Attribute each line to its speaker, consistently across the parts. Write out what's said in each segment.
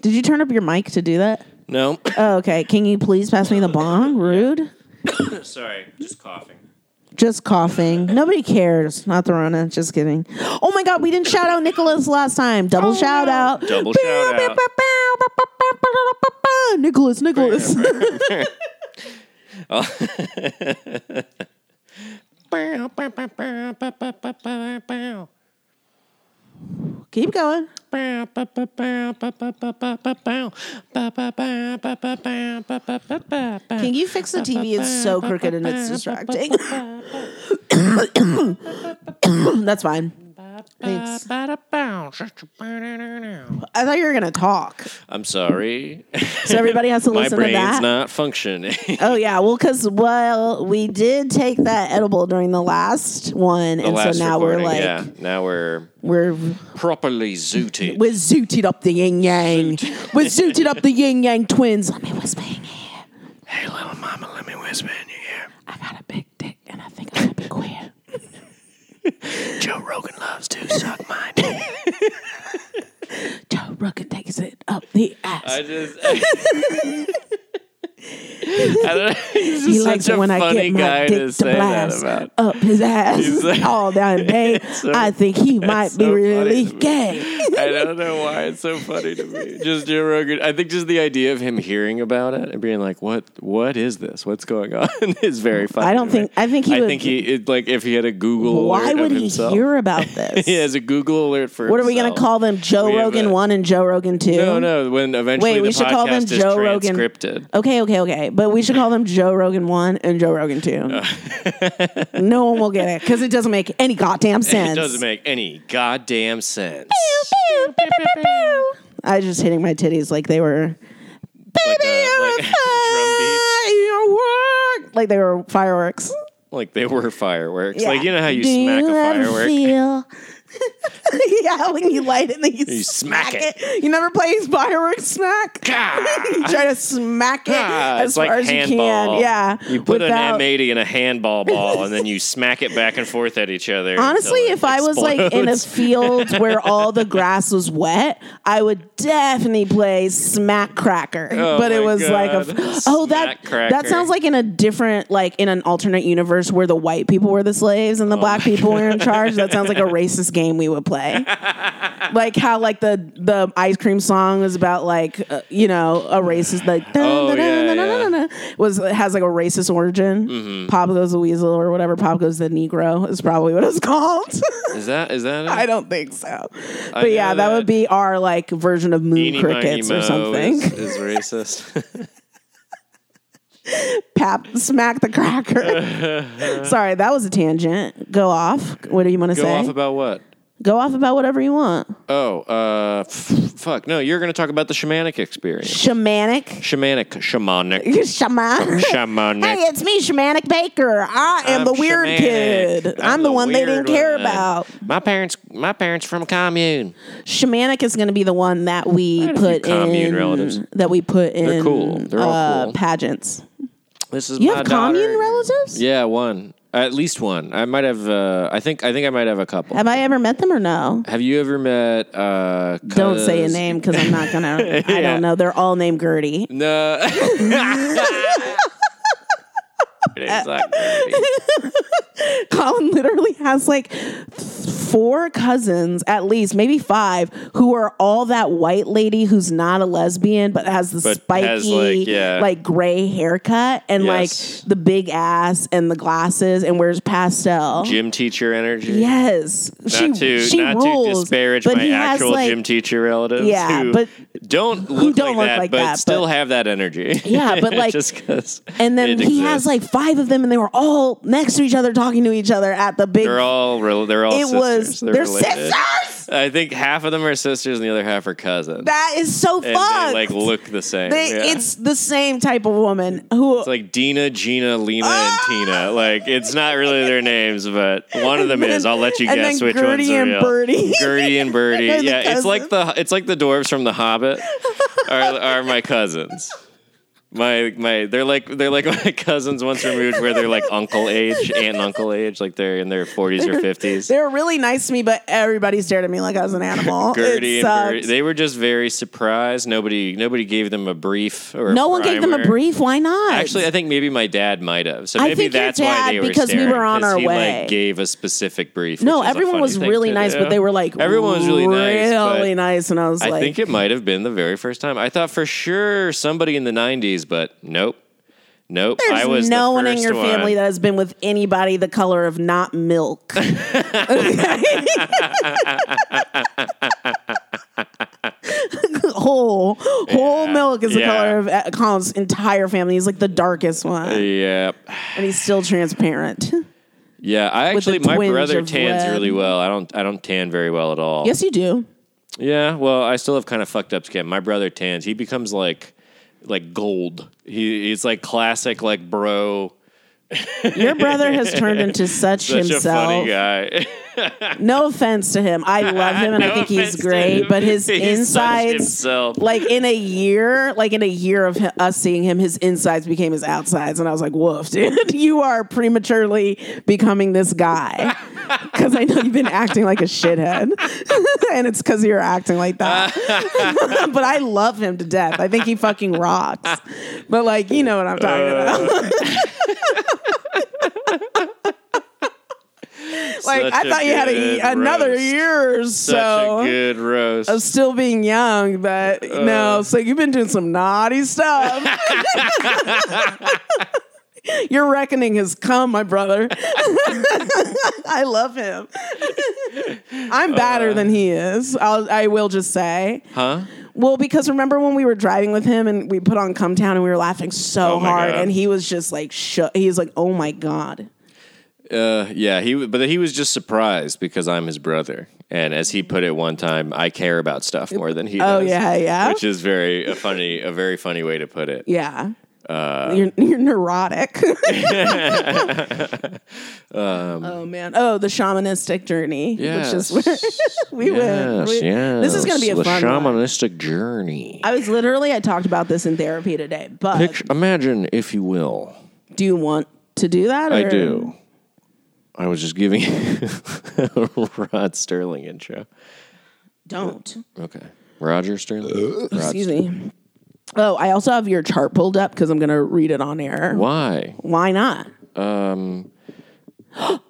Speaker 1: Did you turn up your mic to do that?
Speaker 2: No,
Speaker 1: Oh, okay. Can you please pass me the bong? Rude.
Speaker 2: sorry, just coughing.
Speaker 1: Just coughing. Nobody cares. Not the Rona. Just kidding. Oh my God, we didn't shout out Nicholas last time. Double shout out.
Speaker 2: Oh, Double
Speaker 1: Bow,
Speaker 2: shout
Speaker 1: bow,
Speaker 2: out.
Speaker 1: bow, bow, bow, bow, bow, bow, bow, bow, bow. Nicholas, Nicholas. Keep going. Can you fix the TV? It's so crooked and it's distracting. That's fine. Thanks. I thought you were gonna talk,
Speaker 2: I'm sorry.
Speaker 1: so everybody has to
Speaker 2: My
Speaker 1: listen to
Speaker 2: brain's
Speaker 1: that.
Speaker 2: not functioning.
Speaker 1: Oh yeah, well, because well, we did take that edible during the last one,
Speaker 2: The
Speaker 1: and
Speaker 2: last
Speaker 1: so now we're
Speaker 2: recording,
Speaker 1: like
Speaker 2: yeah, now we're
Speaker 1: we're
Speaker 2: properly zooted.
Speaker 1: we're zooted up the yin yang. we're zooted up the yin yang twins. Let me whisper in here.
Speaker 2: Hey, little mama, let me whisper in your ear.
Speaker 1: I got a big dick, and I think I'm gonna be queer.
Speaker 2: Joe Rogan loves to suck my dick.
Speaker 1: Joe Rogan takes it up the ass.
Speaker 2: I just. I, don't know. He's just
Speaker 1: he
Speaker 2: such
Speaker 1: likes
Speaker 2: a
Speaker 1: it when I
Speaker 2: funny
Speaker 1: get
Speaker 2: guy
Speaker 1: my
Speaker 2: to
Speaker 1: dick to
Speaker 2: say that
Speaker 1: blast
Speaker 2: about.
Speaker 1: up his ass
Speaker 2: He's like-
Speaker 1: all down day.
Speaker 2: so-
Speaker 1: I think he might be
Speaker 2: so funny
Speaker 1: really
Speaker 2: to me.
Speaker 1: gay.
Speaker 2: I don't know why it's so funny to me. Just Joe Rogan. I think just the idea of him hearing about it and being like, "What? What is this? What's going on?" is very funny.
Speaker 1: I don't
Speaker 2: to me.
Speaker 1: think- I think he
Speaker 2: I
Speaker 1: would-
Speaker 2: think he it, like if he had a Google.
Speaker 1: Why
Speaker 2: alert of
Speaker 1: would he
Speaker 2: himself,
Speaker 1: hear about this?
Speaker 2: He has a Google alert for.
Speaker 1: What are we going
Speaker 2: himself.
Speaker 1: to call them? Joe
Speaker 2: We have
Speaker 1: Rogan
Speaker 2: a-
Speaker 1: 1 and Joe Rogan 2?
Speaker 2: No, no. When eventually
Speaker 1: Wait,
Speaker 2: the
Speaker 1: we should
Speaker 2: podcast
Speaker 1: call them
Speaker 2: is
Speaker 1: Joe Rogan.
Speaker 2: transcripted.
Speaker 1: Okay, okay, okay. But we should call them Joe Rogan 1 and Joe Rogan 2. no one will get it because it doesn't make any goddamn sense.
Speaker 2: It doesn't make any goddamn sense.
Speaker 1: I was just hitting my titties like they were.
Speaker 2: Like,
Speaker 1: Baby,
Speaker 2: a-
Speaker 1: you're
Speaker 2: like a
Speaker 1: a
Speaker 2: drum beat.
Speaker 1: firework. Like they were fireworks.
Speaker 2: Like they were fireworks. Like
Speaker 1: Yeah.
Speaker 2: you know how you
Speaker 1: Do
Speaker 2: smack
Speaker 1: you
Speaker 2: a
Speaker 1: ever
Speaker 2: firework.
Speaker 1: Feel? yeah, when you light it and then you,
Speaker 2: You smack it.
Speaker 1: You never play fireworks smack. you try to smack it
Speaker 2: Ah,
Speaker 1: as
Speaker 2: it's like
Speaker 1: far as you
Speaker 2: handball.
Speaker 1: can. Yeah,
Speaker 2: You put
Speaker 1: without-
Speaker 2: an M80 in a handball ball and then you smack it back and forth at each other.
Speaker 1: Honestly,
Speaker 2: until it
Speaker 1: if I was like in a
Speaker 2: explodes.
Speaker 1: field where all the grass was wet, I would definitely play smack cracker.
Speaker 2: Oh
Speaker 1: but it
Speaker 2: my
Speaker 1: was like a
Speaker 2: God.
Speaker 1: oh that
Speaker 2: Smack cracker.
Speaker 1: that sounds like in a different like in an alternate universe where the white people were the slaves
Speaker 2: Oh
Speaker 1: and the black people were in charge. That sounds like a racist game we would play. like how like the the ice cream song was about like uh, you know a racist like dun,
Speaker 2: Oh,
Speaker 1: dun, dun,
Speaker 2: yeah,
Speaker 1: dun, dun,
Speaker 2: yeah. Mm-hmm.
Speaker 1: dun, dun, was has like a racist origin. Pop goes the weasel or whatever. Pop goes the Negro is probably what it's called.
Speaker 2: is that is that it?
Speaker 1: I don't think so,
Speaker 2: I
Speaker 1: but yeah,
Speaker 2: know
Speaker 1: that, would be our like version of moon
Speaker 2: Eeny, miny,
Speaker 1: crickets or
Speaker 2: moe
Speaker 1: something.
Speaker 2: is, is racist.
Speaker 1: Pap smack the cracker. Sorry, that was a tangent. Go off. What do you want to
Speaker 2: Go
Speaker 1: say?
Speaker 2: off about what?
Speaker 1: Go off about whatever you want.
Speaker 2: Oh, uh, f- fuck. No, you're going to talk about the shamanic experience.
Speaker 1: Shamanic.
Speaker 2: Shamanic, shamanic,
Speaker 1: Shaman. Hey,
Speaker 2: shamanic.
Speaker 1: it's me, Shamanic Baker. I am
Speaker 2: I'm
Speaker 1: the weird
Speaker 2: shamanic.
Speaker 1: kid. I'm, the, one they
Speaker 2: weird
Speaker 1: didn't care
Speaker 2: one.
Speaker 1: about.
Speaker 2: My parents, my parents from a commune.
Speaker 1: Shamanic is going to be the one that we
Speaker 2: had a few
Speaker 1: put
Speaker 2: commune
Speaker 1: in
Speaker 2: relatives.
Speaker 1: that we put in.
Speaker 2: cool. They're all
Speaker 1: uh,
Speaker 2: cool.
Speaker 1: Pageants.
Speaker 2: This is
Speaker 1: You
Speaker 2: my
Speaker 1: have
Speaker 2: daughter.
Speaker 1: commune relatives?
Speaker 2: Yeah, one. At least one. I might have. Uh, I think. I think I might have a couple.
Speaker 1: Have I ever met them or no?
Speaker 2: Have you ever met? Uh,
Speaker 1: Don't say a
Speaker 2: cuz-
Speaker 1: name because I'm not gonna. I
Speaker 2: Yeah.
Speaker 1: don't know. They're all named Gertie.
Speaker 2: No. It's not
Speaker 1: Uh,
Speaker 2: dirty.
Speaker 1: Colin literally has like th- four cousins, at least maybe five, who are all that white lady who's not a lesbian but has the
Speaker 2: But
Speaker 1: spiky,
Speaker 2: has, like, yeah.
Speaker 1: like, gray haircut and
Speaker 2: Yes.
Speaker 1: like the big ass and the glasses and wears pastel.
Speaker 2: gym teacher energy.
Speaker 1: Yes, she
Speaker 2: Not to
Speaker 1: she
Speaker 2: not
Speaker 1: rules.
Speaker 2: to disparage
Speaker 1: but
Speaker 2: my
Speaker 1: he has,
Speaker 2: actual
Speaker 1: like-
Speaker 2: gym teacher relatives.
Speaker 1: Yeah,
Speaker 2: who
Speaker 1: but-
Speaker 2: don't look like
Speaker 1: don't look
Speaker 2: that,
Speaker 1: like
Speaker 2: but
Speaker 1: that, but-
Speaker 2: still have that energy.
Speaker 1: Yeah, but, like-
Speaker 2: just because.
Speaker 1: And then
Speaker 2: it
Speaker 1: he
Speaker 2: exists.
Speaker 1: has like five of them, and they were all next to each other, talking to each other at the big.
Speaker 2: They're all rel- they're all
Speaker 1: it
Speaker 2: sisters.
Speaker 1: was
Speaker 2: they're
Speaker 1: they're
Speaker 2: related.
Speaker 1: sisters.
Speaker 2: I think half of them are sisters and the other half are cousins.
Speaker 1: That is so
Speaker 2: and
Speaker 1: fun.
Speaker 2: they like look the same.
Speaker 1: They-
Speaker 2: yeah.
Speaker 1: It's the same type of woman who.
Speaker 2: It's like Dina, Gina, Lena,
Speaker 1: Ah!
Speaker 2: and Tina. Like it's not really their names, but one of them
Speaker 1: then-
Speaker 2: is. I'll let you
Speaker 1: and
Speaker 2: guess
Speaker 1: then
Speaker 2: which
Speaker 1: Gertie
Speaker 2: ones are
Speaker 1: and
Speaker 2: real.
Speaker 1: Bertie.
Speaker 2: Gertie and Birdie.
Speaker 1: They're the
Speaker 2: yeah, it's
Speaker 1: cousins.
Speaker 2: like the it's like the dwarves from The Hobbit are, are my cousins. My my, they're like they're like my cousins once removed, where they're like uncle age, aunt and uncle age, like they're in their forties or fifties.
Speaker 1: They were really nice to me, but everybody stared at me like I was an animal.
Speaker 2: Gertie
Speaker 1: it
Speaker 2: and Bertie,
Speaker 1: sucked.
Speaker 2: they were just very surprised. Nobody nobody gave them a brief or a
Speaker 1: no one gave them a
Speaker 2: primer.
Speaker 1: brief. Why not?
Speaker 2: Actually, I think maybe my dad might have. So
Speaker 1: I
Speaker 2: maybe
Speaker 1: think your
Speaker 2: that's
Speaker 1: dad,
Speaker 2: why they were
Speaker 1: because we
Speaker 2: staring,
Speaker 1: were on
Speaker 2: 'cause
Speaker 1: our
Speaker 2: he,
Speaker 1: way.
Speaker 2: Like, gave a specific brief.
Speaker 1: no,
Speaker 2: which is a
Speaker 1: everyone
Speaker 2: funny
Speaker 1: was
Speaker 2: thing
Speaker 1: really
Speaker 2: to
Speaker 1: nice,
Speaker 2: do.
Speaker 1: but they were like
Speaker 2: everyone was really nice. but
Speaker 1: really nice, and I was
Speaker 2: I
Speaker 1: like,
Speaker 2: think it might have been the very first time. I thought for sure somebody in the '90s, but nope, nope.
Speaker 1: There's
Speaker 2: I was
Speaker 1: no
Speaker 2: the
Speaker 1: one in
Speaker 2: first
Speaker 1: your family that has been with anybody the color of not milk. Okay? whole whole
Speaker 2: Yeah.
Speaker 1: milk is the
Speaker 2: Yeah.
Speaker 1: color of uh, Colin's entire family. He's like the darkest one,
Speaker 2: Yeah,
Speaker 1: and he's still transparent.
Speaker 2: yeah. I
Speaker 1: With the
Speaker 2: actually, my
Speaker 1: twinge
Speaker 2: brother
Speaker 1: of
Speaker 2: tans
Speaker 1: red.
Speaker 2: really well. I don't, I don't tan very well at all.
Speaker 1: yes, you do.
Speaker 2: Yeah, well, I still have kind of fucked up skin. My brother tans. He becomes like like gold. He he's like classic like bro.
Speaker 1: Your brother has turned into such,
Speaker 2: Such a
Speaker 1: himself.
Speaker 2: funny guy.
Speaker 1: No offense to him. I love him and I
Speaker 2: No
Speaker 1: think he's
Speaker 2: offense to
Speaker 1: great,
Speaker 2: him.
Speaker 1: but his
Speaker 2: He's such
Speaker 1: insides
Speaker 2: himself.
Speaker 1: like in a year, like in a year of hi- us seeing him, his insides became his outsides and I was like, "Woof, dude, you are prematurely becoming this guy." Cuz I know you've been acting like a shithead. and it's cuz you're acting like that. but I love him to death. I think he fucking rocks. But like, you know what I'm talking
Speaker 2: Oh,
Speaker 1: about. like
Speaker 2: Such
Speaker 1: I
Speaker 2: a
Speaker 1: thought you had a,
Speaker 2: good
Speaker 1: another
Speaker 2: roast.
Speaker 1: year or
Speaker 2: Such
Speaker 1: so
Speaker 2: a good roast.
Speaker 1: of still being young, but you
Speaker 2: Uh.
Speaker 1: know, so you've been doing some naughty stuff. Your reckoning has come, my brother. I love him. I'm badder than he is. I'll, I will just say.
Speaker 2: huh?
Speaker 1: Well, because remember when we were driving with him and we put on Come Town and we were laughing so
Speaker 2: Oh my
Speaker 1: hard,
Speaker 2: God.
Speaker 1: and he was just like, shook. He was like, oh my God.
Speaker 2: Uh, yeah, he but he was just surprised because I'm his brother, and as he put it one time, I care about stuff more than he
Speaker 1: Oh,
Speaker 2: does.
Speaker 1: yeah, yeah.
Speaker 2: which is very a funny, a very funny way to put it.
Speaker 1: Yeah.
Speaker 2: Uh,
Speaker 1: you're, you're neurotic.
Speaker 2: Um,
Speaker 1: oh man! Oh, the shamanistic journey, which is where we went. We- This is going to be a
Speaker 2: the
Speaker 1: fun. one.
Speaker 2: shamanistic journey.
Speaker 1: I was literally I talked about this in therapy today, but
Speaker 2: Picture, imagine, if you will.
Speaker 1: do you want to do that?
Speaker 2: I
Speaker 1: or-
Speaker 2: do. I was just giving a Rod Sterling intro.
Speaker 1: Don't.
Speaker 2: Okay. Roger Sterling. Rod
Speaker 1: Excuse me. Oh, I also have your chart pulled up because I'm going to read it on air.
Speaker 2: Why?
Speaker 1: Why not? Um.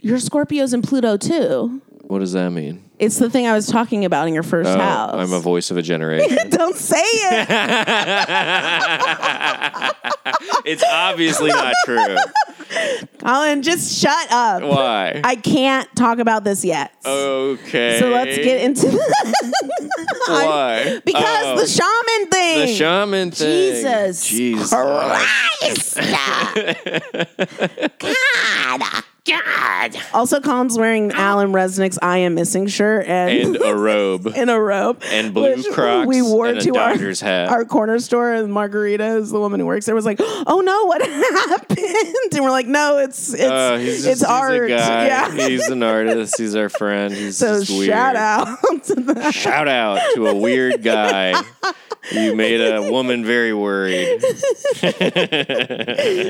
Speaker 1: Your Scorpios and Pluto too.
Speaker 2: What does that mean?
Speaker 1: It's the thing I was talking about in your first
Speaker 2: Oh,
Speaker 1: house.
Speaker 2: I'm a voice of a generation.
Speaker 1: Don't say it.
Speaker 2: it's obviously not true.
Speaker 1: Colin, just shut up.
Speaker 2: Why?
Speaker 1: I can't talk about this yet.
Speaker 2: okay.
Speaker 1: So let's get into
Speaker 2: Why?
Speaker 1: because
Speaker 2: Oh,
Speaker 1: the shaman thing.
Speaker 2: the shaman thing.
Speaker 1: Jesus
Speaker 2: Jesus.
Speaker 1: Christ. God. Also, Colin's wearing Alan Resnick's I Am Missing shirt
Speaker 2: And a robe.
Speaker 1: in a robe
Speaker 2: And blue
Speaker 1: which
Speaker 2: Crocs
Speaker 1: We wore
Speaker 2: and a
Speaker 1: to
Speaker 2: Dodgers
Speaker 1: our
Speaker 2: hat.
Speaker 1: our corner store, and Margarita is the woman who works there. Was like, oh no, what happened? And we're like, no, it's it's
Speaker 2: Uh, he's just,
Speaker 1: it's
Speaker 2: he's
Speaker 1: art.
Speaker 2: A guy.
Speaker 1: Yeah.
Speaker 2: He's an artist. He's our friend. He's
Speaker 1: So
Speaker 2: just weird.
Speaker 1: shout out to the
Speaker 2: Shout out to a weird guy. You made a woman very worried.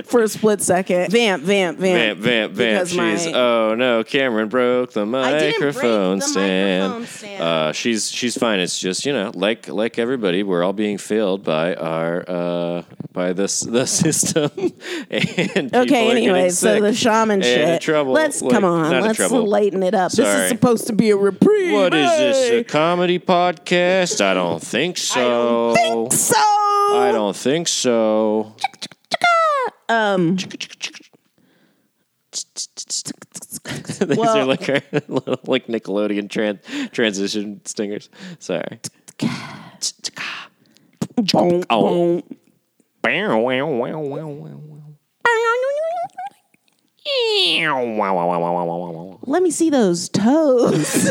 Speaker 1: for a split second. Vamp, vamp,
Speaker 2: Vamp,
Speaker 1: vamp.
Speaker 2: vamp, vamp.
Speaker 1: Because my-
Speaker 2: She's oh no, Cameron broke the
Speaker 1: didn't break
Speaker 2: microphone
Speaker 1: the microphone
Speaker 2: stand.
Speaker 1: stand.
Speaker 2: Uh, she's she's fine. It's just you know, like like everybody, we're all being failed by our uh, by this the system. and people
Speaker 1: Okay,
Speaker 2: are
Speaker 1: anyway,
Speaker 2: getting
Speaker 1: so
Speaker 2: sick.
Speaker 1: the shaman
Speaker 2: and in
Speaker 1: shit.
Speaker 2: trouble.
Speaker 1: Let's
Speaker 2: Like,
Speaker 1: come on,
Speaker 2: not in
Speaker 1: let's
Speaker 2: trouble.
Speaker 1: lighten it up. This is
Speaker 2: Sorry.
Speaker 1: supposed to be a reprieve.
Speaker 2: What is this?
Speaker 1: hey!
Speaker 2: A comedy podcast? I don't think so.
Speaker 1: So
Speaker 2: I don't think so. Um. These
Speaker 1: Well-
Speaker 2: are like our little like Nickelodeon tran- transition stingers. Sorry.
Speaker 1: Bonk,
Speaker 2: Oh.
Speaker 1: bonk.
Speaker 2: Bow, wow, wow, wow, wow, wow. Ew, wow, wow, wow, wow, wow, wow, wow, wow.
Speaker 1: Let me see those toes.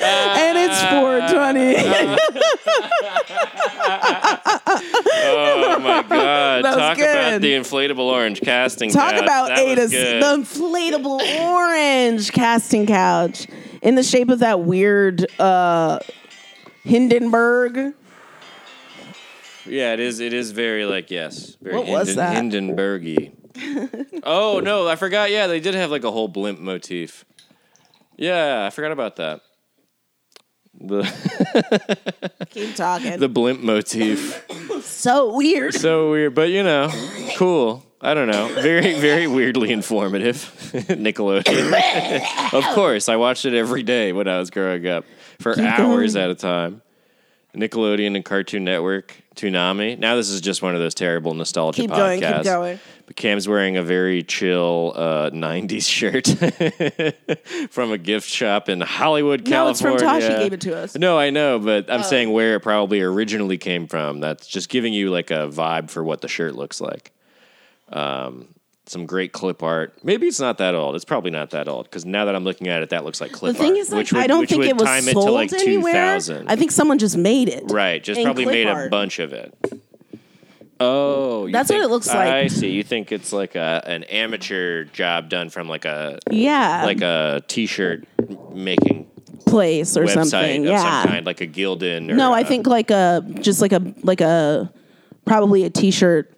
Speaker 1: and it's
Speaker 2: Uh,
Speaker 1: 420.
Speaker 2: Oh my god!
Speaker 1: That was
Speaker 2: Talk
Speaker 1: good.
Speaker 2: about the inflatable orange casting.
Speaker 1: Talk
Speaker 2: couch.
Speaker 1: about
Speaker 2: That was
Speaker 1: Ada's
Speaker 2: good.
Speaker 1: the inflatable orange casting couch. in the shape of that weird uh, Hindenburg.
Speaker 2: Yeah, it is. It is very like yes, very
Speaker 1: What was that?
Speaker 2: Hindenburgy. oh no, I forgot. Yeah, they did have like a whole blimp motif. Yeah, I forgot about that. The
Speaker 1: Keep talking.
Speaker 2: the blimp motif.
Speaker 1: so weird.
Speaker 2: So weird, but you know, cool. I don't know. Very very weirdly informative. Nickelodeon. of course, I watched it every day when I was growing up for hours at a time. Nickelodeon and Cartoon Network, Toonami. Now this is just one of those terrible nostalgia
Speaker 1: Keep
Speaker 2: podcasts.
Speaker 1: going, keep going.
Speaker 2: But Cam's wearing a very chill uh, 90s shirt from a gift shop in Hollywood,
Speaker 1: No, it's from
Speaker 2: California.
Speaker 1: Tosh. He gave it to us. Oh.
Speaker 2: No, I know, but I'm saying where it probably originally came from. That's just giving you like a vibe for what the shirt looks like. Um, some great clip art. Maybe it's not that old. It's probably not that old because now that I'm looking at it, that looks like clip
Speaker 1: The thing
Speaker 2: art.
Speaker 1: is, like,
Speaker 2: which would,
Speaker 1: I don't
Speaker 2: which
Speaker 1: think
Speaker 2: would
Speaker 1: it was
Speaker 2: time it
Speaker 1: sold
Speaker 2: to like
Speaker 1: anywhere.
Speaker 2: 2000.
Speaker 1: I think someone just made it.
Speaker 2: Right, just
Speaker 1: in
Speaker 2: probably
Speaker 1: clip
Speaker 2: made a
Speaker 1: art.
Speaker 2: bunch of it. Oh, you
Speaker 1: That's what
Speaker 2: think-
Speaker 1: it looks like.
Speaker 2: I see. You think it's like a an amateur job done from like a
Speaker 1: Yeah,
Speaker 2: like a t-shirt making
Speaker 1: place or
Speaker 2: website
Speaker 1: something.
Speaker 2: of
Speaker 1: Yeah.
Speaker 2: some kind, like a Gildan. Or uh,
Speaker 1: No,
Speaker 2: I
Speaker 1: I think like a just like a like a probably a t-shirt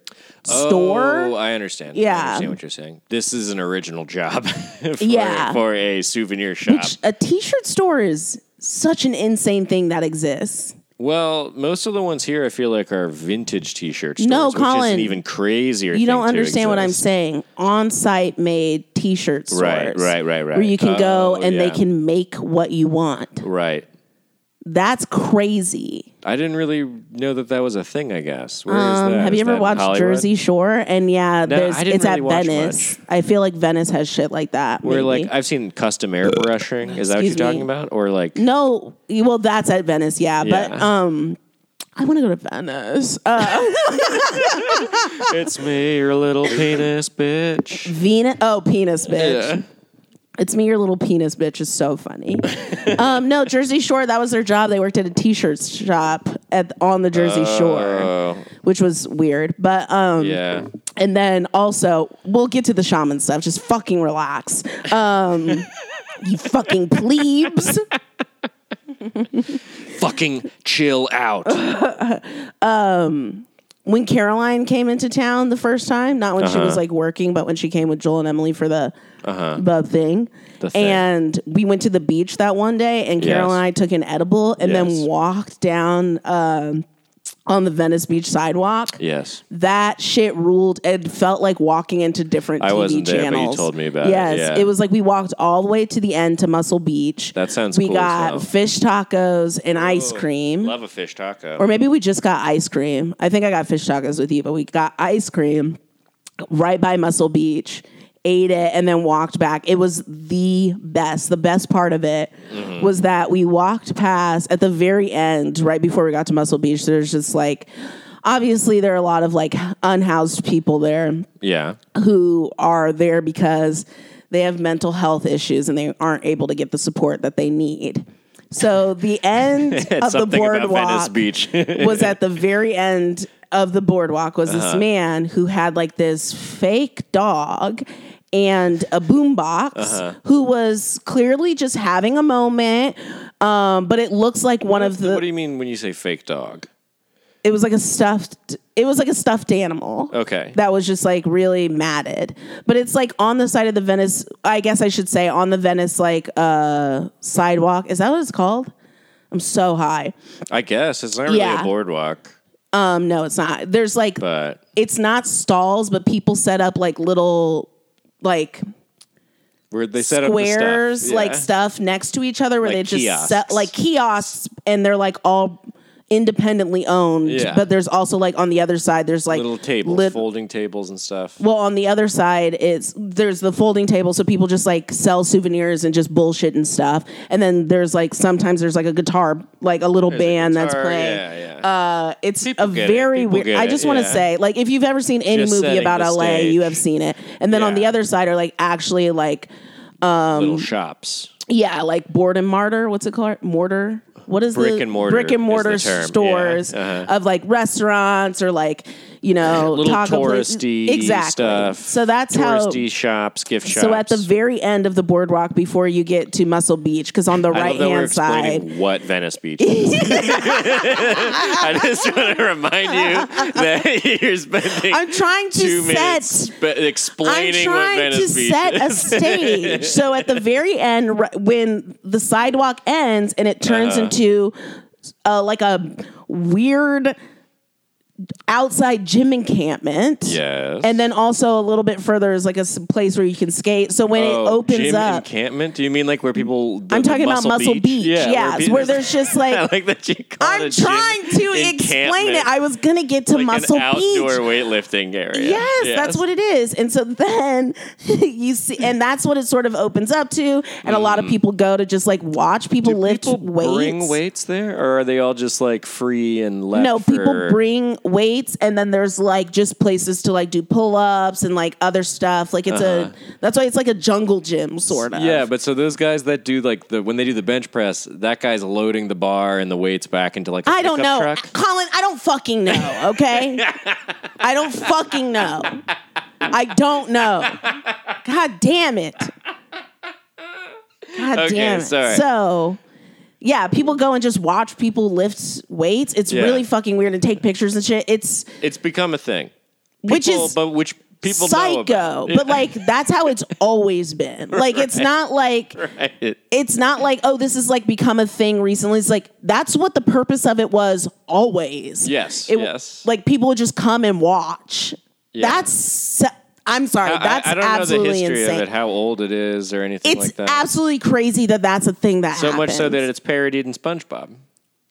Speaker 2: Oh,
Speaker 1: store.
Speaker 2: I understand. I
Speaker 1: Yeah.
Speaker 2: understand what you're saying. This is an original job for,
Speaker 1: Yeah.
Speaker 2: for a souvenir shop.
Speaker 1: Which a t-shirt store is such an insane thing that exists.
Speaker 2: well, most of the ones here I feel like are vintage t-shirt stores,
Speaker 1: No,
Speaker 2: which is an
Speaker 1: Colin,
Speaker 2: even crazier
Speaker 1: You don't
Speaker 2: thing to
Speaker 1: understand what I'm
Speaker 2: exist.
Speaker 1: saying. On-site made t-shirt stores.
Speaker 2: Right, right, right, right.
Speaker 1: Where you can go
Speaker 2: Oh,
Speaker 1: and they
Speaker 2: yeah.
Speaker 1: can make what you want.
Speaker 2: Right.
Speaker 1: That's crazy. Um,
Speaker 2: I didn't really know that that was a thing. I guess. Where is that?
Speaker 1: Have
Speaker 2: Is
Speaker 1: you ever
Speaker 2: that in
Speaker 1: watched
Speaker 2: Hollywood?
Speaker 1: Jersey Shore? And yeah, there's
Speaker 2: I didn't
Speaker 1: it's
Speaker 2: really watch
Speaker 1: at Venice.
Speaker 2: much.
Speaker 1: I feel like Venice has shit like that.
Speaker 2: Where
Speaker 1: maybe.
Speaker 2: like I've seen custom airbrushing. Is that what you're
Speaker 1: Excuse
Speaker 2: talking
Speaker 1: me.
Speaker 2: about? Or like
Speaker 1: No, well, that's at Venice, yeah. But
Speaker 2: Yeah.
Speaker 1: um, I want to go to Venice. Uh,
Speaker 2: it's me, your little penis, bitch.
Speaker 1: Venus. Oh, penis, bitch.
Speaker 2: Yeah.
Speaker 1: It's me, your little penis, bitch. Is so funny. um, no, Jersey Shore. That was their job. They worked at a t-shirt shop at on the Jersey Shore,
Speaker 2: Oh
Speaker 1: which was weird. But um,
Speaker 2: yeah.
Speaker 1: And then also, we'll get to the shaman stuff. Just fucking relax. Um, you fucking plebes.
Speaker 2: Fucking chill out.
Speaker 1: when Caroline came into town the first time, not when she
Speaker 2: Uh-huh.
Speaker 1: was like working, but when she came with Joel and Emily for the the thing.
Speaker 2: The thing.
Speaker 1: And we went to the beach that one day, and
Speaker 2: Yes.
Speaker 1: Caroline and I took an edible and
Speaker 2: Yes.
Speaker 1: then walked down um, on the Venice Beach sidewalk.
Speaker 2: yes.
Speaker 1: That shit ruled. It felt like walking into different
Speaker 2: I
Speaker 1: TV
Speaker 2: wasn't there, but you
Speaker 1: channels.
Speaker 2: told me about it,
Speaker 1: yes,
Speaker 2: yeah.
Speaker 1: it was like we walked all the way to the end to Muscle Beach.
Speaker 2: That sounds
Speaker 1: We
Speaker 2: cool as
Speaker 1: got
Speaker 2: hell.
Speaker 1: fish tacos and ice cream.
Speaker 2: Love a fish taco.
Speaker 1: Or maybe we just got ice cream. I think I got fish tacos with you, but we got ice cream right by Muscle Beach, ate it, and then walked back. It was the best. The best part of it
Speaker 2: Mm-hmm.
Speaker 1: was that we walked past at the very end, right before we got to Muscle Beach. There's just like, obviously, there are a lot of like unhoused people there
Speaker 2: yeah.
Speaker 1: who are there because they have mental health issues and they aren't able to get the support that they need. So the end of the
Speaker 2: Something about Venice
Speaker 1: boardwalk
Speaker 2: Beach.
Speaker 1: was at the very end of the boardwalk was this man who had like this fake dog and a boombox who was clearly just having a moment um, but it looks like one of
Speaker 2: what
Speaker 1: the
Speaker 2: do you mean when you say fake dog?
Speaker 1: it was like a stuffed it was like a stuffed animal
Speaker 2: Okay.
Speaker 1: that was just like really matted but it's like on the side of the venice i guess i should say on the venice like uh sidewalk is that what it's called i'm so high
Speaker 2: I guess it's not really a
Speaker 1: Yeah.
Speaker 2: boardwalk,
Speaker 1: um no it's not there's like
Speaker 2: but
Speaker 1: it's not stalls, but people set up like little like
Speaker 2: where they set
Speaker 1: squares,
Speaker 2: up the stuff.
Speaker 1: like
Speaker 2: Yeah.
Speaker 1: stuff next to each other where
Speaker 2: Like
Speaker 1: they just
Speaker 2: kiosks.
Speaker 1: set like kiosks and they're like all independently owned.
Speaker 2: Yeah.
Speaker 1: But there's also like on the other side there's like
Speaker 2: little tables,
Speaker 1: lit-
Speaker 2: folding tables and stuff.
Speaker 1: well, on the other side, it's there's the folding table, so people just like sell souvenirs and just bullshit and stuff. And then there's like sometimes there's like a guitar, like a little
Speaker 2: There's a
Speaker 1: band that's
Speaker 2: guitar,
Speaker 1: playing.
Speaker 2: Yeah, yeah.
Speaker 1: Uh, it's a
Speaker 2: get it.
Speaker 1: very
Speaker 2: People
Speaker 1: weird.
Speaker 2: get
Speaker 1: I
Speaker 2: it,
Speaker 1: just want to
Speaker 2: yeah.
Speaker 1: say, like, if you've ever seen any
Speaker 2: Just
Speaker 1: movie
Speaker 2: setting
Speaker 1: about
Speaker 2: the
Speaker 1: LA,
Speaker 2: stage.
Speaker 1: you have seen it. And then on
Speaker 2: Yeah.
Speaker 1: the other side are like actually like, um,
Speaker 2: little shops.
Speaker 1: yeah, like board and mortar. What's it called? Mortar. What is
Speaker 2: Brick
Speaker 1: the
Speaker 2: and mortar
Speaker 1: brick and
Speaker 2: is
Speaker 1: mortar
Speaker 2: the term, yeah.
Speaker 1: stores
Speaker 2: Uh-huh.
Speaker 1: of like restaurants or like you know,
Speaker 2: Little
Speaker 1: taco places.
Speaker 2: touristy
Speaker 1: exactly.
Speaker 2: stuff.
Speaker 1: So that's how
Speaker 2: touristy shops, gift shops.
Speaker 1: so at the very end of the boardwalk before you get to Muscle Beach, because on the
Speaker 2: I love
Speaker 1: right
Speaker 2: that we're
Speaker 1: hand side.
Speaker 2: explaining what Venice Beach is. I just want to remind you that you're spending
Speaker 1: I'm trying to
Speaker 2: two minutes
Speaker 1: set
Speaker 2: spe- explaining
Speaker 1: I'm
Speaker 2: what
Speaker 1: trying
Speaker 2: Venice
Speaker 1: to
Speaker 2: Beach
Speaker 1: set a
Speaker 2: is.
Speaker 1: stage. so at the very end, ri- when the sidewalk ends and it turns
Speaker 2: Uh-huh.
Speaker 1: into uh, like a weird outside gym encampment.
Speaker 2: yes.
Speaker 1: And then also a little bit further is like a s- place where you can skate. So when
Speaker 2: Oh,
Speaker 1: it opens
Speaker 2: gym
Speaker 1: up,
Speaker 2: encampment? Do you mean like where people? the-
Speaker 1: I'm
Speaker 2: the
Speaker 1: talking about Muscle Beach.
Speaker 2: Yeah,
Speaker 1: yes,
Speaker 2: pe-
Speaker 1: where, there's just
Speaker 2: I
Speaker 1: like.
Speaker 2: like that you call it
Speaker 1: I'm
Speaker 2: a gym
Speaker 1: trying to explain
Speaker 2: encampment,
Speaker 1: it. I was gonna get to
Speaker 2: like
Speaker 1: Muscle
Speaker 2: an outdoor
Speaker 1: Beach.
Speaker 2: weightlifting area.
Speaker 1: Yes, that's what it is. And so then you see, and that's what it sort of opens up to. And a lot of people go to just like watch people
Speaker 2: Mm-hmm. Do
Speaker 1: lift
Speaker 2: people
Speaker 1: weights.
Speaker 2: Bring weights there, or are they all just like free and left?
Speaker 1: no, people
Speaker 2: for-
Speaker 1: bring weights, and then there's like just places to like do pull ups and like other stuff. Like it's a that's why it's like a jungle gym sort of.
Speaker 2: Uh-huh. Yeah, but so those guys that do like the when they do the bench press, that guy's loading the bar and the weights back into like I
Speaker 1: I don't know,
Speaker 2: truck.
Speaker 1: Colin. I don't fucking know. Okay, I don't fucking know. I don't know. God damn it. God
Speaker 2: Okay,
Speaker 1: damn it.
Speaker 2: sorry.
Speaker 1: So, yeah, people go and just watch people lift weights. It's
Speaker 2: Yeah.
Speaker 1: really fucking weird and take pictures and shit. It's
Speaker 2: It's become a thing,
Speaker 1: which
Speaker 2: People-
Speaker 1: is
Speaker 2: but which people know
Speaker 1: psycho,
Speaker 2: about.
Speaker 1: but like that's how it's always been. Like it's not like
Speaker 2: Right.
Speaker 1: it's not like oh this has like become a thing recently it's like that's what the purpose of it was always
Speaker 2: Yes,
Speaker 1: It-
Speaker 2: yes.
Speaker 1: like people would just come and watch
Speaker 2: Yeah.
Speaker 1: that's i'm sorry
Speaker 2: I-
Speaker 1: that's
Speaker 2: I, I don't know the
Speaker 1: absolutely
Speaker 2: history
Speaker 1: insane
Speaker 2: of it, how old it is, or anything
Speaker 1: it's
Speaker 2: like that.
Speaker 1: absolutely crazy that that's a thing that
Speaker 2: so much so
Speaker 1: happens.
Speaker 2: that it's parodied in SpongeBob.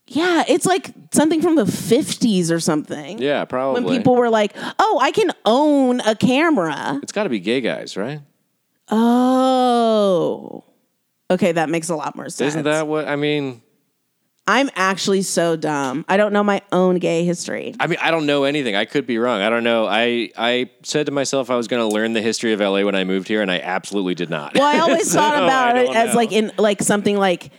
Speaker 1: yeah it's like something from the 50s or something
Speaker 2: Yeah, probably.
Speaker 1: when people were like oh i can own a camera
Speaker 2: it's got to be gay guys, right?
Speaker 1: oh okay that makes a lot more sense
Speaker 2: Isn't that what I mean?
Speaker 1: i'm actually so dumb i don't know my own gay history
Speaker 2: I mean, I don't know anything. I could be wrong. I don't know. I I said to myself I was going to learn the history of LA when I moved here, and I absolutely did not.
Speaker 1: Well, I always
Speaker 2: So,
Speaker 1: thought about
Speaker 2: I
Speaker 1: it
Speaker 2: don't
Speaker 1: as
Speaker 2: know.
Speaker 1: like in like something like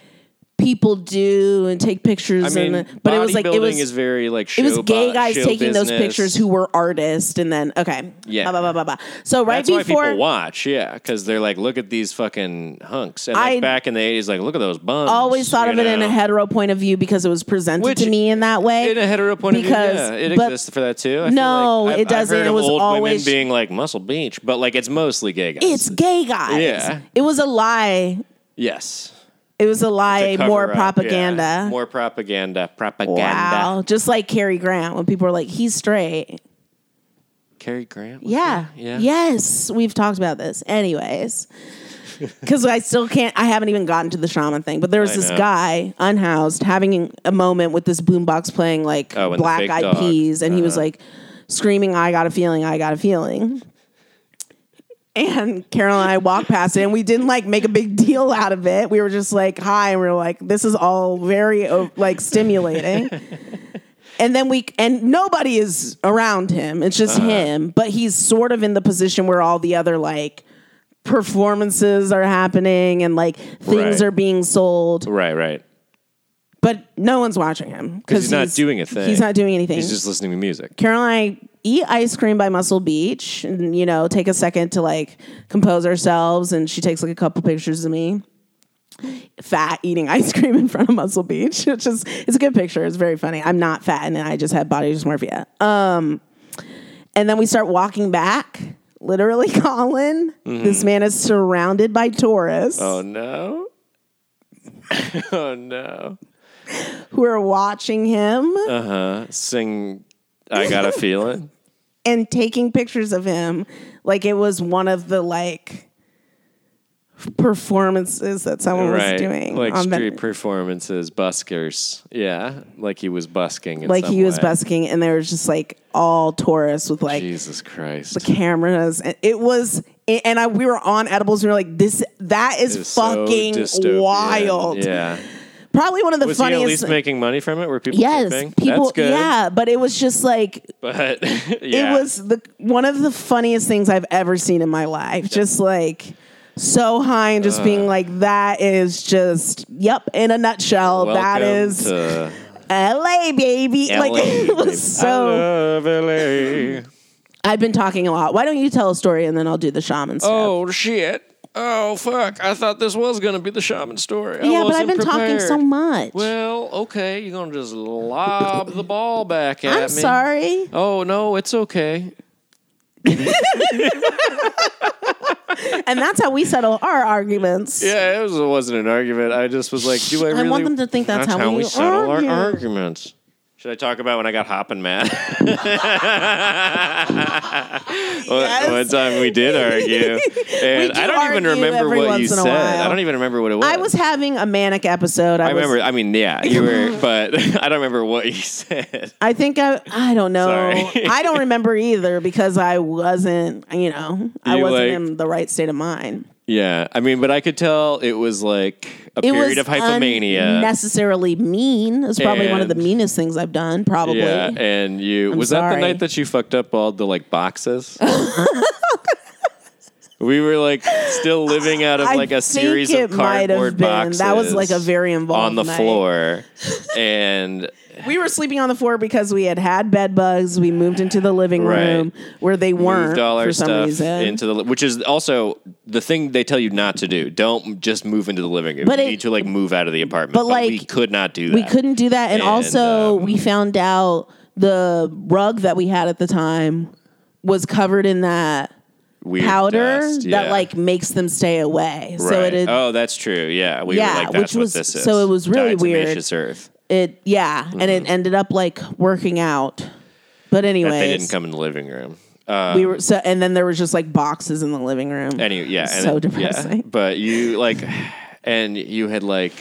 Speaker 1: people do and take pictures.
Speaker 2: I mean,
Speaker 1: and but it was like it
Speaker 2: bodybuilding is
Speaker 1: was
Speaker 2: very like
Speaker 1: it was
Speaker 2: show
Speaker 1: gay
Speaker 2: bo-
Speaker 1: guys
Speaker 2: show
Speaker 1: taking those
Speaker 2: business.
Speaker 1: pictures who were artists, and then okay,
Speaker 2: Yeah.
Speaker 1: blah, blah, blah, blah, blah. So right
Speaker 2: That's
Speaker 1: before
Speaker 2: why people watch, yeah, because they're like, look at these fucking hunks, and
Speaker 1: I-
Speaker 2: like back in the eighties, like look at those bums.
Speaker 1: always thought
Speaker 2: you
Speaker 1: of it in
Speaker 2: know?
Speaker 1: a hetero point of view because it was presented
Speaker 2: Which-
Speaker 1: to me in that way.
Speaker 2: in a hetero point
Speaker 1: Because-
Speaker 2: of view, yeah, it
Speaker 1: but-
Speaker 2: exists for that too. I feel
Speaker 1: No,
Speaker 2: like. I've-
Speaker 1: it
Speaker 2: I've
Speaker 1: doesn't.
Speaker 2: heard
Speaker 1: It
Speaker 2: of
Speaker 1: was
Speaker 2: old
Speaker 1: always-
Speaker 2: women being like Muscle Beach, but like it's mostly gay guys.
Speaker 1: it's gay guys.
Speaker 2: Yeah.
Speaker 1: It was a lie.
Speaker 2: yes,
Speaker 1: It was a
Speaker 2: To
Speaker 1: lie,
Speaker 2: cover
Speaker 1: more
Speaker 2: up, yeah.
Speaker 1: propaganda.
Speaker 2: more propaganda, propaganda.
Speaker 1: wow. Just like Cary Grant when people are like, he's straight.
Speaker 2: Cary Grant. was
Speaker 1: Yeah.
Speaker 2: he? yeah,
Speaker 1: Yes, we've talked about this. Anyways, because I still can't. I haven't even gotten to the shaman thing. But there was
Speaker 2: I
Speaker 1: this
Speaker 2: know.
Speaker 1: guy unhoused having a moment with this boombox playing like
Speaker 2: Oh, and the
Speaker 1: Black
Speaker 2: big
Speaker 1: Eyed
Speaker 2: dog. Uh-huh.
Speaker 1: Peas, and he was like screaming, "I got a feeling! I got a feeling!" And Carol and I walked past it, and we didn't like make a big deal out of it. We were just like, "Hi," and we were like, "This is all very oh, like stimulating." and then we and nobody is around him it's just
Speaker 2: Uh-huh.
Speaker 1: him but he's sort of in the position where all the other like performances are happening and like things
Speaker 2: Right.
Speaker 1: are being sold
Speaker 2: Right, right.
Speaker 1: but no one's watching him because
Speaker 2: he's not doing a thing.
Speaker 1: he's not doing anything
Speaker 2: He's just listening to music.
Speaker 1: caroline eat ice cream by muscle beach and you know take a second to like compose ourselves and she takes like a couple pictures of me fat eating ice cream in front of muscle beach which is it's a good picture it's very funny i'm not fat and i just had body dysmorphia Um, And then we start walking back. Literally, Colin, this man is surrounded by tourists
Speaker 2: Oh no. oh no.
Speaker 1: who are watching him
Speaker 2: Sing I Gotta Feel It.
Speaker 1: and taking pictures of him like it was one of the like performances that someone
Speaker 2: right.
Speaker 1: was doing
Speaker 2: like
Speaker 1: on Ven-
Speaker 2: street performances, buskers. Yeah. Like he was busking. in
Speaker 1: like
Speaker 2: some
Speaker 1: he was
Speaker 2: way.
Speaker 1: busking and there was just like all tourists with like
Speaker 2: Jesus Christ.
Speaker 1: cameras and it was and I we were on edibles and we were like this that is,
Speaker 2: It was so
Speaker 1: fucking
Speaker 2: dystopian.
Speaker 1: wild
Speaker 2: Yeah.
Speaker 1: probably one of the
Speaker 2: Was he
Speaker 1: funniest
Speaker 2: at least making money from it? Were people
Speaker 1: Yes,
Speaker 2: tipping?
Speaker 1: people.
Speaker 2: That's good.
Speaker 1: Yeah, but it was just like
Speaker 2: But yeah.
Speaker 1: it was the one of the funniest things I've ever seen in my life. Just like so high and just being like that is just yep in a nutshell.
Speaker 2: Welcome
Speaker 1: that is
Speaker 2: to
Speaker 1: LA baby. like it
Speaker 2: LA,
Speaker 1: was so
Speaker 2: baby. I love LA.
Speaker 1: I've been talking a lot. Why don't you tell a story and then I'll do the shaman stuff?
Speaker 2: Oh shit. Oh fuck. I thought this was gonna be the shaman story. I
Speaker 1: yeah, but
Speaker 2: wasn't
Speaker 1: I've been talking so
Speaker 2: prepared.
Speaker 1: much.
Speaker 2: Well, okay, you're gonna just lob the ball back at me.
Speaker 1: I'm sorry.
Speaker 2: Oh no, it's okay.
Speaker 1: And that's how we settle our arguments.
Speaker 2: Yeah, it, was, it wasn't an argument. I just was like, do I
Speaker 1: I
Speaker 2: really?
Speaker 1: want them to think that's how we
Speaker 2: settle
Speaker 1: argue.
Speaker 2: our arguments. Should I talk about when I got hopping mad? One-
Speaker 1: Yes.
Speaker 2: One time we did argue, and
Speaker 1: do
Speaker 2: I don't even
Speaker 1: argue
Speaker 2: remember
Speaker 1: every
Speaker 2: what you
Speaker 1: once in a
Speaker 2: said.
Speaker 1: while.
Speaker 2: I don't even remember what it was.
Speaker 1: I was having a manic episode. I,
Speaker 2: I
Speaker 1: was-
Speaker 2: remember. I mean, yeah, you were, but I don't remember what you said.
Speaker 1: I think I. I don't know.
Speaker 2: Sorry.
Speaker 1: I don't remember either because I wasn't. You know, I
Speaker 2: You,
Speaker 1: wasn't
Speaker 2: like-
Speaker 1: in the right state of mind.
Speaker 2: Yeah, I mean, but I could tell it was like a
Speaker 1: It
Speaker 2: period
Speaker 1: was
Speaker 2: of hypomania.
Speaker 1: necessarily mean. It's probably one of the
Speaker 2: And-
Speaker 1: meanest things I've done. Probably.
Speaker 2: yeah, and you was that
Speaker 1: sorry.
Speaker 2: the night that you fucked up all the like boxes. we were like still living out of
Speaker 1: I
Speaker 2: like a
Speaker 1: think
Speaker 2: series of
Speaker 1: it might have
Speaker 2: cardboard
Speaker 1: been.
Speaker 2: boxes.
Speaker 1: That was, like, a very involved
Speaker 2: on the
Speaker 1: night.
Speaker 2: floor, and
Speaker 1: We were sleeping on the floor because we had had bed bugs. We moved into the living
Speaker 2: Right.
Speaker 1: room where they weren't
Speaker 2: moved all our
Speaker 1: for some
Speaker 2: stuff
Speaker 1: reason.
Speaker 2: into the li- which is also the thing they tell you not to do. Don't just move into the living room.
Speaker 1: But
Speaker 2: you
Speaker 1: it-
Speaker 2: need to like move out of the apartment.
Speaker 1: but,
Speaker 2: we
Speaker 1: like,
Speaker 2: could not do that.
Speaker 1: we couldn't do that,
Speaker 2: And,
Speaker 1: and,
Speaker 2: um,
Speaker 1: also we found out the rug that we had at the time was covered in that
Speaker 2: Weird
Speaker 1: powder
Speaker 2: dust,
Speaker 1: that
Speaker 2: yeah.
Speaker 1: like makes them stay away. So
Speaker 2: Right.
Speaker 1: it had-
Speaker 2: oh, that's true. Yeah, we
Speaker 1: Yeah,
Speaker 2: were like, that's
Speaker 1: which
Speaker 2: what
Speaker 1: was-
Speaker 2: this is.
Speaker 1: so it was really weird.
Speaker 2: Diatomaceous earth.
Speaker 1: it yeah, and
Speaker 2: Mm-hmm.
Speaker 1: it ended up like working out. But
Speaker 2: But they didn't
Speaker 1: anyways,
Speaker 2: come in the living room.
Speaker 1: we were so, and then there was just like boxes in the living room.
Speaker 2: Anyway, yeah, and
Speaker 1: so
Speaker 2: it- yeah, Oh,
Speaker 1: depressing.
Speaker 2: but you like, and you had like,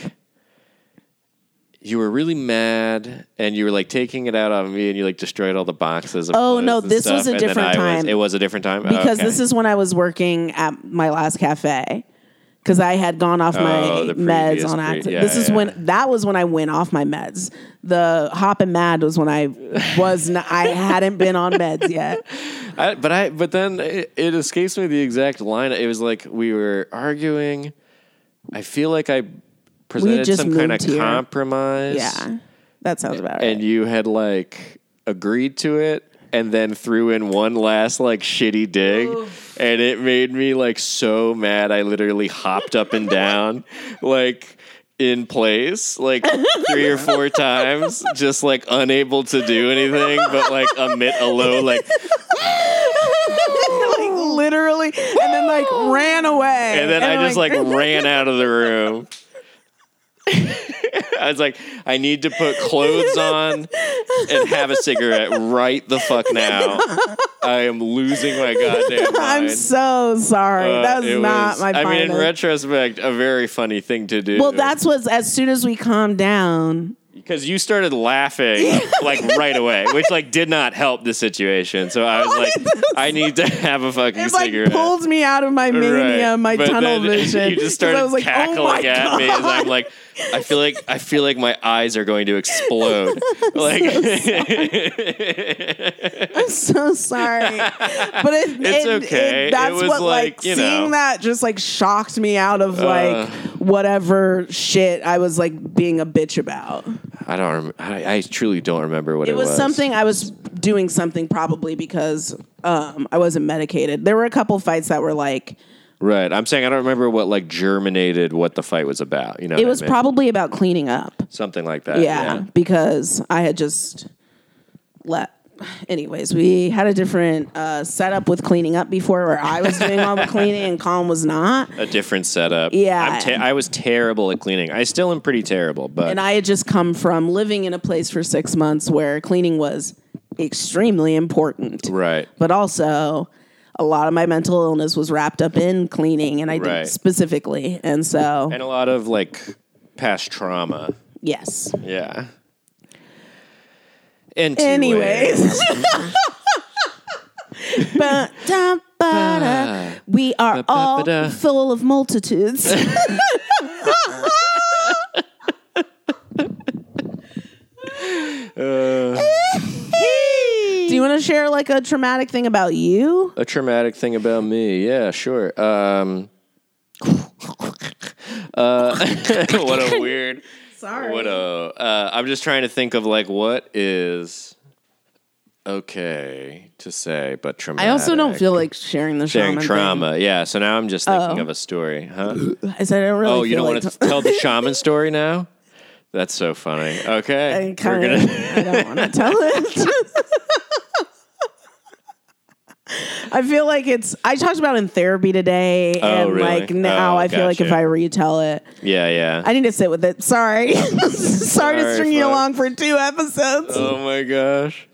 Speaker 2: you were really mad, and you were like taking it out on me, and you like destroyed all the boxes. Of
Speaker 1: Oh,
Speaker 2: clothes
Speaker 1: no,
Speaker 2: and
Speaker 1: this was
Speaker 2: stuff,
Speaker 1: a
Speaker 2: and then
Speaker 1: different
Speaker 2: I was-
Speaker 1: time.
Speaker 2: it was a different time
Speaker 1: because this is when I was working at my last cafe because I had gone off
Speaker 2: Oh,
Speaker 1: my
Speaker 2: the
Speaker 1: meds
Speaker 2: previous
Speaker 1: on
Speaker 2: pre-
Speaker 1: accident.
Speaker 2: yeah,
Speaker 1: this is
Speaker 2: yeah.
Speaker 1: when that was when I went off my meds. The hop and mad was when I was n- I hadn't been on meds yet.
Speaker 2: I, but I but then it, it escapes me the exact line. It was like we were arguing. I feel like I presented
Speaker 1: just
Speaker 2: some kind of
Speaker 1: moved here.
Speaker 2: compromise.
Speaker 1: Yeah, that sounds about right.
Speaker 2: and you had like agreed to it and then threw in one last like shitty dig and it made me like so mad i literally hopped up and down like in place like three or four times just like unable to do anything but like emit a low like
Speaker 1: like literally, and then like ran away.
Speaker 2: and then
Speaker 1: I'm
Speaker 2: i just like ran out of the room I was like, I need to put clothes on and have a cigarette right the fuck now. I am losing my goddamn mind.
Speaker 1: I'm so sorry.
Speaker 2: Uh,
Speaker 1: that was
Speaker 2: it
Speaker 1: not
Speaker 2: was-
Speaker 1: my.
Speaker 2: I mean, in
Speaker 1: final-
Speaker 2: retrospect, a very funny thing to do.
Speaker 1: well, that's was as soon as we calmed down.
Speaker 2: because you started laughing like right away, which like did not help the situation. So I was like, I need to have a fucking
Speaker 1: It like
Speaker 2: cigarette.
Speaker 1: pulled me out of my mania,
Speaker 2: Right.
Speaker 1: my
Speaker 2: But
Speaker 1: tunnel
Speaker 2: then
Speaker 1: vision.
Speaker 2: You just
Speaker 1: 'Cause
Speaker 2: started cackling at me as I'm like, I feel like I feel like my eyes are going to explode. Like
Speaker 1: I'm so sorry, but it,
Speaker 2: It's
Speaker 1: it- it-
Speaker 2: okay. It
Speaker 1: that's
Speaker 2: was
Speaker 1: what like,
Speaker 2: like, you
Speaker 1: seeing
Speaker 2: know.
Speaker 1: that just like shocked me out of
Speaker 2: Uh.
Speaker 1: like whatever shit I was like being a bitch about.
Speaker 2: I don't. Rem- I, I truly don't remember what it,
Speaker 1: It was something I was doing something probably because um, I wasn't medicated. There were a couple fights that were like
Speaker 2: Right. I'm saying I don't remember what like germinated what the fight was about. You know, what
Speaker 1: it
Speaker 2: I
Speaker 1: was
Speaker 2: mean?
Speaker 1: probably about cleaning up.
Speaker 2: something like that.
Speaker 1: yeah, because I had just let. Anyways, we had a different uh, setup with cleaning up before, where I was doing all the cleaning and Colin was not,
Speaker 2: A different setup.
Speaker 1: Yeah.
Speaker 2: I'm te- I was terrible at cleaning. I still am pretty terrible, but
Speaker 1: and I had just come from living in a place for six months where cleaning was extremely important,
Speaker 2: right.
Speaker 1: but also a lot of my mental illness was wrapped up in cleaning, and I
Speaker 2: Right.
Speaker 1: did specifically, and so
Speaker 2: And a lot of like past trauma.
Speaker 1: yes.
Speaker 2: Yeah. And
Speaker 1: Anyways. Ba- da- ba- da. We are all
Speaker 2: Ba-ba-ba-da.
Speaker 1: full of multitudes. Do you want to share like a traumatic thing about you?
Speaker 2: a traumatic thing about me. Yeah, sure. Um, uh, what a weird
Speaker 1: sorry.
Speaker 2: What a, uh, I'm just trying to think of like what is okay to say, but traumatic.
Speaker 1: I also don't feel like sharing the
Speaker 2: sharing
Speaker 1: shaman thing.
Speaker 2: trauma. Yeah, so now I'm just thinking
Speaker 1: Oh.
Speaker 2: of a story, huh?
Speaker 1: I said I don't really.
Speaker 2: oh, you
Speaker 1: feel
Speaker 2: don't
Speaker 1: like
Speaker 2: want to tell the shaman story now? That's so funny. Okay,
Speaker 1: I
Speaker 2: we're
Speaker 1: kind of.
Speaker 2: gonna.
Speaker 1: I don't want to tell it. I feel like it's. I talked about it in therapy today, and
Speaker 2: really?
Speaker 1: like now,
Speaker 2: Oh,
Speaker 1: I feel like if
Speaker 2: gotcha.
Speaker 1: I retell it,
Speaker 2: Yeah, yeah.
Speaker 1: I need to sit with it. Sorry, sorry to
Speaker 2: Sorry,
Speaker 1: string you
Speaker 2: fuck.
Speaker 1: along for two episodes.
Speaker 2: Oh my gosh.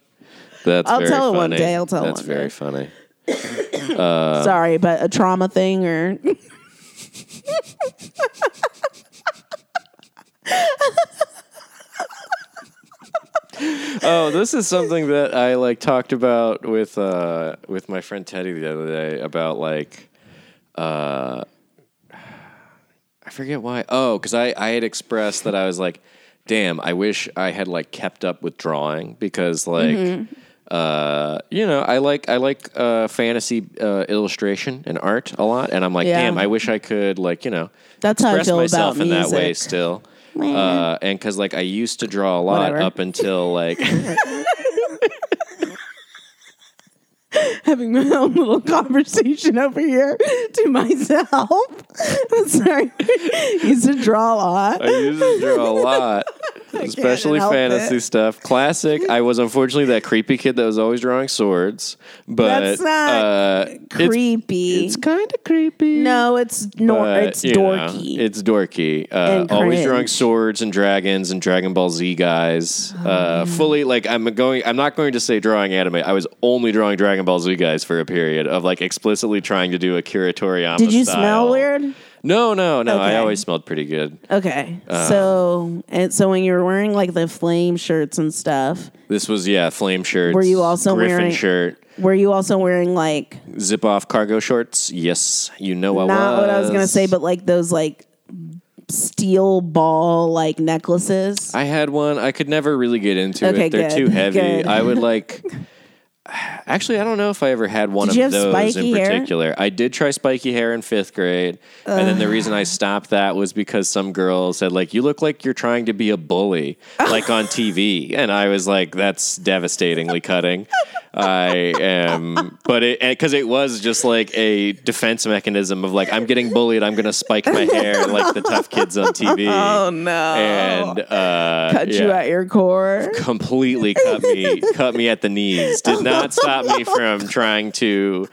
Speaker 2: That's
Speaker 1: I'll
Speaker 2: very
Speaker 1: tell it one
Speaker 2: funny.
Speaker 1: day, I'll tell it
Speaker 2: That's
Speaker 1: one
Speaker 2: very funny.
Speaker 1: day.
Speaker 2: Uh.
Speaker 1: sorry, but a trauma thing or.
Speaker 2: Oh, this is something that I like talked about with uh with my friend Teddy the other day about like uh I forget why. Oh, cuz I I had expressed that I was like damn, I wish I had like kept up with drawing because like
Speaker 1: Mm-hmm.
Speaker 2: Uh, you know, I like I like uh, fantasy uh, illustration and art a lot, and I'm like,
Speaker 1: Yeah.
Speaker 2: damn, I wish I could like you know
Speaker 1: That's how I
Speaker 2: express
Speaker 1: feel about
Speaker 2: myself in that way
Speaker 1: music.
Speaker 2: still.
Speaker 1: Meh.
Speaker 2: Uh, and because like I used to draw a lot
Speaker 1: Whatever.
Speaker 2: up until like
Speaker 1: having my own little conversation over here to myself. Sorry, used to draw a lot.
Speaker 2: I used to draw a lot, especially
Speaker 1: help
Speaker 2: fantasy
Speaker 1: it.
Speaker 2: stuff. Classic. I was unfortunately that creepy kid that was always drawing swords, but
Speaker 1: That's not
Speaker 2: uh, it's,
Speaker 1: Creepy.
Speaker 2: it's kind of creepy.
Speaker 1: no, it's nor
Speaker 2: but,
Speaker 1: it's
Speaker 2: you know,
Speaker 1: dorky.
Speaker 2: it's dorky. Uh,
Speaker 1: And
Speaker 2: always
Speaker 1: cringe.
Speaker 2: drawing swords and dragons and Dragon Ball Z
Speaker 1: Oh,
Speaker 2: guys. uh, fully like I'm going. I'm not going to say drawing anime. I was only drawing Dragon Ball Z guys for a period of like explicitly trying to do a Kira Toriyama.
Speaker 1: Did you
Speaker 2: style.
Speaker 1: smell weird?
Speaker 2: No, no, no. I
Speaker 1: Okay.
Speaker 2: always smelled pretty good.
Speaker 1: Okay,
Speaker 2: Uh-huh.
Speaker 1: so and so when you were wearing like the flame shirts and stuff,
Speaker 2: This was yeah, flame shirts.
Speaker 1: Were you also
Speaker 2: Griffin
Speaker 1: wearing-
Speaker 2: shirt,
Speaker 1: were you also wearing like
Speaker 2: zip off cargo shorts? Yes, you know I
Speaker 1: not
Speaker 2: was.
Speaker 1: what I was gonna say, but like those like steel ball like necklaces?
Speaker 2: I had one. I could never really get into
Speaker 1: Okay,
Speaker 2: it. They're
Speaker 1: good,
Speaker 2: too heavy.
Speaker 1: good.
Speaker 2: I would like. Actually, I don't know if I ever had one
Speaker 1: Did
Speaker 2: of
Speaker 1: you have
Speaker 2: those in
Speaker 1: spiky hair?
Speaker 2: particular. I did try spiky hair in fifth grade, and then the reason I stopped that was because some girl said, "Like you look like you're trying to be a bully, like on TV," and I was like, "That's devastatingly cutting." I am, but it because it was just like a defense mechanism of like I'm getting bullied, I'm gonna spike my hair like the tough kids on TV.
Speaker 1: Oh, no!
Speaker 2: And uh,
Speaker 1: Oh. Cut you
Speaker 2: yeah
Speaker 1: at your core.
Speaker 2: completely cut me cut me at the knees
Speaker 1: Oh,
Speaker 2: did not stop me from trying to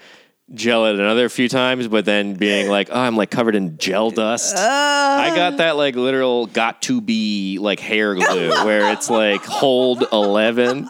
Speaker 2: gel it another few times but then being like oh i'm like covered in gel dust
Speaker 1: Oh.
Speaker 2: i got that like literal got to be like hair glue where it's like hold 11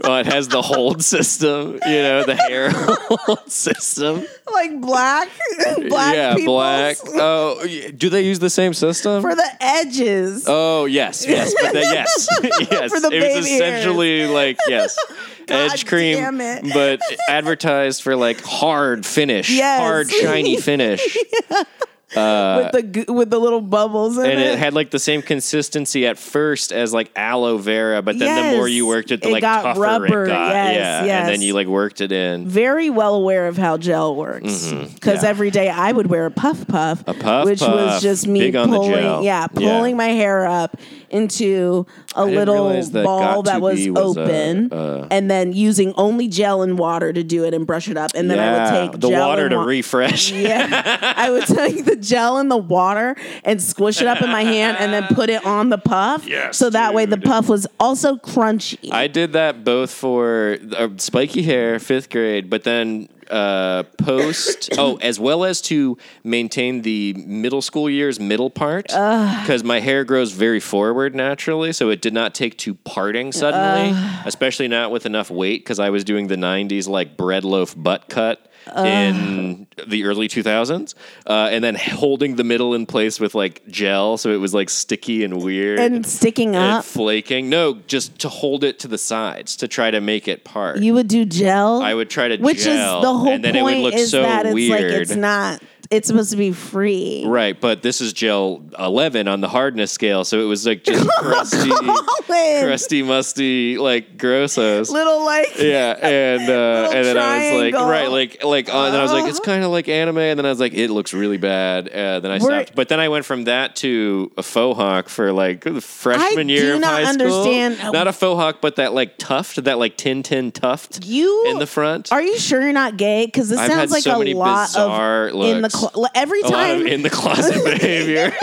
Speaker 2: well, it has the hold system you know the hair hold system
Speaker 1: like black, black
Speaker 2: yeah
Speaker 1: people's-
Speaker 2: black oh y- do they use the same system
Speaker 1: for the edges.
Speaker 2: Oh yes, yes, but the, yes, yes.
Speaker 1: For the
Speaker 2: it was
Speaker 1: baby hairs.
Speaker 2: essentially like yes, edge cream,
Speaker 1: damn it.
Speaker 2: but advertised for like hard finish,
Speaker 1: Yes.
Speaker 2: hard shiny finish,
Speaker 1: with the g- with the little bubbles in
Speaker 2: Uh, and
Speaker 1: it.
Speaker 2: it had like the same consistency at first as like aloe vera, but then the more
Speaker 1: Yes.
Speaker 2: you worked it, the
Speaker 1: It
Speaker 2: like
Speaker 1: got
Speaker 2: tougher
Speaker 1: rubber,
Speaker 2: it got.
Speaker 1: yes,
Speaker 2: yeah,
Speaker 1: yes.
Speaker 2: and then you like worked it in.
Speaker 1: Very well aware of how gel works because
Speaker 2: Mm-hmm. yeah.
Speaker 1: every day I would wear a puff puff, a
Speaker 2: puff
Speaker 1: which
Speaker 2: puff,
Speaker 1: was just me
Speaker 2: big on the
Speaker 1: pulling,
Speaker 2: gel.
Speaker 1: yeah,
Speaker 2: Yeah.
Speaker 1: pulling my hair up into a
Speaker 2: didn't
Speaker 1: little
Speaker 2: realize that
Speaker 1: ball
Speaker 2: got to
Speaker 1: that was,
Speaker 2: be was a-
Speaker 1: open,
Speaker 2: uh,
Speaker 1: and then using only gel and water to do it and brush it up, and then I
Speaker 2: yeah,
Speaker 1: would take
Speaker 2: the
Speaker 1: gel
Speaker 2: water
Speaker 1: and
Speaker 2: to
Speaker 1: wa-
Speaker 2: refresh.
Speaker 1: Yeah, I would take the gel and the water and squish it up in my hand and then put it on the puff.
Speaker 2: Yes,
Speaker 1: so that way the
Speaker 2: dude.
Speaker 1: puff was also crunchy.
Speaker 2: I did that both for uh, spiky hair, fifth grade, but then uh, post. oh, as well as to maintain the middle school years middle part because my hair grows very forward naturally, so it did not take to parting suddenly, especially not with enough weight because I was doing the '90s like bread loaf butt cut. In the early 2000s, uh, and then holding the middle in place with like gel, so it was like sticky and weird
Speaker 1: and sticking
Speaker 2: and
Speaker 1: up.
Speaker 2: flaking. No, just to hold it to the sides to try to make it part.
Speaker 1: You would do gel.
Speaker 2: I would try to
Speaker 1: which
Speaker 2: gel,
Speaker 1: is the whole
Speaker 2: and then it would
Speaker 1: point
Speaker 2: look
Speaker 1: is
Speaker 2: so
Speaker 1: that it's
Speaker 2: weird.
Speaker 1: like it's not it's supposed to be free.
Speaker 2: Right, but this is gel 11 on the hardness scale, so it was like just crusty,
Speaker 1: Colin!
Speaker 2: crusty, musty, like grossos.
Speaker 1: Little like
Speaker 2: Yeah, and uh,
Speaker 1: Little
Speaker 2: and then I was like,
Speaker 1: triangle.
Speaker 2: right, like like, uh, and then I was like, it's kind of like anime, and then I was like, it looks really bad. Uh, then I
Speaker 1: We're-
Speaker 2: stopped, but then I went from that to a faux hawk for like the freshman
Speaker 1: I
Speaker 2: year
Speaker 1: do
Speaker 2: of
Speaker 1: not
Speaker 2: high
Speaker 1: understand-
Speaker 2: school. Not a faux hawk, but that like tuft, that like tin tin tuft
Speaker 1: you
Speaker 2: in the front.
Speaker 1: Are you sure you're not gay? Because this
Speaker 2: I've
Speaker 1: sounds
Speaker 2: had
Speaker 1: like
Speaker 2: so
Speaker 1: a
Speaker 2: many
Speaker 1: lot
Speaker 2: bizarre
Speaker 1: of in the
Speaker 2: looks.
Speaker 1: clo- every
Speaker 2: a lot of
Speaker 1: time.
Speaker 2: in the closet behavior.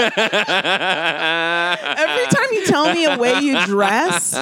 Speaker 1: every time you tell me a way you dressed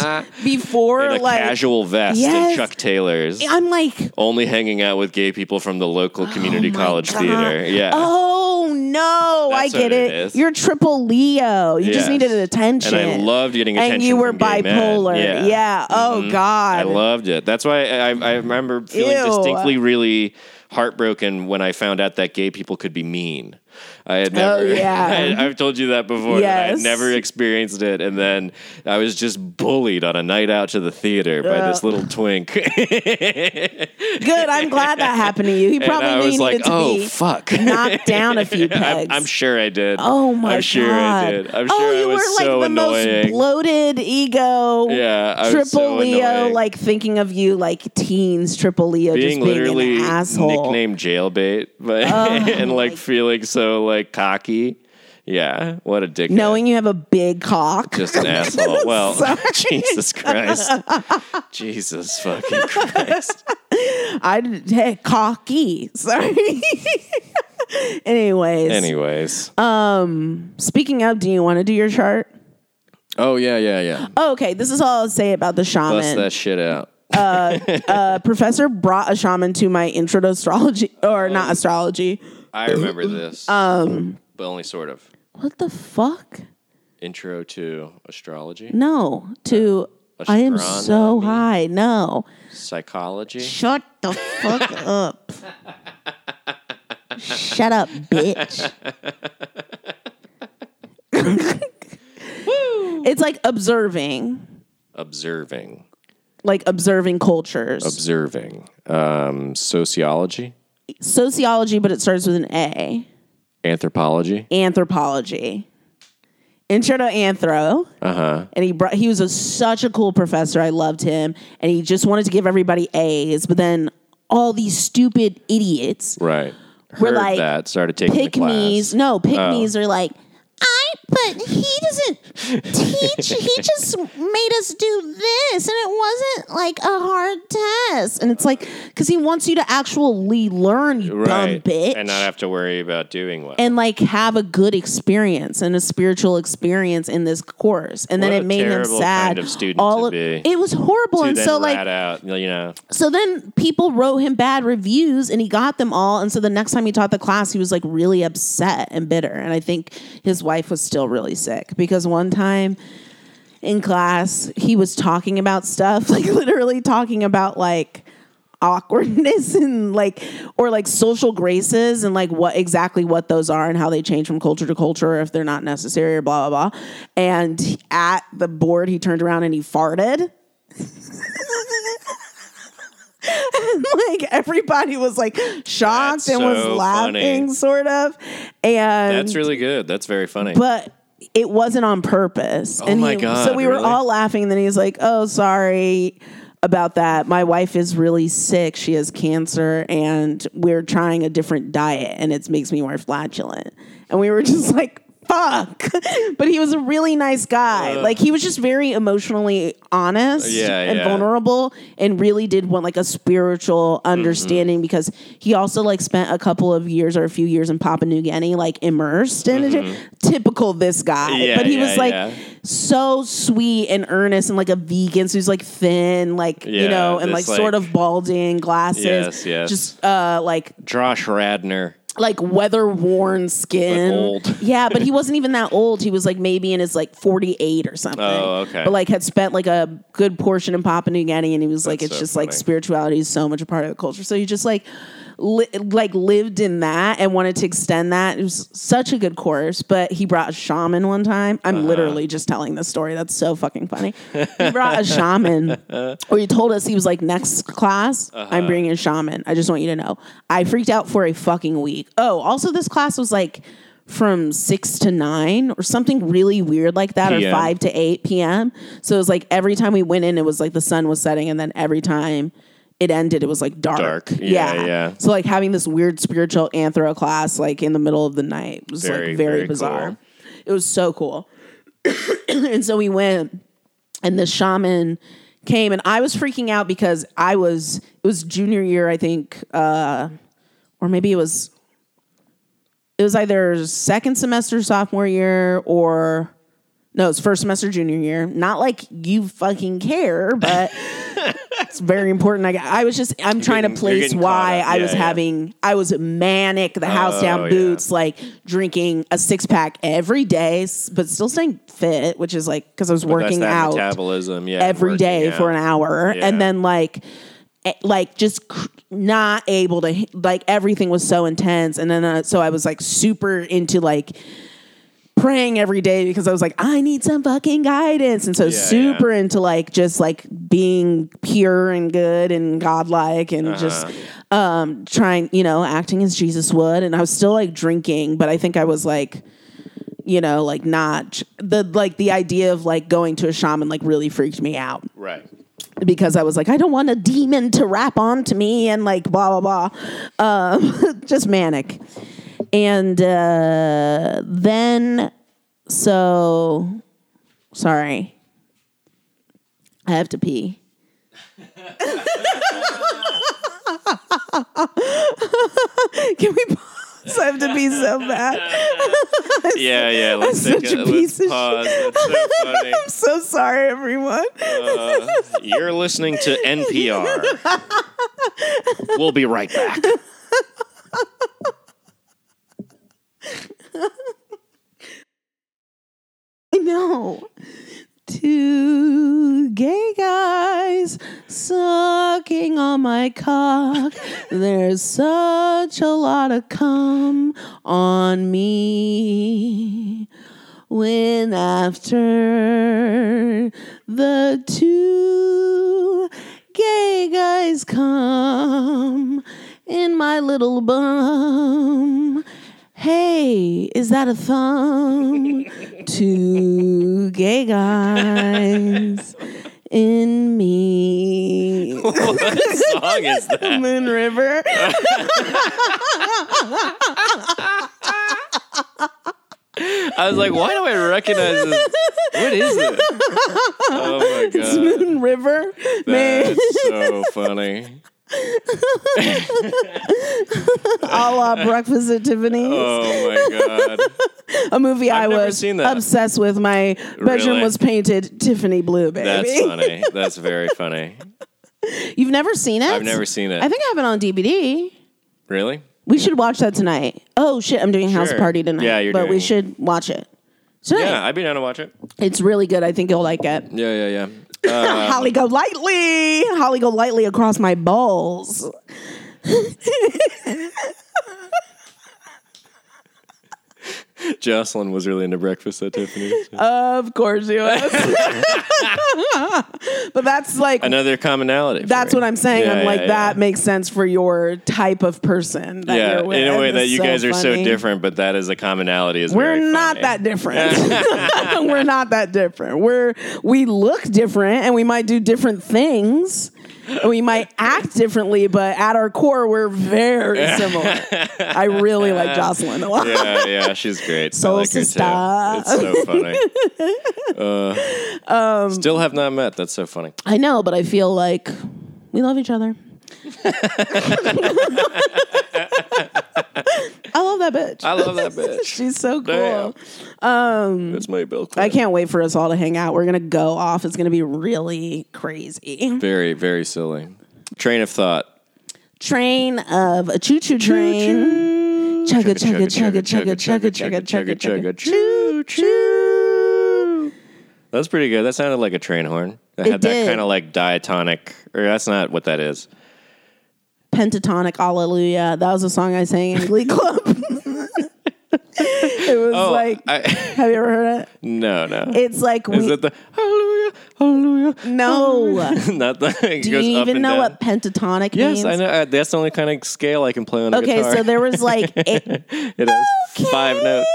Speaker 1: before,
Speaker 2: in a
Speaker 1: like
Speaker 2: casual vest
Speaker 1: Yes.
Speaker 2: and Chuck Taylors.
Speaker 1: I'm like,
Speaker 2: Only hanging out with gay people from the local community college
Speaker 1: God.
Speaker 2: theater. Yeah.
Speaker 1: Uh-huh. oh no,
Speaker 2: That's
Speaker 1: I get
Speaker 2: what it
Speaker 1: it.
Speaker 2: is.
Speaker 1: You're triple Leo. You
Speaker 2: Yes.
Speaker 1: just needed attention.
Speaker 2: And I loved getting attention.
Speaker 1: And you were
Speaker 2: from gay men. Mm-hmm.
Speaker 1: bipolar. Yeah. Oh God.
Speaker 2: I loved it. That's why I, I I remember feeling
Speaker 1: Ew.
Speaker 2: distinctly really heartbroken when I found out that gay people could be mean. I had never.
Speaker 1: Oh, yeah.
Speaker 2: I, have told you that before. and I had
Speaker 1: Yes.
Speaker 2: never experienced it, and then I was just bullied on a night out to the theater by this little twink.
Speaker 1: Good. I'm glad that happened to you. He probably
Speaker 2: and I
Speaker 1: knew
Speaker 2: was
Speaker 1: you
Speaker 2: like,
Speaker 1: needed to
Speaker 2: "Oh
Speaker 1: be
Speaker 2: fuck."
Speaker 1: knocked down a few pegs.
Speaker 2: I'm, I'm sure I did.
Speaker 1: Oh my
Speaker 2: I'm sure
Speaker 1: god!
Speaker 2: I did. I'm
Speaker 1: oh,
Speaker 2: sure
Speaker 1: you
Speaker 2: I was
Speaker 1: were like
Speaker 2: so
Speaker 1: the
Speaker 2: annoying.
Speaker 1: most bloated ego.
Speaker 2: yeah, I
Speaker 1: triple
Speaker 2: was so
Speaker 1: Leo,
Speaker 2: annoying.
Speaker 1: like thinking of you like teens, triple Leo,
Speaker 2: being
Speaker 1: just being
Speaker 2: literally
Speaker 1: an asshole. Oh
Speaker 2: nicknamed jailbait, but and like feeling so like cocky. Yeah, what a dick.
Speaker 1: Knowing you have a big cock.
Speaker 2: just an asshole. Well, Jesus Christ, Jesus fucking Christ.
Speaker 1: I did- hey, cocky. Sorry. Anyways,
Speaker 2: Anyways,
Speaker 1: Um, speaking of, do you want to do your chart?
Speaker 2: oh yeah, yeah, yeah.
Speaker 1: Oh, okay, this is all I'll say about the
Speaker 2: Bust
Speaker 1: shaman.
Speaker 2: that shit out.
Speaker 1: A professor brought a shaman to my intro to astrology, or not astrology.
Speaker 2: I remember this, um, but only sort of.
Speaker 1: What the fuck?
Speaker 2: Intro to astrology,
Speaker 1: No, to I am so
Speaker 2: Astronomy.
Speaker 1: high. No.
Speaker 2: psychology.
Speaker 1: Shut the fuck up. Shut up, bitch. It's like observing,
Speaker 2: observing
Speaker 1: like observing cultures.
Speaker 2: observing um, sociology
Speaker 1: Sociology, but it starts with an A.
Speaker 2: anthropology
Speaker 1: Anthropology. Intro to anthro. Uh-huh. And he brought he was a, such a cool professor. I loved him. And he just wanted to give everybody A's, but then all these stupid idiots
Speaker 2: right
Speaker 1: We're
Speaker 2: Heard
Speaker 1: like,
Speaker 2: that started taking the
Speaker 1: pick
Speaker 2: class. Oh.
Speaker 1: me's. No, pick me's are like, I, but he doesn't teach. he just made us do this. And it wasn't like a hard test. And it's like, because he wants you to actually learn, you dumb
Speaker 2: right
Speaker 1: bitch.
Speaker 2: and not have to worry about doing well
Speaker 1: and, like have a good experience and a spiritual experience in this course, and
Speaker 2: What
Speaker 1: then
Speaker 2: a
Speaker 1: it made him
Speaker 2: terrible
Speaker 1: sad.
Speaker 2: kind of student
Speaker 1: All
Speaker 2: to
Speaker 1: of-
Speaker 2: be.
Speaker 1: it was horrible,
Speaker 2: To
Speaker 1: and
Speaker 2: then
Speaker 1: so like
Speaker 2: rat out you know
Speaker 1: so then people wrote him bad reviews and he got them all. And so the next time he taught the class, he was like really upset and bitter. And I think his wife was still really sick because one time in class, he was talking about stuff, like literally talking about like awkwardness and like or like social graces and like what exactly what those are and how they change from culture to culture if they're not necessary or blah blah blah. And at the board he turned around and he farted. like everybody was like shocked
Speaker 2: That's
Speaker 1: and was
Speaker 2: so
Speaker 1: laughing
Speaker 2: funny.
Speaker 1: sort of and
Speaker 2: that's really good that's very funny
Speaker 1: but it wasn't on purpose oh
Speaker 2: my God,
Speaker 1: so we were
Speaker 2: really?
Speaker 1: all laughing and then he's like oh sorry about that my wife is really sick she has cancer and we're trying a different diet and it makes me more flatulent and we were just like fuck but he was a really nice guy like he was just very emotionally honest
Speaker 2: Yeah,
Speaker 1: and
Speaker 2: yeah.
Speaker 1: vulnerable vulnerable and really did want like a spiritual
Speaker 2: Mm-hmm.
Speaker 1: understanding because he also like spent a couple of years or a few years in Papua New Guinea like immersed in it.
Speaker 2: Mm-hmm.
Speaker 1: Typical this guy,
Speaker 2: Yeah,
Speaker 1: but he
Speaker 2: yeah,
Speaker 1: was like
Speaker 2: yeah.
Speaker 1: so sweet and earnest and like a vegan, so he's like thin, like
Speaker 2: Yeah,
Speaker 1: you know, and
Speaker 2: this,
Speaker 1: like, sort
Speaker 2: like-
Speaker 1: of balding, glasses,
Speaker 2: Yes, yes.
Speaker 1: just uh like
Speaker 2: josh radner
Speaker 1: like weather worn skin.
Speaker 2: Like old.
Speaker 1: Yeah, but he wasn't even that old. He was like maybe in his like 48 or something.
Speaker 2: Oh, okay.
Speaker 1: But like had spent like a good portion in Papua New Guinea and he was like,
Speaker 2: That's
Speaker 1: it's
Speaker 2: so
Speaker 1: just like
Speaker 2: funny.
Speaker 1: spirituality is so much a part of the culture. So he just like, li- like lived in that and wanted to extend that. It was such a good course, but he brought a shaman one time. I'm
Speaker 2: Uh-huh.
Speaker 1: literally just telling this story. That's so fucking funny. He brought a shaman, or he told us he was like, next class,
Speaker 2: Uh-huh.
Speaker 1: I'm bringing a shaman. I just want you to know. I freaked out for a fucking week. Oh, also, this class was like from six to nine or something really weird like that, or
Speaker 2: PM.
Speaker 1: five to 8 p.m. So it was like every time we went in, it was like the sun was setting, and then every time it ended, it was like dark.
Speaker 2: Dark. Yeah, yeah.
Speaker 1: So like having this weird spiritual anthro class like in the middle of the night was
Speaker 2: Very,
Speaker 1: like very,
Speaker 2: very
Speaker 1: bizarre.
Speaker 2: cool.
Speaker 1: It was so cool. and so we went, and the shaman came, and I was freaking out because I was it was junior year, I think, uh, or maybe it was it was either second semester sophomore year or no, it's first semester junior year. Not like you fucking care, but it's very important. I, I was just I'm trying
Speaker 2: getting-
Speaker 1: to
Speaker 2: you're
Speaker 1: place
Speaker 2: getting
Speaker 1: why
Speaker 2: caught up.
Speaker 1: I
Speaker 2: Yeah,
Speaker 1: was
Speaker 2: yeah.
Speaker 1: having I was manic, the house
Speaker 2: Oh,
Speaker 1: down
Speaker 2: yeah.
Speaker 1: boots, like drinking a six pack every day, s- but still staying fit, which is like because I was
Speaker 2: That's
Speaker 1: working
Speaker 2: that
Speaker 1: out
Speaker 2: metabolism. Yeah,
Speaker 1: every day for an hour
Speaker 2: Yeah.
Speaker 1: and then like eh, like just cr- not able to h- like everything was so intense and then uh, so i was like super into like praying every day because i was like i need some fucking guidance and so
Speaker 2: yeah.
Speaker 1: super into like just like being pure and good and godlike and just
Speaker 2: Uh-huh.
Speaker 1: um trying you know acting as jesus would and i was still like drinking but i think i was like you know like not the like the idea of like going to a shaman like really freaked me out
Speaker 2: Right.
Speaker 1: because I was like, I don't want a demon to rap onto me and like blah blah blah, um, just manic. And uh, then, so sorry, I have to pee. Can we pause? I have to pee so bad.
Speaker 2: Yeah, yeah. Let's
Speaker 1: I'm
Speaker 2: take
Speaker 1: such
Speaker 2: a,
Speaker 1: a
Speaker 2: let's
Speaker 1: piece of
Speaker 2: pause. That's so funny.
Speaker 1: I'm so sorry, everyone.
Speaker 2: Uh, you're listening to NPR. We'll be right back.
Speaker 1: I know. Two gay guys sucking on my cock. There's such a lot of cum on me. When after the two gay guys come in my little bum. Hey, is that a thumb? Two gay guys in me.
Speaker 2: What song is that?
Speaker 1: Moon River.
Speaker 2: I was like, why do I recognize this? What is it? Oh my
Speaker 1: It's
Speaker 2: god.
Speaker 1: Moon River. Man,
Speaker 2: That's so funny.
Speaker 1: a la Breakfast at Tiffany's.
Speaker 2: Oh my god.
Speaker 1: a movie i
Speaker 2: never
Speaker 1: was
Speaker 2: seen that.
Speaker 1: obsessed with. My bedroom
Speaker 2: Really?
Speaker 1: was painted Tiffany blue, baby.
Speaker 2: That's funny. That's very funny.
Speaker 1: You've never seen it?
Speaker 2: I've never seen
Speaker 1: I
Speaker 2: it.
Speaker 1: think I have it on DVD.
Speaker 2: Really?
Speaker 1: We should watch that tonight. Oh shit, I'm doing house
Speaker 2: Sure.
Speaker 1: party tonight.
Speaker 2: Yeah, you're
Speaker 1: But we
Speaker 2: doing-
Speaker 1: should watch it tonight.
Speaker 2: Yeah, I'd be down to watch it.
Speaker 1: It's really good. I think you'll like it.
Speaker 2: Yeah, yeah, yeah.
Speaker 1: Holly go lightly. Holly go lightly across my balls.
Speaker 2: Jocelyn was really into breakfast at Tiffany's.
Speaker 1: Of course you was. but that's like
Speaker 2: Another commonality. for
Speaker 1: that's
Speaker 2: me.
Speaker 1: what I'm saying.
Speaker 2: Yeah,
Speaker 1: I'm
Speaker 2: yeah,
Speaker 1: like
Speaker 2: yeah.
Speaker 1: that makes sense for your type of person. That
Speaker 2: Yeah,
Speaker 1: you're with.
Speaker 2: in a way
Speaker 1: It's
Speaker 2: that you guys are so
Speaker 1: funny.
Speaker 2: different, but that is a commonality. Is
Speaker 1: We're
Speaker 2: very
Speaker 1: not
Speaker 2: funny.
Speaker 1: that different. We're not that different. We're we look different and we might do different things. And we might act differently, but at our core, we're very similar. I really like Jocelyn a lot.
Speaker 2: yeah, yeah, she's great.
Speaker 1: Soul
Speaker 2: I like her too.
Speaker 1: sister.
Speaker 2: It's so funny. Uh,
Speaker 1: Um,
Speaker 2: still have not met. That's so funny.
Speaker 1: I know, but I feel like we love each other. I love that bitch.
Speaker 2: I love that bitch.
Speaker 1: She's so cool.
Speaker 2: Damn. That's my Bill
Speaker 1: I
Speaker 2: Clinton.
Speaker 1: can't wait for us all to hang out. We're gonna go off. It's gonna be really crazy.
Speaker 2: Very, very silly. Train of thought.
Speaker 1: Train of a choo choo train. Chugga chugga chugga chugga chugga chugga chugga chugga choo choo.
Speaker 2: That was pretty good. That sounded like a train horn. It had that
Speaker 1: did.
Speaker 2: kind of like diatonic, or that's not what that is.
Speaker 1: pentatonic hallelujah. That was a song I sang in Glee Club. it was
Speaker 2: Oh,
Speaker 1: like,
Speaker 2: I,
Speaker 1: have you ever heard it?
Speaker 2: no, no.
Speaker 1: It's like
Speaker 2: Is
Speaker 1: we
Speaker 2: it the hallelujah, hallelujah?
Speaker 1: no.
Speaker 2: Not the. It
Speaker 1: Do
Speaker 2: goes
Speaker 1: you
Speaker 2: up
Speaker 1: even
Speaker 2: and
Speaker 1: know
Speaker 2: down.
Speaker 1: what pentatonic
Speaker 2: Yes,
Speaker 1: means?
Speaker 2: I know. Uh, that's the only kind of scale I can play on a
Speaker 1: Okay,
Speaker 2: guitar.
Speaker 1: so there was like eight,
Speaker 2: it has five notes.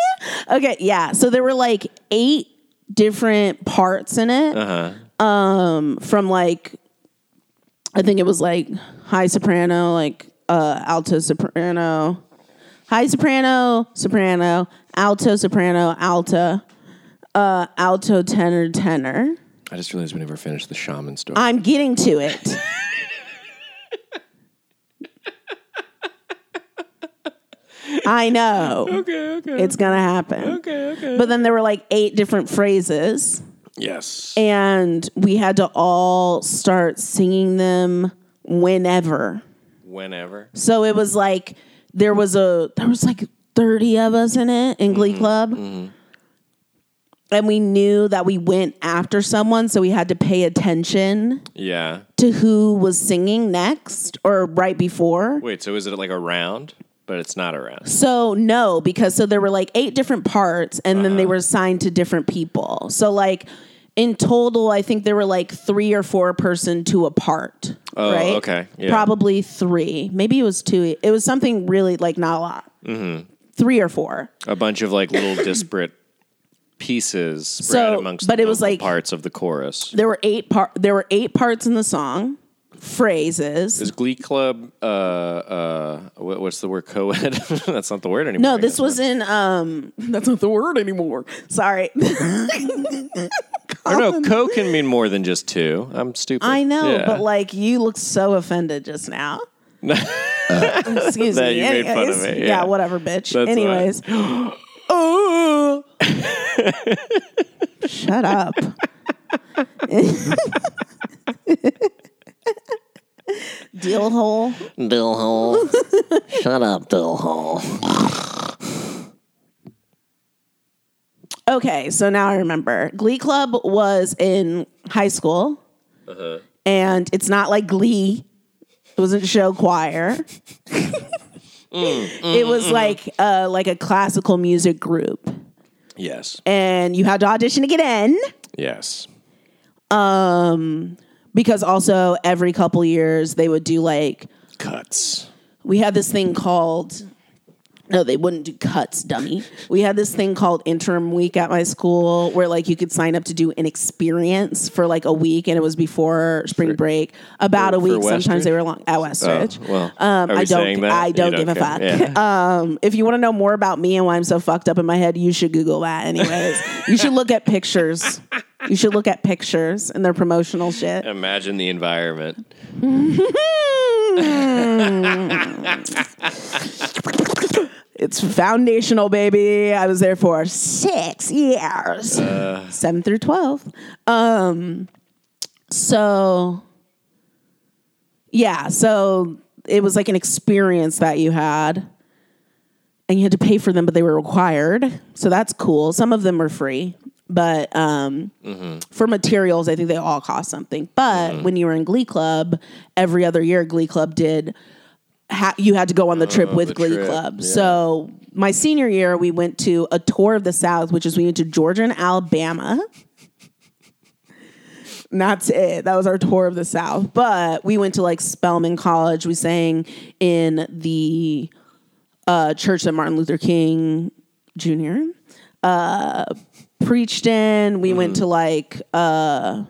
Speaker 1: okay, yeah. So there were like eight different parts in it. Um,
Speaker 2: Uh-huh.
Speaker 1: from like I think it was like high soprano, like uh alto soprano, high soprano, soprano, alto soprano, alta, uh alto tenor, tenor.
Speaker 2: I just realized we never finished the shaman story.
Speaker 1: I'm getting to it. I know.
Speaker 2: okay, okay,
Speaker 1: It's going to happen.
Speaker 2: okay, okay.
Speaker 1: But then there were like eight different phrases.
Speaker 2: Yes.
Speaker 1: eh. and we had to all start singing them whenever.
Speaker 2: Whenever.
Speaker 1: So it was like there was a there was like 30 of us in it in
Speaker 2: Mm-hmm,
Speaker 1: Glee Club. And we knew that we went after someone, so we had to pay attention
Speaker 2: Yeah.
Speaker 1: to who was singing next or right before.
Speaker 2: Wait. So is it like a round? But it's not a round.
Speaker 1: So no, because so there were like eight different parts, and then they
Speaker 2: Uh-huh.
Speaker 1: were assigned to different people. So like in total, I think there were like three or four person to a part.
Speaker 2: Oh,
Speaker 1: right?
Speaker 2: okay, yeah.
Speaker 1: Probably three. Maybe it was two. It was something really like not a lot.
Speaker 2: Mm-hmm.
Speaker 1: Three or four.
Speaker 2: A bunch of like little disparate pieces spread
Speaker 1: So,
Speaker 2: amongst
Speaker 1: but
Speaker 2: the
Speaker 1: it was
Speaker 2: vocal
Speaker 1: like-
Speaker 2: parts of the chorus.
Speaker 1: There were eight part. There were eight parts in the song. Phrases.
Speaker 2: Is Glee Club? Uh, uh, what, what's the word? Co-ed? That's not the word anymore.
Speaker 1: No,
Speaker 2: I
Speaker 1: this
Speaker 2: guess.
Speaker 1: was in um. That's not the word anymore. Sorry.
Speaker 2: Or no, co can mean more than just two. I'm stupid.
Speaker 1: I know,
Speaker 2: Yeah.
Speaker 1: but like you look so offended just now. Excuse
Speaker 2: That
Speaker 1: me.
Speaker 2: you made fun of
Speaker 1: Anyways,
Speaker 2: me,
Speaker 1: Yeah.
Speaker 2: yeah.
Speaker 1: whatever, bitch.
Speaker 2: That's
Speaker 1: Anyways. oh. Shut up. Deal hole.
Speaker 3: Dill hole. Shut up, Dill hole.
Speaker 1: Okay, so now I remember. Glee Club was in high school, and it's not like Glee. It wasn't show choir. it was like uh, like a classical music group,
Speaker 2: yes,
Speaker 1: and you had to audition to get in.
Speaker 2: yes.
Speaker 1: Because also every couple years they would do like
Speaker 2: Cuts.
Speaker 1: we had this thing called no they wouldn't do cuts dummy we had this thing called interim week at my school where like you could sign up to do an experience for like a week and it was before spring break about
Speaker 2: for-
Speaker 1: a week
Speaker 2: for
Speaker 1: sometimes they
Speaker 2: Westridge?
Speaker 1: were long at
Speaker 2: Oh,
Speaker 1: westridge
Speaker 2: well,
Speaker 1: um,
Speaker 2: are we
Speaker 1: i don't
Speaker 2: saying
Speaker 1: gi-
Speaker 2: that?
Speaker 1: i
Speaker 2: You
Speaker 1: don't give a fuck
Speaker 2: care. Yeah.
Speaker 1: um, if you want to know more about me and why i'm so fucked up in my head you should google that anyways you should look at pictures you should look at pictures and their promotional shit
Speaker 2: Imagine the environment.
Speaker 1: it's foundational, baby. I was there for six years, seven through twelve. Um, so yeah, so it was like an experience that you had, and you had to pay for them, but they were required. So that's cool. Some of them are free, but um,
Speaker 2: Mm-hmm.
Speaker 1: for materials, I think they all cost something. But when you were in Glee Club, every other year, Glee Club did. Ha- you had to go on the trip with
Speaker 2: Uh, the
Speaker 1: Glee
Speaker 2: trip,
Speaker 1: Club.
Speaker 2: yeah.
Speaker 1: So my senior year, we went to a tour of the South, which is we went to Georgia and Alabama. And that's it. That was our tour of the South. But we went to like Spelman College. We sang in the uh, church that Martin Luther King Jr. Uh, preached in. We went to like uh,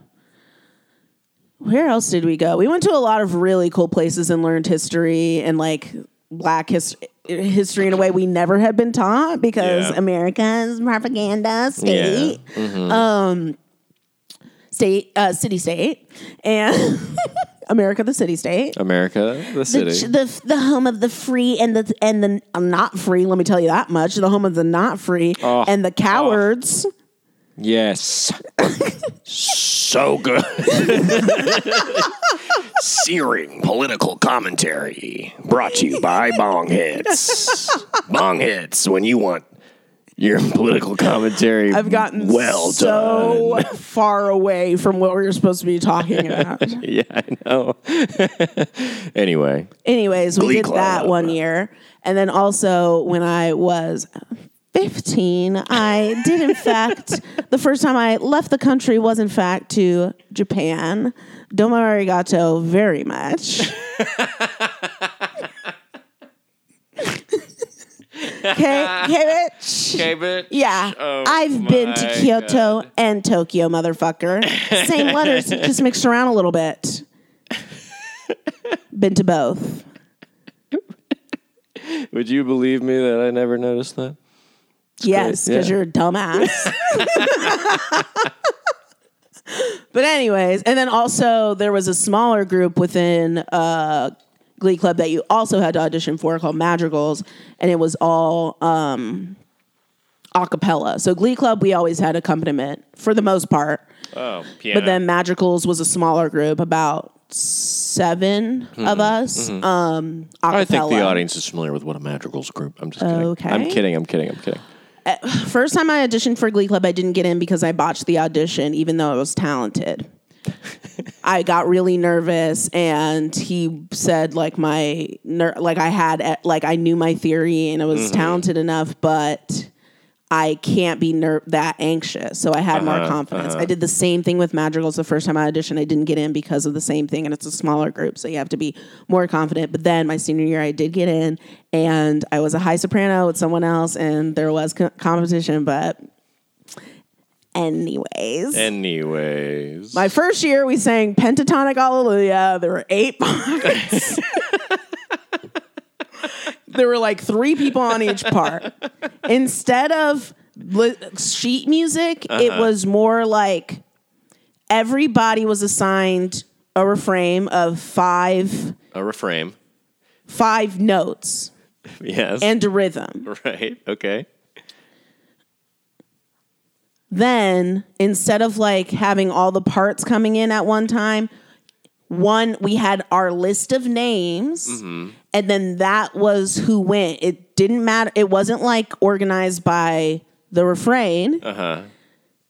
Speaker 1: where else did we go? We went to a lot of really cool places and learned history and like black history. History in a way we never had been taught because
Speaker 2: Yeah.
Speaker 1: America's propaganda state um, state, uh, city state, and America, the city state,
Speaker 2: America, the
Speaker 1: the,
Speaker 2: city.
Speaker 1: ch- the the home of the free and the and the uh, not free. Let me tell you that much. The home of the not free
Speaker 2: Oh,
Speaker 1: and the cowards.
Speaker 2: yes.
Speaker 3: So good. Searing political commentary brought to you by Bong Hits. Bong Hits when you want
Speaker 2: your political commentary.
Speaker 1: I've gotten
Speaker 2: well done.
Speaker 1: so far away from what we were supposed to be talking about.
Speaker 2: Yeah, I know. anyway,
Speaker 1: Anyways, we
Speaker 2: Glee
Speaker 1: did that
Speaker 2: Club.
Speaker 1: one year. And then also when I was 15, I did in fact, the first time I left the country was in fact to Japan. Domo arigato very much. Okay, okay, bitch. Yeah.
Speaker 2: Oh
Speaker 1: I've been
Speaker 2: my
Speaker 1: to Kyoto and Tokyo, motherfucker. Same letters, just mixed around a little bit. been to both.
Speaker 2: Would you believe me that I never noticed that?
Speaker 1: yes,
Speaker 2: great,
Speaker 1: because
Speaker 2: yeah.
Speaker 1: you're a dumbass. but, anyways, and then also there was a smaller group within uh, Glee Club that you also had to audition for called Madrigals, and it was all um, a cappella. So, Glee Club, we always had accompaniment for the most part.
Speaker 2: Oh, piano.
Speaker 1: But then Magicals was a smaller group, about 7 of us. Um,
Speaker 2: Mm-hmm. I think the
Speaker 1: acapella.
Speaker 2: audience is familiar with what a madrigal's group. I'm just kidding.
Speaker 1: Okay.
Speaker 2: I'm kidding. I'm kidding. I'm kidding.
Speaker 1: First time I auditioned for Glee Club, I didn't get in because I botched the audition, even though I was talented. I got really nervous, and he said like my ner- like I had eh, like I knew my theory and I was talented enough, but I can't be ner- that anxious. So I had more confidence. I did the same thing with Madrigals the first time I auditioned. I didn't get in because of the same thing, and it's a smaller group, so you have to be more confident. But then my senior year, I did get in, and I was a high soprano with someone else, and there was co- competition. But, anyways,
Speaker 2: Anyways,
Speaker 1: my first year, we sang pentatonic hallelujah. There were eight parts. there were like three people on each part. Instead of li- sheet music, it was more like everybody was assigned a refrain of five
Speaker 2: a reframe.
Speaker 1: five notes
Speaker 2: Yes.
Speaker 1: and a rhythm.
Speaker 2: right. Okay.
Speaker 1: then instead of like having all the parts coming in at one time one we had our list of names and then that was who went it didn't matter it wasn't like organized by the refrain
Speaker 2: Uh huh.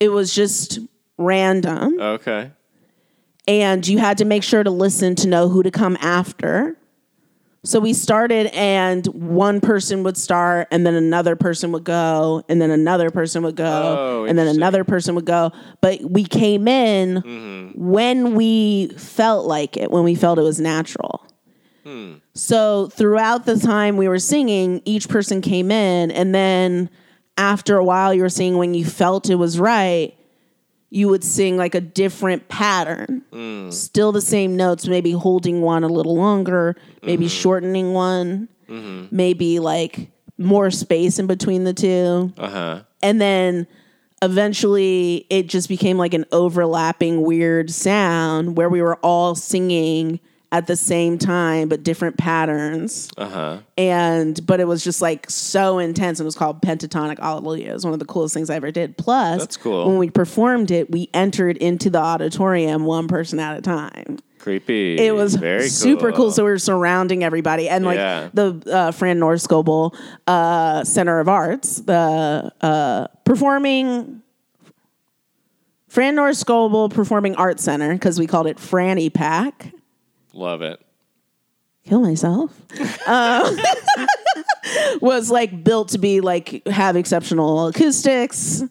Speaker 1: it was just random
Speaker 2: Okay.
Speaker 1: and you had to make sure to listen to know who to come after so we started and one person would start and then another person would go and then another person would go
Speaker 2: Oh,
Speaker 1: and
Speaker 2: interesting.
Speaker 1: then
Speaker 2: Mm-hmm.
Speaker 1: another person would go but we came in when we felt like it when we felt it was natural
Speaker 2: Hmm.
Speaker 1: so throughout the time we were singing each person came in and then after a while you were singing when you felt it was right you would sing like a different pattern still the same notes, maybe holding one a little longer, maybe shortening one, maybe like more space in between the two.
Speaker 2: Uh huh.
Speaker 1: And then eventually it just became like an overlapping weird sound where we were all singing at the same time but different patterns
Speaker 2: Uh huh.
Speaker 1: and but it was just like so intense. It was called Pentatonic Hallelujah. It was one of the coolest things I ever did. Plus,
Speaker 2: That's cool.
Speaker 1: When we performed it, we entered into the auditorium one person at a time.
Speaker 2: Creepy.
Speaker 1: It was
Speaker 2: very
Speaker 1: super cool. So we were surrounding everybody, and like
Speaker 2: Yeah.
Speaker 1: the uh, Fran Norskobel uh, Center of Arts, the uh, performing. Fran Norskobel Performing Arts Center, because we called it Franny Pack
Speaker 2: Love it.
Speaker 1: kill myself um, was like built to be like have exceptional acoustics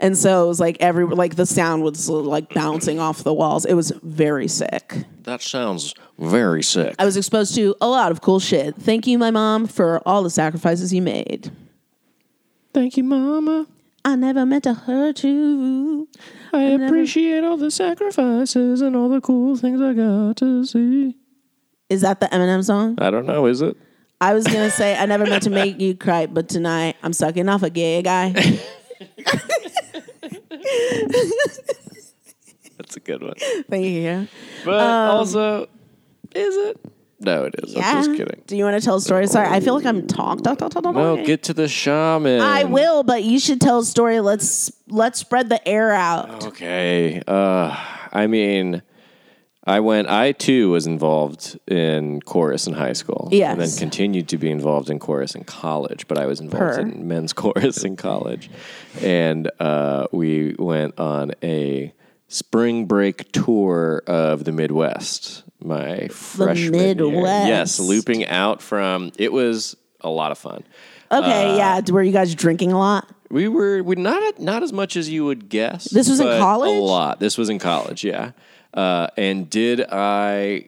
Speaker 1: and so it was like every like the sound was like bouncing off the walls it was very sick
Speaker 2: That sounds very sick.
Speaker 1: i was exposed to a lot of cool shit thank you my mom for all the sacrifices you made
Speaker 2: Thank you, Mama.
Speaker 1: i never meant to hurt you
Speaker 2: I appreciate all the sacrifices and all the cool things I got to see.
Speaker 1: is that the eminem song
Speaker 2: I don't know, is it?
Speaker 1: i was gonna say i never meant to make you cry but tonight i'm sucking off a gay guy
Speaker 2: That's a good one.
Speaker 1: thank you
Speaker 2: But
Speaker 1: Um,
Speaker 2: also, is it? No, it is. I'm just kidding.
Speaker 1: Do you want to tell a story? Sorry, I feel like I'm talk talk talk talk. talk.
Speaker 2: No, get to the shaman.
Speaker 1: I will, but you should tell a story. Let's let's spread the air out.
Speaker 2: Okay. Uh, I mean, I went. I too was involved in chorus in high school.
Speaker 1: Yes.
Speaker 2: and then continued to be involved in chorus in college. But I was involved
Speaker 1: Per.
Speaker 2: in men's chorus in college, and uh, we went on a spring break tour of the Midwest. My freshman year.
Speaker 1: Midwest.
Speaker 2: yes, looping out from it was a lot of fun.
Speaker 1: Okay,
Speaker 2: uh,
Speaker 1: yeah. Were you guys drinking a lot?
Speaker 2: We were we not not as much as you would guess.
Speaker 1: This was in
Speaker 2: but
Speaker 1: college?
Speaker 2: A lot. This was in college, yeah. Uh, and did I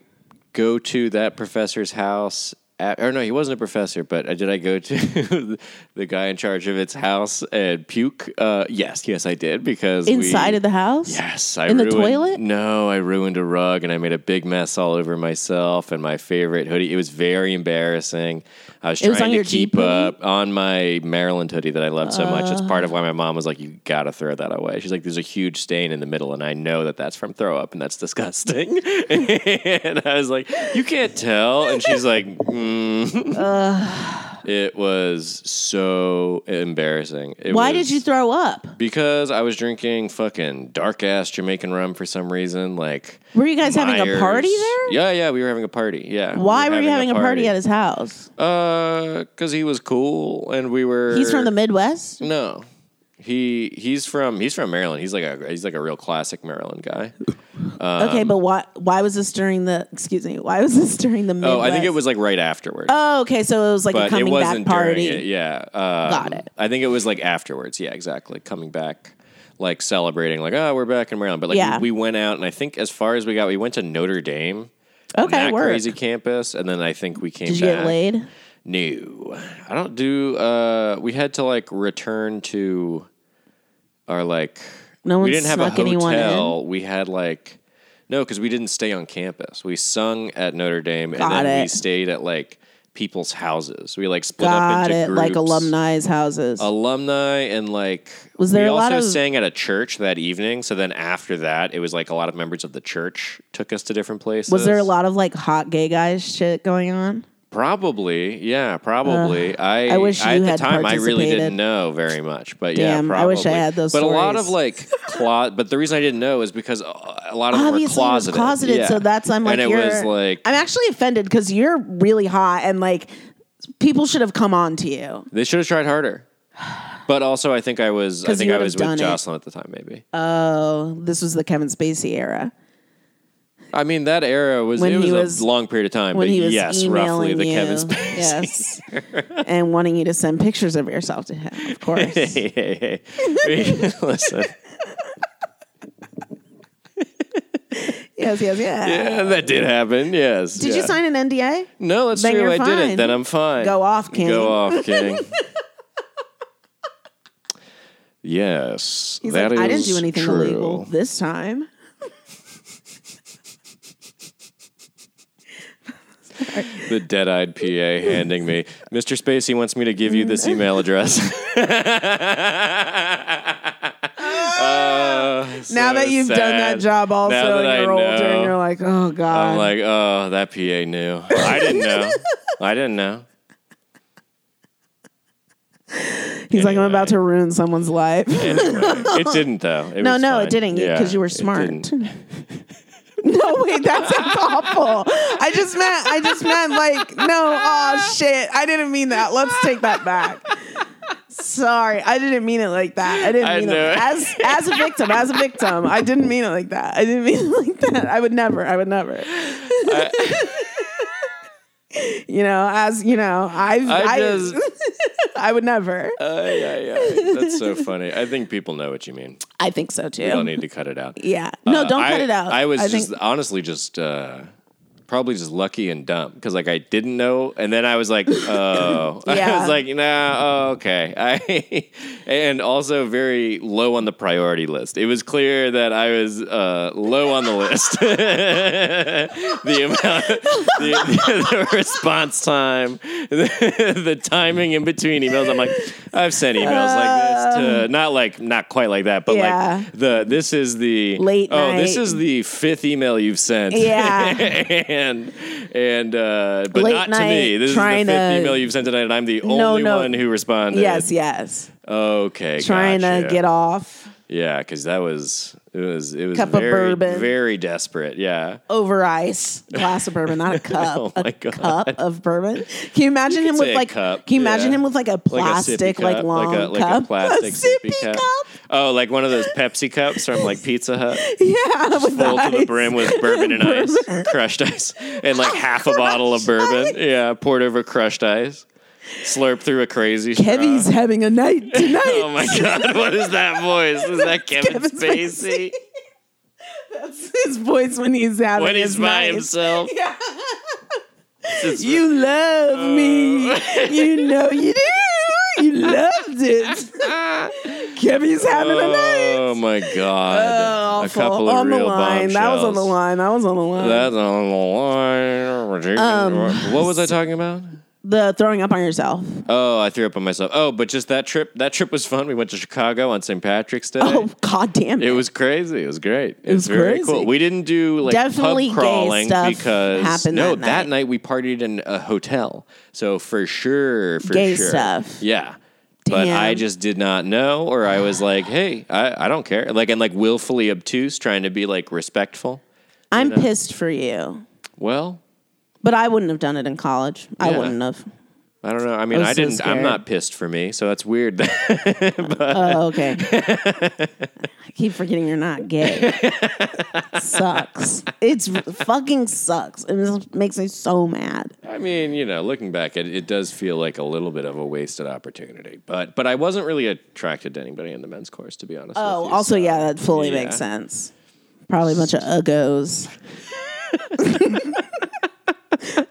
Speaker 2: go to that professor's house? At, or no, he wasn't a professor, but uh, did I go to the guy in charge of its house and puke? Uh, yes, yes, I did because we-
Speaker 1: Inside of the house?
Speaker 2: Yes, I
Speaker 1: In the
Speaker 2: ruined,
Speaker 1: toilet?
Speaker 2: No, I ruined a rug and I made a big mess all over myself and my favorite hoodie. It was very embarrassing. I was
Speaker 1: It was
Speaker 2: trying
Speaker 1: on
Speaker 2: to
Speaker 1: your
Speaker 2: keep
Speaker 1: Jeep hoodie?
Speaker 2: up on my Maryland hoodie that I love so much. It's part of why my mom was like, "You gotta throw that away." She's like, "There's a huge stain in the middle, and I know that that's from throw up, and that's disgusting." and I was like, "You can't tell," and she's like, mm. "It was so embarrassing." It
Speaker 1: Why
Speaker 2: was-
Speaker 1: did you throw up?
Speaker 2: because I was drinking fucking dark ass Jamaican rum for some reason. Like,
Speaker 1: Were you guys having a
Speaker 2: Myers.
Speaker 1: party there?
Speaker 2: Yeah, yeah, we were having a party. Yeah.
Speaker 1: Why were you having a party at his house?
Speaker 2: Uh, because he was cool, and we were.
Speaker 1: He's from the Midwest.
Speaker 2: No, he he's from he's from Maryland. He's like a he's like a real classic Maryland guy. um,
Speaker 1: okay, but why? Why was this during the? Excuse me. Why was this during the? Midwest?
Speaker 2: Oh, I think it was like right afterwards.
Speaker 1: Oh, okay. So it was like a
Speaker 2: but it
Speaker 1: coming back
Speaker 2: wasn't
Speaker 1: party.
Speaker 2: during it. Yeah, um,
Speaker 1: Got it.
Speaker 2: I think it was like afterwards. Yeah, exactly. Coming back, like celebrating, like oh, we're back in Maryland. But like
Speaker 1: Yeah.
Speaker 2: we, we went out, and I think as far as we got, we went to Notre Dame. on
Speaker 1: Okay,
Speaker 2: that
Speaker 1: work.
Speaker 2: crazy campus, and then I think we came.
Speaker 1: Did you
Speaker 2: back.
Speaker 1: get laid?
Speaker 2: No, I don't do. Uh, we had to like return to our like.
Speaker 1: No
Speaker 2: we
Speaker 1: one
Speaker 2: didn't have a
Speaker 1: snuck anyone in?
Speaker 2: hotel. We had like no, because we didn't stay on campus. We sung at Notre Dame, and
Speaker 1: Got
Speaker 2: then we
Speaker 1: it.
Speaker 2: stayed at like people's houses. We like split up
Speaker 1: Got
Speaker 2: into
Speaker 1: it.
Speaker 2: groups,
Speaker 1: Like alumni's houses.
Speaker 2: alumni, and like
Speaker 1: Was there
Speaker 2: we
Speaker 1: a lot
Speaker 2: also
Speaker 1: of-
Speaker 2: sang at a church that evening. So then after that, it was like a lot of members of the church took us to different places.
Speaker 1: was there a lot of like hot gay guys shit going on?
Speaker 2: Probably, yeah, probably. I
Speaker 1: I wish
Speaker 2: I,
Speaker 1: you
Speaker 2: at
Speaker 1: had
Speaker 2: the time I really
Speaker 1: participated.
Speaker 2: didn't know very much, but yeah,
Speaker 1: Damn,
Speaker 2: probably.
Speaker 1: I wish I had those
Speaker 2: But a lot of like
Speaker 1: stories.
Speaker 2: clo- But the reason I didn't know is because a lot of them were
Speaker 1: Obviously, it was
Speaker 2: closeted.
Speaker 1: closeted.
Speaker 2: Yeah.
Speaker 1: So that's I'm like
Speaker 2: and it
Speaker 1: you're,
Speaker 2: was like
Speaker 1: I'm actually offended because you're really hot and like people should have come on to you.
Speaker 2: they should have tried harder. But also, I think I was I
Speaker 1: 'Cause
Speaker 2: think
Speaker 1: you
Speaker 2: I
Speaker 1: would have
Speaker 2: was
Speaker 1: done
Speaker 2: with
Speaker 1: it. Uh,
Speaker 2: Jocelyn at the time. Maybe
Speaker 1: This was the Kevin Spacey era.
Speaker 2: I mean that era was
Speaker 1: When
Speaker 2: it was,
Speaker 1: he
Speaker 2: a
Speaker 1: was-
Speaker 2: long period of time.
Speaker 1: when
Speaker 2: but
Speaker 1: he was
Speaker 2: yes, roughly
Speaker 1: emailing
Speaker 2: the
Speaker 1: you,
Speaker 2: Kevin Spacey.
Speaker 1: yes, and wanting you to send pictures of yourself to him. Of course,
Speaker 2: hey, hey, hey. Listen,
Speaker 1: yes, yes, yeah.
Speaker 2: yeah, that did happen. Yes.
Speaker 1: Did you sign an NDA?
Speaker 2: No, that's
Speaker 1: Then
Speaker 2: true.
Speaker 1: you're
Speaker 2: I did it.
Speaker 1: fine.
Speaker 2: Then I'm fine.
Speaker 1: Go off, King.
Speaker 2: Go off, King. yes,
Speaker 1: He's
Speaker 2: that
Speaker 1: like,
Speaker 2: is
Speaker 1: I didn't do anything
Speaker 2: true.
Speaker 1: illegal this time.
Speaker 2: The dead-eyed PA handing me, Mr. Spacey wants me to give you
Speaker 1: Mm.
Speaker 2: this email address. Ah,
Speaker 1: now that you've done that job, also
Speaker 2: Now that I
Speaker 1: and you're older,
Speaker 2: know.
Speaker 1: and you're like, oh god,
Speaker 2: I'm like, oh, that PA knew. I didn't know. I didn't know.
Speaker 1: he's like, I'm about to ruin someone's life.
Speaker 2: Anyway, it didn't though. It
Speaker 1: No,
Speaker 2: was
Speaker 1: no,
Speaker 2: fine.
Speaker 1: it didn't
Speaker 2: Yeah,
Speaker 1: because you were
Speaker 2: it
Speaker 1: smart.
Speaker 2: didn't.
Speaker 1: no, wait, that sounds awful. I just meant, I just meant like, no, oh shit, I didn't mean that. Let's take that back. Sorry, I didn't mean it like that. I didn't
Speaker 2: I
Speaker 1: mean
Speaker 2: know.
Speaker 1: it as as a victim, as a victim. I didn't mean it like that. I didn't mean it like that. I would never. I would never. you know, as you know, I've
Speaker 2: I
Speaker 1: I, I,
Speaker 2: just-
Speaker 1: would never.
Speaker 2: Ay, ay, ay. That's so funny. I think people know what you mean.
Speaker 1: I think so too.
Speaker 2: You don't need to cut it out.
Speaker 1: yeah. No,
Speaker 2: Uh,
Speaker 1: don't
Speaker 2: I-
Speaker 1: cut it out.
Speaker 2: I was
Speaker 1: think-
Speaker 2: just honestly just uh, probably just lucky and dumb because like I didn't know, and then I was like, oh, I
Speaker 1: Yeah.
Speaker 2: was like, nah, oh, okay. I and also very low on the priority list. It was clear that I was uh, low on the list. the amount, the, the response time, the, timing in between emails. I'm like, I've sent emails like this to not like not quite like that, but
Speaker 1: Um, Yeah.
Speaker 2: like the this is the
Speaker 1: Late
Speaker 2: Oh, this
Speaker 1: night.
Speaker 2: is the fifth email you've sent.
Speaker 1: Yeah.
Speaker 2: and and uh, but
Speaker 1: Late
Speaker 2: not to me.
Speaker 1: night,
Speaker 2: This is the
Speaker 1: trying
Speaker 2: fifth
Speaker 1: to-
Speaker 2: email you've sent tonight, and I'm the
Speaker 1: No,
Speaker 2: only
Speaker 1: no.
Speaker 2: one who responded.
Speaker 1: Yes, yes.
Speaker 2: Okay.
Speaker 1: Trying to
Speaker 2: gotcha.
Speaker 1: get off.
Speaker 2: Yeah, because that was it was it was
Speaker 1: Cup of
Speaker 2: very
Speaker 1: bourbon.
Speaker 2: very desperate. Yeah,
Speaker 1: over ice glass of bourbon, not a cup.
Speaker 2: Oh my
Speaker 1: a
Speaker 2: God.
Speaker 1: cup of bourbon. Can you imagine him
Speaker 2: say
Speaker 1: with
Speaker 2: a
Speaker 1: like?
Speaker 2: cup,
Speaker 1: Can you imagine
Speaker 2: yeah.
Speaker 1: him with like a
Speaker 2: Like a sippy
Speaker 1: plastic, like,
Speaker 2: cup,
Speaker 1: long
Speaker 2: like a, like
Speaker 1: cup,
Speaker 2: a plastic sippy, cup. Oh, like one of those Pepsi cups from like Pizza Hut,
Speaker 1: Yeah, with the
Speaker 2: full to the
Speaker 1: ice.
Speaker 2: brim with bourbon and ice, crushed ice, and like half a bottle of bourbon. Yeah, poured over crushed ice, slurp through a crazy. straw.
Speaker 1: Kevy's having a night tonight.
Speaker 2: Oh my god, what is that voice? Is that Kevin,
Speaker 1: Kevin
Speaker 2: Spacey?
Speaker 1: His voice when he's having
Speaker 2: When
Speaker 1: his
Speaker 2: he's by
Speaker 1: night.
Speaker 2: himself?
Speaker 1: Yeah.
Speaker 2: It's-
Speaker 1: You love
Speaker 2: Oh.
Speaker 1: me. you know you do. You loved it. Kevin's having a night.
Speaker 2: Oh my god. Oh. a
Speaker 1: Awful.
Speaker 2: couple of
Speaker 1: on
Speaker 2: real
Speaker 1: the line. That was on the
Speaker 2: bombshells.
Speaker 1: line. That was on the line.
Speaker 2: That's on the line.
Speaker 1: Um,
Speaker 2: what was I talking about?
Speaker 1: the throwing up on yourself.
Speaker 2: Oh, I threw up on myself. Oh, but just that trip. That trip was fun. We went to Chicago on St. Patrick's Day.
Speaker 1: Oh god damn it.
Speaker 2: It was crazy. It was great. It,
Speaker 1: was
Speaker 2: was very
Speaker 1: crazy.
Speaker 2: cool. We didn't do like
Speaker 1: Definitely gay
Speaker 2: pub crawling
Speaker 1: stuff
Speaker 2: because
Speaker 1: happened
Speaker 2: no,
Speaker 1: that night.
Speaker 2: that night we partied in a hotel. So for sure, for
Speaker 1: Gay
Speaker 2: sure,
Speaker 1: stuff.
Speaker 2: yeah. But
Speaker 1: Damn.
Speaker 2: I just did not know, or I was like, hey, I, I don't care. Like and like willfully obtuse, trying to be like respectful.
Speaker 1: I'm pissed for you.
Speaker 2: Well,
Speaker 1: But I wouldn't have done it in college. I
Speaker 2: Yeah.
Speaker 1: wouldn't have.
Speaker 2: I don't know. I mean,
Speaker 1: was
Speaker 2: I
Speaker 1: so
Speaker 2: didn't.
Speaker 1: scared.
Speaker 2: I'm not pissed for me, so that's weird.
Speaker 1: Oh, okay. I keep forgetting you're not gay. sucks. It's fucking sucks. It just makes me so mad.
Speaker 2: I mean, you know, looking back, it, it does feel like a little bit of a wasted opportunity. But but I wasn't really attracted to anybody in the men's course, to be honest.
Speaker 1: Oh,
Speaker 2: with you,
Speaker 1: also,
Speaker 2: so-
Speaker 1: yeah, that fully
Speaker 2: yeah.
Speaker 1: makes sense. Probably a bunch of uggos.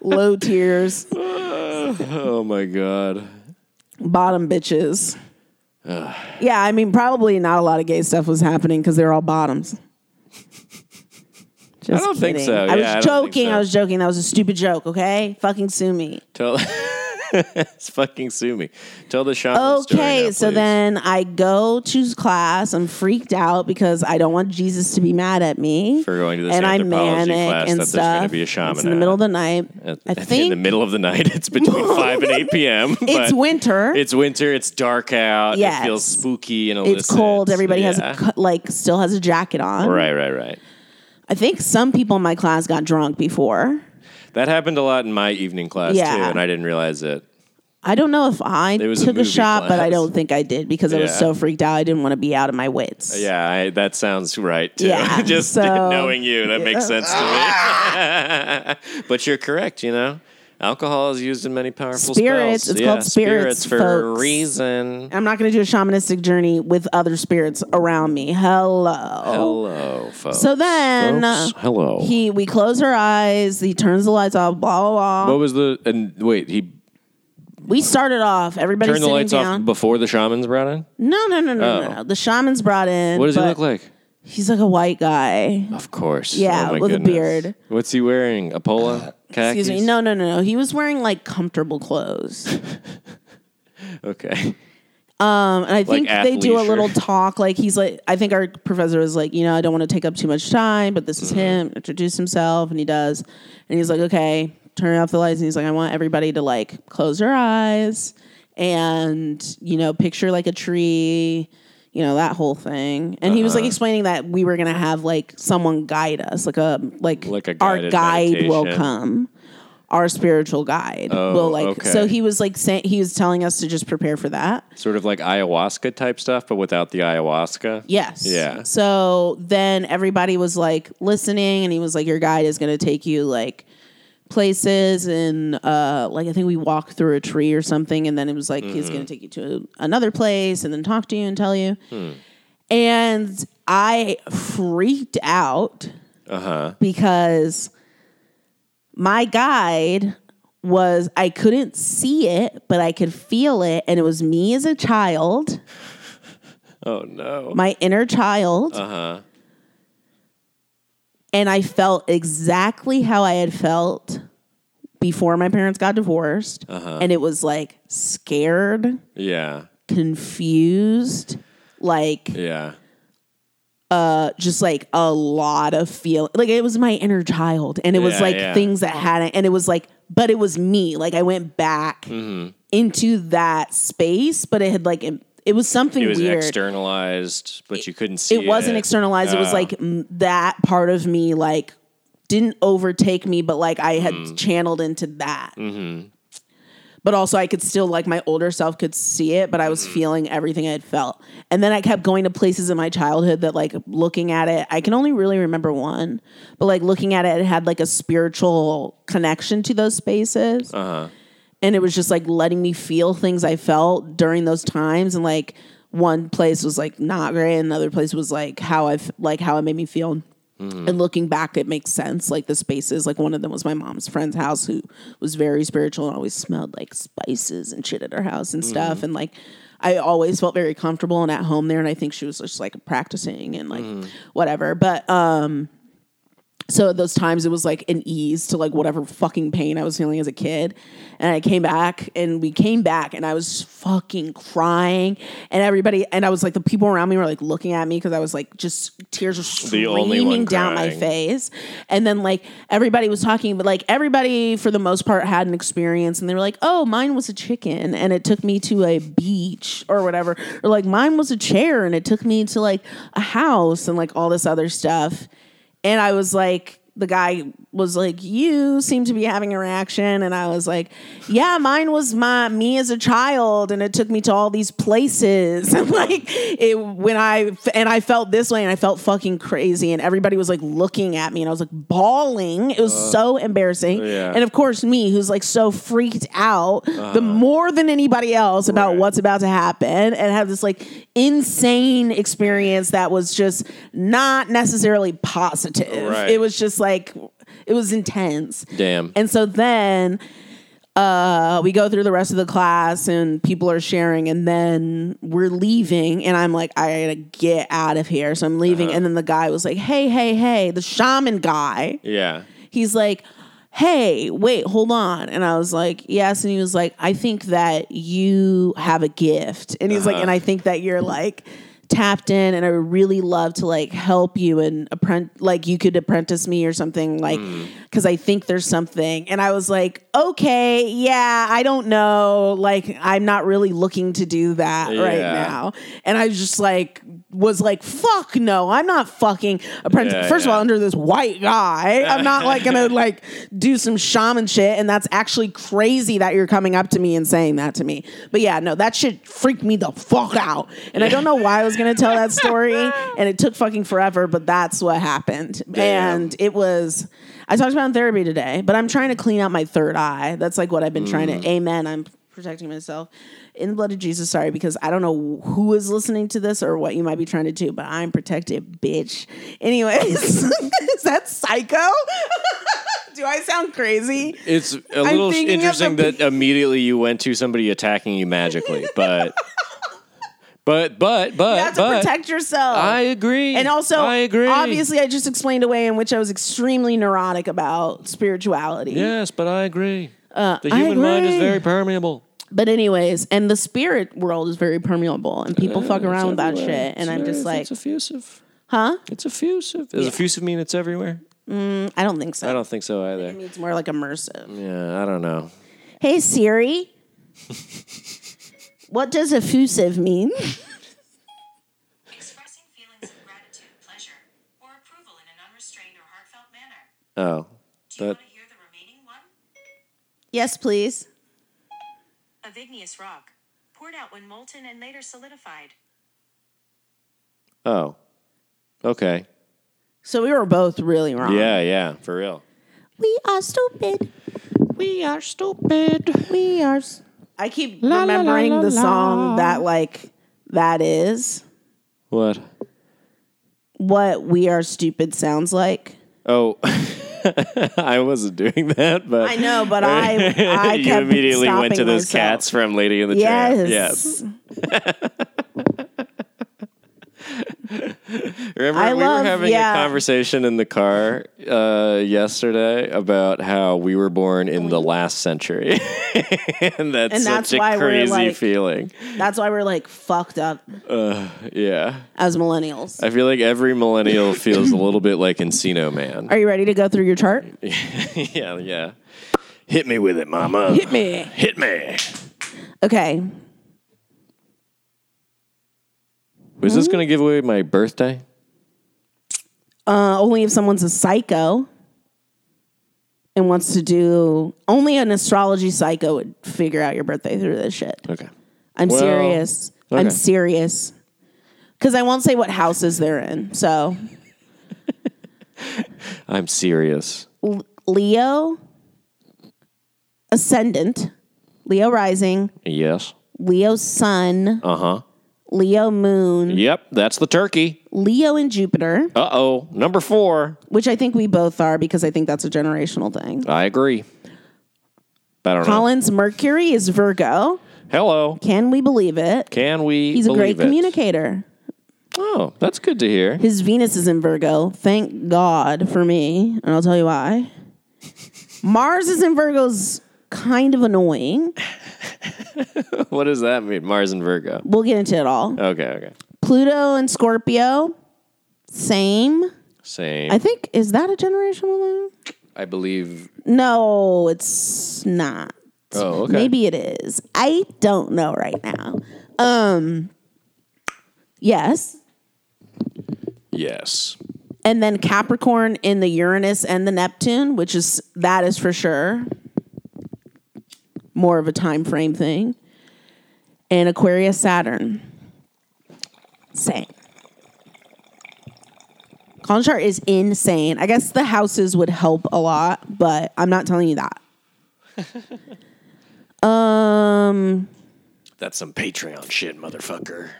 Speaker 1: Low tiers,
Speaker 2: Oh my god.
Speaker 1: bottom bitches. yeah, I mean, probably not a lot of gay stuff was happening because they were all bottoms. Just
Speaker 2: I don't think
Speaker 1: kidding.
Speaker 2: so.
Speaker 1: I was
Speaker 2: Yeah, I don't think
Speaker 1: joking. I
Speaker 2: so.
Speaker 1: was joking. That was a stupid joke. Okay, fucking sue me.
Speaker 2: Tell it's fucking sue me. Tell the shaman. story
Speaker 1: Okay,
Speaker 2: now,
Speaker 1: so
Speaker 2: please.
Speaker 1: then I go to class. I'm freaked out because I don't want Jesus to be mad at me
Speaker 2: For going to this
Speaker 1: and I'm
Speaker 2: anthropology
Speaker 1: manic
Speaker 2: class
Speaker 1: and
Speaker 2: that there's
Speaker 1: stuff.
Speaker 2: gonna be a shaman
Speaker 1: It's in the
Speaker 2: at.
Speaker 1: middle of the night.
Speaker 2: At-
Speaker 1: I
Speaker 2: in
Speaker 1: think
Speaker 2: the middle of the night, it's between five and eight p.m.
Speaker 1: it's
Speaker 2: but
Speaker 1: winter. It's,
Speaker 2: It's winter. It's dark out.
Speaker 1: Yes.
Speaker 2: It feels spooky and illicit.
Speaker 1: cold. Everybody has a,
Speaker 2: Yeah.
Speaker 1: cu- like still has a jacket on.
Speaker 2: Right, right, right.
Speaker 1: I think some people in my class got drunk before.
Speaker 2: That happened a lot in my evening class
Speaker 1: Yeah.
Speaker 2: too, and I didn't realize it.
Speaker 1: I don't know if I
Speaker 2: was a
Speaker 1: took a,
Speaker 2: movie
Speaker 1: shot, but I
Speaker 2: class.
Speaker 1: don't think I did because I was
Speaker 2: Yeah.
Speaker 1: so freaked out. I didn't want to be out of my wits.
Speaker 2: Yeah, I, that sounds right too.
Speaker 1: Yeah,
Speaker 2: Just
Speaker 1: so-
Speaker 2: knowing you, that makes sense to me. but you're correct. You know, alcohol is used in many powerful
Speaker 1: Spirits,
Speaker 2: Spells.
Speaker 1: it's called spirits,
Speaker 2: for
Speaker 1: folks.
Speaker 2: a reason.
Speaker 1: I'm not going to do a shamanistic journey with other spirits around me. Hello.
Speaker 2: Hello, folks.
Speaker 1: Oh. So then,
Speaker 2: Folks, hello.
Speaker 1: He we close our eyes. He turns the lights off. Blah blah blah.
Speaker 2: what was the and wait? He
Speaker 1: we started off. Everybody
Speaker 2: turned the
Speaker 1: sitting
Speaker 2: lights
Speaker 1: down.
Speaker 2: off before the shamans brought in.
Speaker 1: no no no no no
Speaker 2: Oh.
Speaker 1: no. The shaman's brought in.
Speaker 2: What does he
Speaker 1: but
Speaker 2: look like?
Speaker 1: He's like a white guy.
Speaker 2: Of course.
Speaker 1: Yeah,
Speaker 2: Oh my
Speaker 1: with a
Speaker 2: goodness. Uh,
Speaker 1: beard.
Speaker 2: What's he wearing? A polo? Khakis?
Speaker 1: Excuse me. No no no no. He was wearing like comfortable clothes.
Speaker 2: Okay.
Speaker 1: Um, and I think they do a
Speaker 2: athleisure.
Speaker 1: little talk. Like he's like, I think our professor was like, you know, I don't want to take up too much time, but this is
Speaker 2: Mm-hmm.
Speaker 1: him. Introduce himself, and he does. And he's like, okay, turn off the lights. And he's like, I want everybody to like close their eyes and you know, picture like a tree, you know, that whole thing. And he was
Speaker 2: Uh-huh.
Speaker 1: like explaining that we were gonna have like someone guide us, like a like,
Speaker 2: Like a
Speaker 1: our
Speaker 2: guided
Speaker 1: guide will
Speaker 2: meditation. Oh,
Speaker 1: come. Our spiritual guide will like
Speaker 2: okay.
Speaker 1: so he was like saying he was telling us to just prepare for that.
Speaker 2: Sort of like ayahuasca type stuff, but without the ayahuasca.
Speaker 1: Yes.
Speaker 2: Yeah.
Speaker 1: So then everybody was like listening, and he was like, "Your guide is going to take you like places, and uh, like I think we walked through a tree or something, and then it was like he's going to take you to another place, and then talk to you and tell you." And I freaked out because my guide was I couldn't see it, but I could feel it, and it was me as a child
Speaker 2: Oh no.
Speaker 1: my inner child.
Speaker 2: Uh-huh.
Speaker 1: And I felt exactly how I had felt before my parents got divorced.
Speaker 2: Uh-huh.
Speaker 1: And it was like scared,
Speaker 2: Yeah.
Speaker 1: confused, like
Speaker 2: Yeah.
Speaker 1: just like a lot of feel. Like it was my inner child. And it was
Speaker 2: Yeah,
Speaker 1: like
Speaker 2: yeah.
Speaker 1: things that hadn't, and it was like, but it
Speaker 2: Mm-hmm.
Speaker 1: was me. Like I went back into that space, but it had like, it, It was something
Speaker 2: It was
Speaker 1: weird.
Speaker 2: externalized, but you couldn't see
Speaker 1: it
Speaker 2: it.
Speaker 1: wasn't externalized. It was like m- that part of me, like didn't overtake me, but like I had channeled into that. But also, I could still like my older self could see it, but I was feeling everything I had felt. And then I kept going to places in my childhood that, like, looking at it, I can only really remember one, but like looking at it, it had like a spiritual connection to those spaces and it was just like letting me feel things I felt during those times and like one place was like not great and another place was like how I f- like how it made me feel and looking back it makes sense like the spaces like one of them was my mom's friend's house who was very spiritual and always smelled like spices and shit at her house and stuff and like I always felt very comfortable and at home there and I think she was just like practicing and like whatever but so at those times it was like an ease to like whatever fucking pain I was feeling as a kid. And I came back and we came back and I was fucking crying and everybody and I was like the people around me were like looking at me because I was like just tears were
Speaker 2: The only one
Speaker 1: streaming down my
Speaker 2: crying.
Speaker 1: face. And then like everybody was talking, but like everybody for the most part had an experience and they were like, Oh, mine was a chicken and it took me to a beach or whatever. Or like mine was a chair and it took me to like a house and like all this other stuff. And I was like, the guy was like, "You seem to be having a reaction," and I was like, "Yeah, mine was my me as a child, and it took me to all these places, and like it when I and I felt this way, and I felt fucking crazy, and everybody was like looking at me, and I was like bawling. It was so embarrassing,
Speaker 2: Uh, yeah. Uh-huh.
Speaker 1: and of course me, who's like so freaked out, the more than anybody else about
Speaker 2: Right.
Speaker 1: what's about to happen, and have this like insane experience that was just not necessarily positive.
Speaker 2: Right.
Speaker 1: It was just like it was intense.
Speaker 2: Damn.
Speaker 1: And so then uh, we go through the rest of the class and people are sharing and then we're leaving and I'm like, I gotta get out of here. So I'm leaving. And then the guy was like, hey, hey, hey, the shaman guy
Speaker 2: yeah.
Speaker 1: he's like, Hey, wait, hold on. And I was like, Yes. And he was like, I think that you have a gift. And he's
Speaker 2: Uh-huh.
Speaker 1: like, And I think that you're like tapped in and I would really love to like help you and apprentice, like you could apprentice me or something, like,
Speaker 2: Hmm.
Speaker 1: cause I think there's something. And I was like, Okay, yeah, I don't know. Like, I'm not really looking to do that right
Speaker 2: Yeah.
Speaker 1: now. And I just like, was like, fuck no, I'm not fucking apprentice.
Speaker 2: Yeah,
Speaker 1: First
Speaker 2: yeah.
Speaker 1: of all, under this white guy. I'm not like gonna like do some shaman shit, and that's actually crazy that you're coming up to me and saying that to me. But yeah, no, that shit freaked me the fuck out, and I don't know why I was gonna tell that story, and it took fucking forever, but that's what happened,
Speaker 2: Damn.
Speaker 1: and it was. I talked about it in therapy today, but I'm trying to clean out my third eye. That's like what I've been trying
Speaker 2: Mm.
Speaker 1: to. Amen. I'm protecting myself in the blood of Jesus. Sorry, because I don't know who is listening to this or what you might be trying to do, but I'm protected, bitch. Anyways, is that psycho? do I sound crazy?
Speaker 2: It's a little
Speaker 1: thinking of
Speaker 2: interesting
Speaker 1: the-
Speaker 2: that immediately you went to somebody attacking you magically, but but but but
Speaker 1: You have to
Speaker 2: but
Speaker 1: protect yourself.
Speaker 2: I agree.
Speaker 1: and also,
Speaker 2: I agree.
Speaker 1: obviously, I just explained a way in which I was extremely neurotic about spirituality.
Speaker 2: Yes, but I agree. the
Speaker 1: Uh, I
Speaker 2: human mind is
Speaker 1: agree.
Speaker 2: very permeable.
Speaker 1: But anyways, and the spirit world is very permeable, and people fuck
Speaker 2: It's
Speaker 1: around with that
Speaker 2: everywhere.
Speaker 1: shit. And
Speaker 2: It's
Speaker 1: I'm just
Speaker 2: very-
Speaker 1: like,
Speaker 2: it's effusive.
Speaker 1: huh?
Speaker 2: It's effusive. Does effusive mean it's everywhere?
Speaker 1: I don't think so.
Speaker 2: I don't think so either.
Speaker 1: It's more like immersive.
Speaker 2: Yeah, I don't know.
Speaker 1: Hey Siri, what does effusive mean?
Speaker 4: expressing feelings of gratitude, pleasure, or approval in an unrestrained or heartfelt manner.
Speaker 2: Oh,
Speaker 4: Do you
Speaker 2: That-
Speaker 4: want to hear the remaining one?
Speaker 1: Yes, please.
Speaker 4: Of igneous rock, poured out when molten and later solidified.
Speaker 2: oh, okay.
Speaker 1: So we were both really wrong.
Speaker 2: Yeah, yeah, for real.
Speaker 1: We are stupid.
Speaker 2: We are stupid.
Speaker 1: We are. s- I keep remembering the song that like that is
Speaker 2: What?
Speaker 1: what we are stupid sounds like.
Speaker 2: Oh, I wasn't doing that, but
Speaker 1: I know, but I I
Speaker 2: you
Speaker 1: kept
Speaker 2: immediately went to
Speaker 1: stopping
Speaker 2: those
Speaker 1: myself.
Speaker 2: cats from Lady in the Tramp.
Speaker 1: Yes.
Speaker 2: Yes. Remember,
Speaker 1: I
Speaker 2: we
Speaker 1: love-
Speaker 2: were having
Speaker 1: yeah.
Speaker 2: a conversation in the car uh, yesterday about how we were born in the last century, and that's
Speaker 1: And that's
Speaker 2: such
Speaker 1: why
Speaker 2: a
Speaker 1: we're
Speaker 2: crazy
Speaker 1: like-
Speaker 2: feeling.
Speaker 1: That's why we're like fucked up
Speaker 2: Yeah,
Speaker 1: as millennials.
Speaker 2: I feel like every millennial feels a little bit like Encino Man.
Speaker 1: Are you ready to go through your chart?
Speaker 2: yeah, yeah. Hit me with it, Mama.
Speaker 1: me.
Speaker 2: Hit me.
Speaker 1: Okay.
Speaker 2: Was
Speaker 1: Hmm?
Speaker 2: this going to give away my birthday?
Speaker 1: Uh, only if someone's a psycho and wants to do only an astrology psycho would figure out your birthday through this shit.
Speaker 2: Okay.
Speaker 1: I'm
Speaker 2: Well,
Speaker 1: serious. I'm
Speaker 2: okay.
Speaker 1: serious. Because I won't say what houses they're in. So
Speaker 2: I'm serious.
Speaker 1: L- Leo ascendant, Leo rising,
Speaker 2: Yes.
Speaker 1: Leo sun,
Speaker 2: Uh huh.
Speaker 1: Leo moon,
Speaker 2: Yep. That's the turkey.
Speaker 1: Leo and Jupiter,
Speaker 2: Uh oh. Number four.
Speaker 1: which I think we both are because I think that's a generational thing.
Speaker 2: I agree. I don't
Speaker 1: Collins Mercury is Virgo.
Speaker 2: know. Hello.
Speaker 1: Can we believe it?
Speaker 2: Can we?
Speaker 1: He's a great
Speaker 2: believe it?
Speaker 1: communicator.
Speaker 2: Oh, that's good to hear.
Speaker 1: His Venus is in Virgo. Thank God for me, and I'll tell you why. Mars is in Virgo's kind of annoying.
Speaker 2: What does that mean? Mars and Virgo.
Speaker 1: We'll get into it all.
Speaker 2: Okay. Okay.
Speaker 1: Pluto and Scorpio, same.
Speaker 2: Same.
Speaker 1: I think is that a generational thing?
Speaker 2: I believe.
Speaker 1: No, it's not.
Speaker 2: Oh, okay.
Speaker 1: Maybe it is. I don't know right now. Um yes.
Speaker 2: Yes.
Speaker 1: And then Capricorn in the Uranus and the Neptune, which is that is for sure more of a time frame thing. And Aquarius Saturn. Same. Colin chart is insane. I guess the houses would help a lot, but I'm not telling you that.
Speaker 2: That's some Patreon shit, motherfucker.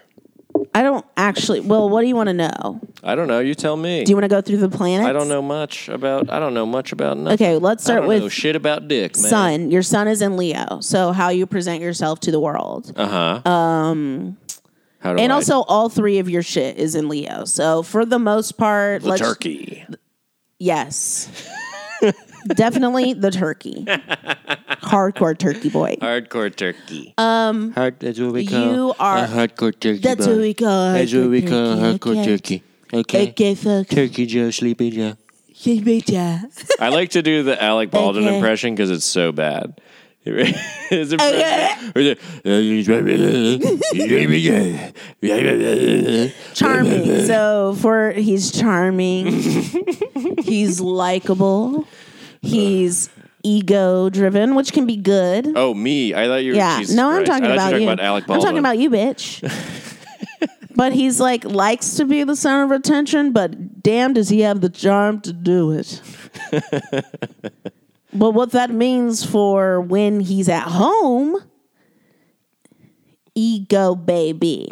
Speaker 1: I don't actually. Well, what do you want to know?
Speaker 2: I don't know. You tell me.
Speaker 1: Do you want to go through the planets?
Speaker 2: I don't know much about. I don't know much about nothing.
Speaker 1: Okay, let's
Speaker 2: I
Speaker 1: start
Speaker 2: don't
Speaker 1: with
Speaker 2: know shit about dick, man.
Speaker 1: sun. Your sun is in Leo, so how you present yourself to the world.
Speaker 2: How do
Speaker 1: and
Speaker 2: I-
Speaker 1: also, all three of your shit is in Leo. So for the most part,
Speaker 2: the turkey.
Speaker 1: Yes, definitely the turkey. Hardcore turkey boy.
Speaker 2: Hardcore turkey. Um, Hard, that's what we
Speaker 1: You are.
Speaker 5: hardcore turkey.
Speaker 1: that's what we call.
Speaker 5: That's what we call
Speaker 1: hardcore
Speaker 5: hardcore
Speaker 1: turkey.
Speaker 5: turkey. Okay.
Speaker 1: Okay, okay folks.
Speaker 5: Turkey Joe, Sleepy Joe.
Speaker 1: Hey, beta.
Speaker 2: I like to do the Alec Baldwin
Speaker 1: Okay.
Speaker 2: impression because it's so bad. His
Speaker 1: Oh,
Speaker 2: impression-
Speaker 1: charming. So for he's charming. he's likable. He's ego driven, which can be good.
Speaker 2: Oh, me. I thought you were.
Speaker 1: yeah.
Speaker 2: Jesus
Speaker 1: no, I'm
Speaker 2: Christ. I
Speaker 1: talking
Speaker 2: thought
Speaker 1: about
Speaker 2: you. were
Speaker 1: you.
Speaker 2: Talking about Alec
Speaker 1: I'm
Speaker 2: Baldwin.
Speaker 1: talking about you, bitch. but he's like likes to be the center of attention, but damn does he have the charm to do it. but what that means for when he's at home, ego baby.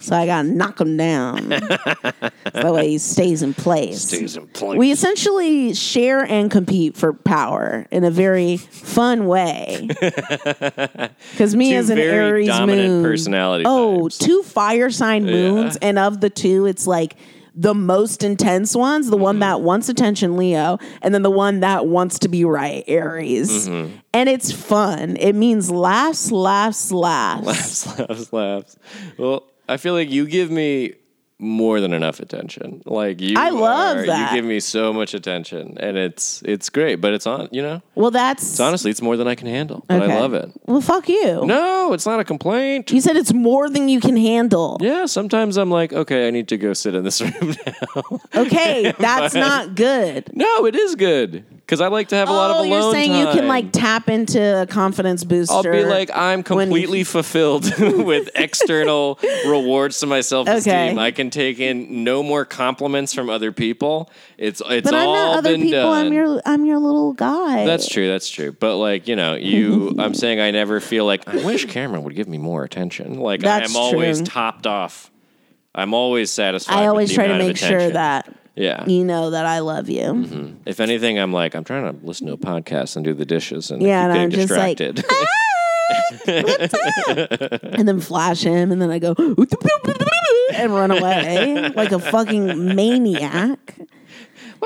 Speaker 1: so I gotta knock him down. that way he stays in place.
Speaker 2: He's in pl-
Speaker 1: We essentially share and compete for power in a very fun way. Because me
Speaker 2: Two
Speaker 1: as an
Speaker 2: very
Speaker 1: Aries
Speaker 2: dominant
Speaker 1: moon,
Speaker 2: personality
Speaker 1: Oh,
Speaker 2: types.
Speaker 1: two fire sign moons, and of the two, it's like the most intense ones. The
Speaker 2: Mm-hmm.
Speaker 1: one that wants attention, Leo, and then the one that wants to be right, Aries.
Speaker 2: Mm-hmm.
Speaker 1: And it's fun. It means laughs, laughs, laughs.
Speaker 2: slaps, slaps. Well, I feel like you give me more than enough attention. Like you,
Speaker 1: I love
Speaker 2: are-
Speaker 1: that.
Speaker 2: You give me so much attention, and it's it's great. But it's on. You know,
Speaker 1: Well, that's
Speaker 2: honestly, it's more than I can handle. But
Speaker 1: Okay.
Speaker 2: I love it.
Speaker 1: Well, fuck you.
Speaker 2: No, it's not a complaint.
Speaker 1: You said it's more than you can handle.
Speaker 2: Yeah, sometimes I'm like, okay, I need to go sit in this room now.
Speaker 1: Okay, that's not good.
Speaker 2: No, it is good because I like to have a lot of
Speaker 1: Oh,
Speaker 2: alone
Speaker 1: you're saying you can
Speaker 2: time.
Speaker 1: like tap into a confidence booster.
Speaker 2: I'll be like, I'm
Speaker 1: when-
Speaker 2: completely fulfilled with external rewards to my self esteem.
Speaker 1: Okay.
Speaker 2: I can take in no more compliments from other people. It's it's
Speaker 1: but I'm
Speaker 2: all
Speaker 1: not other
Speaker 2: been
Speaker 1: people.
Speaker 2: done.
Speaker 1: I'm your I'm your little guy.
Speaker 2: that's true. That's true. But like you know, you, I'm saying I never feel like I wish Cameron would give me more attention. Like I'm
Speaker 1: That's
Speaker 2: always
Speaker 1: true.
Speaker 2: topped off. I'm always satisfied.
Speaker 1: I
Speaker 2: with
Speaker 1: always
Speaker 2: the
Speaker 1: try to
Speaker 2: amount of
Speaker 1: make sure
Speaker 2: attention.
Speaker 1: that
Speaker 2: yeah. Mm-hmm.
Speaker 1: you know that I love you.
Speaker 2: If anything, I'm like I'm trying to listen to a podcast and do the dishes and
Speaker 1: Yeah,
Speaker 2: I
Speaker 1: and
Speaker 2: keep getting
Speaker 1: I'm just like,
Speaker 2: distracted.
Speaker 1: And then flash him, and then I go and run away like a fucking maniac.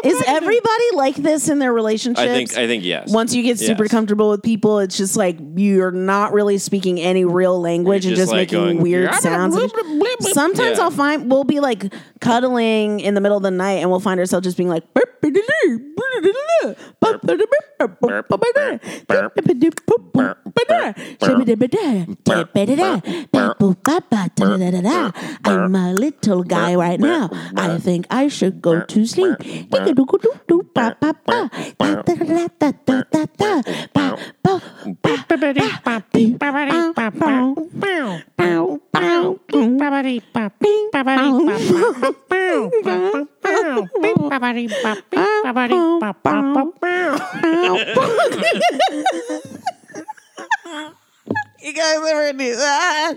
Speaker 1: Is everybody like this in their relationships?
Speaker 2: I think I think yes.
Speaker 1: once you get super
Speaker 2: Yes.
Speaker 1: comfortable with people, it's just like you're not really speaking any real language
Speaker 2: You're
Speaker 1: and just
Speaker 2: just, like,
Speaker 1: making
Speaker 2: going,
Speaker 1: weird sounds. Sometimes
Speaker 2: Yeah.
Speaker 1: I'll find we'll be like cuddling in the middle of the night and we'll find ourselves just being like I'm a little guy right now. I think I should go to sleep. You guys ever do that?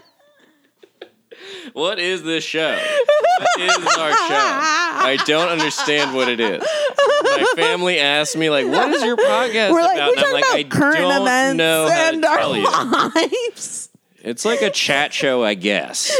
Speaker 2: What is this show? What is our show? I don't understand what it is. My family asked me, like, what is your podcast
Speaker 1: We're like,
Speaker 2: about? And
Speaker 1: we're
Speaker 2: I'm
Speaker 1: talking
Speaker 2: like, I
Speaker 1: about current
Speaker 2: don't
Speaker 1: events
Speaker 2: know how to
Speaker 1: and our
Speaker 2: tell you.
Speaker 1: lives.
Speaker 2: It's like a chat show, I guess.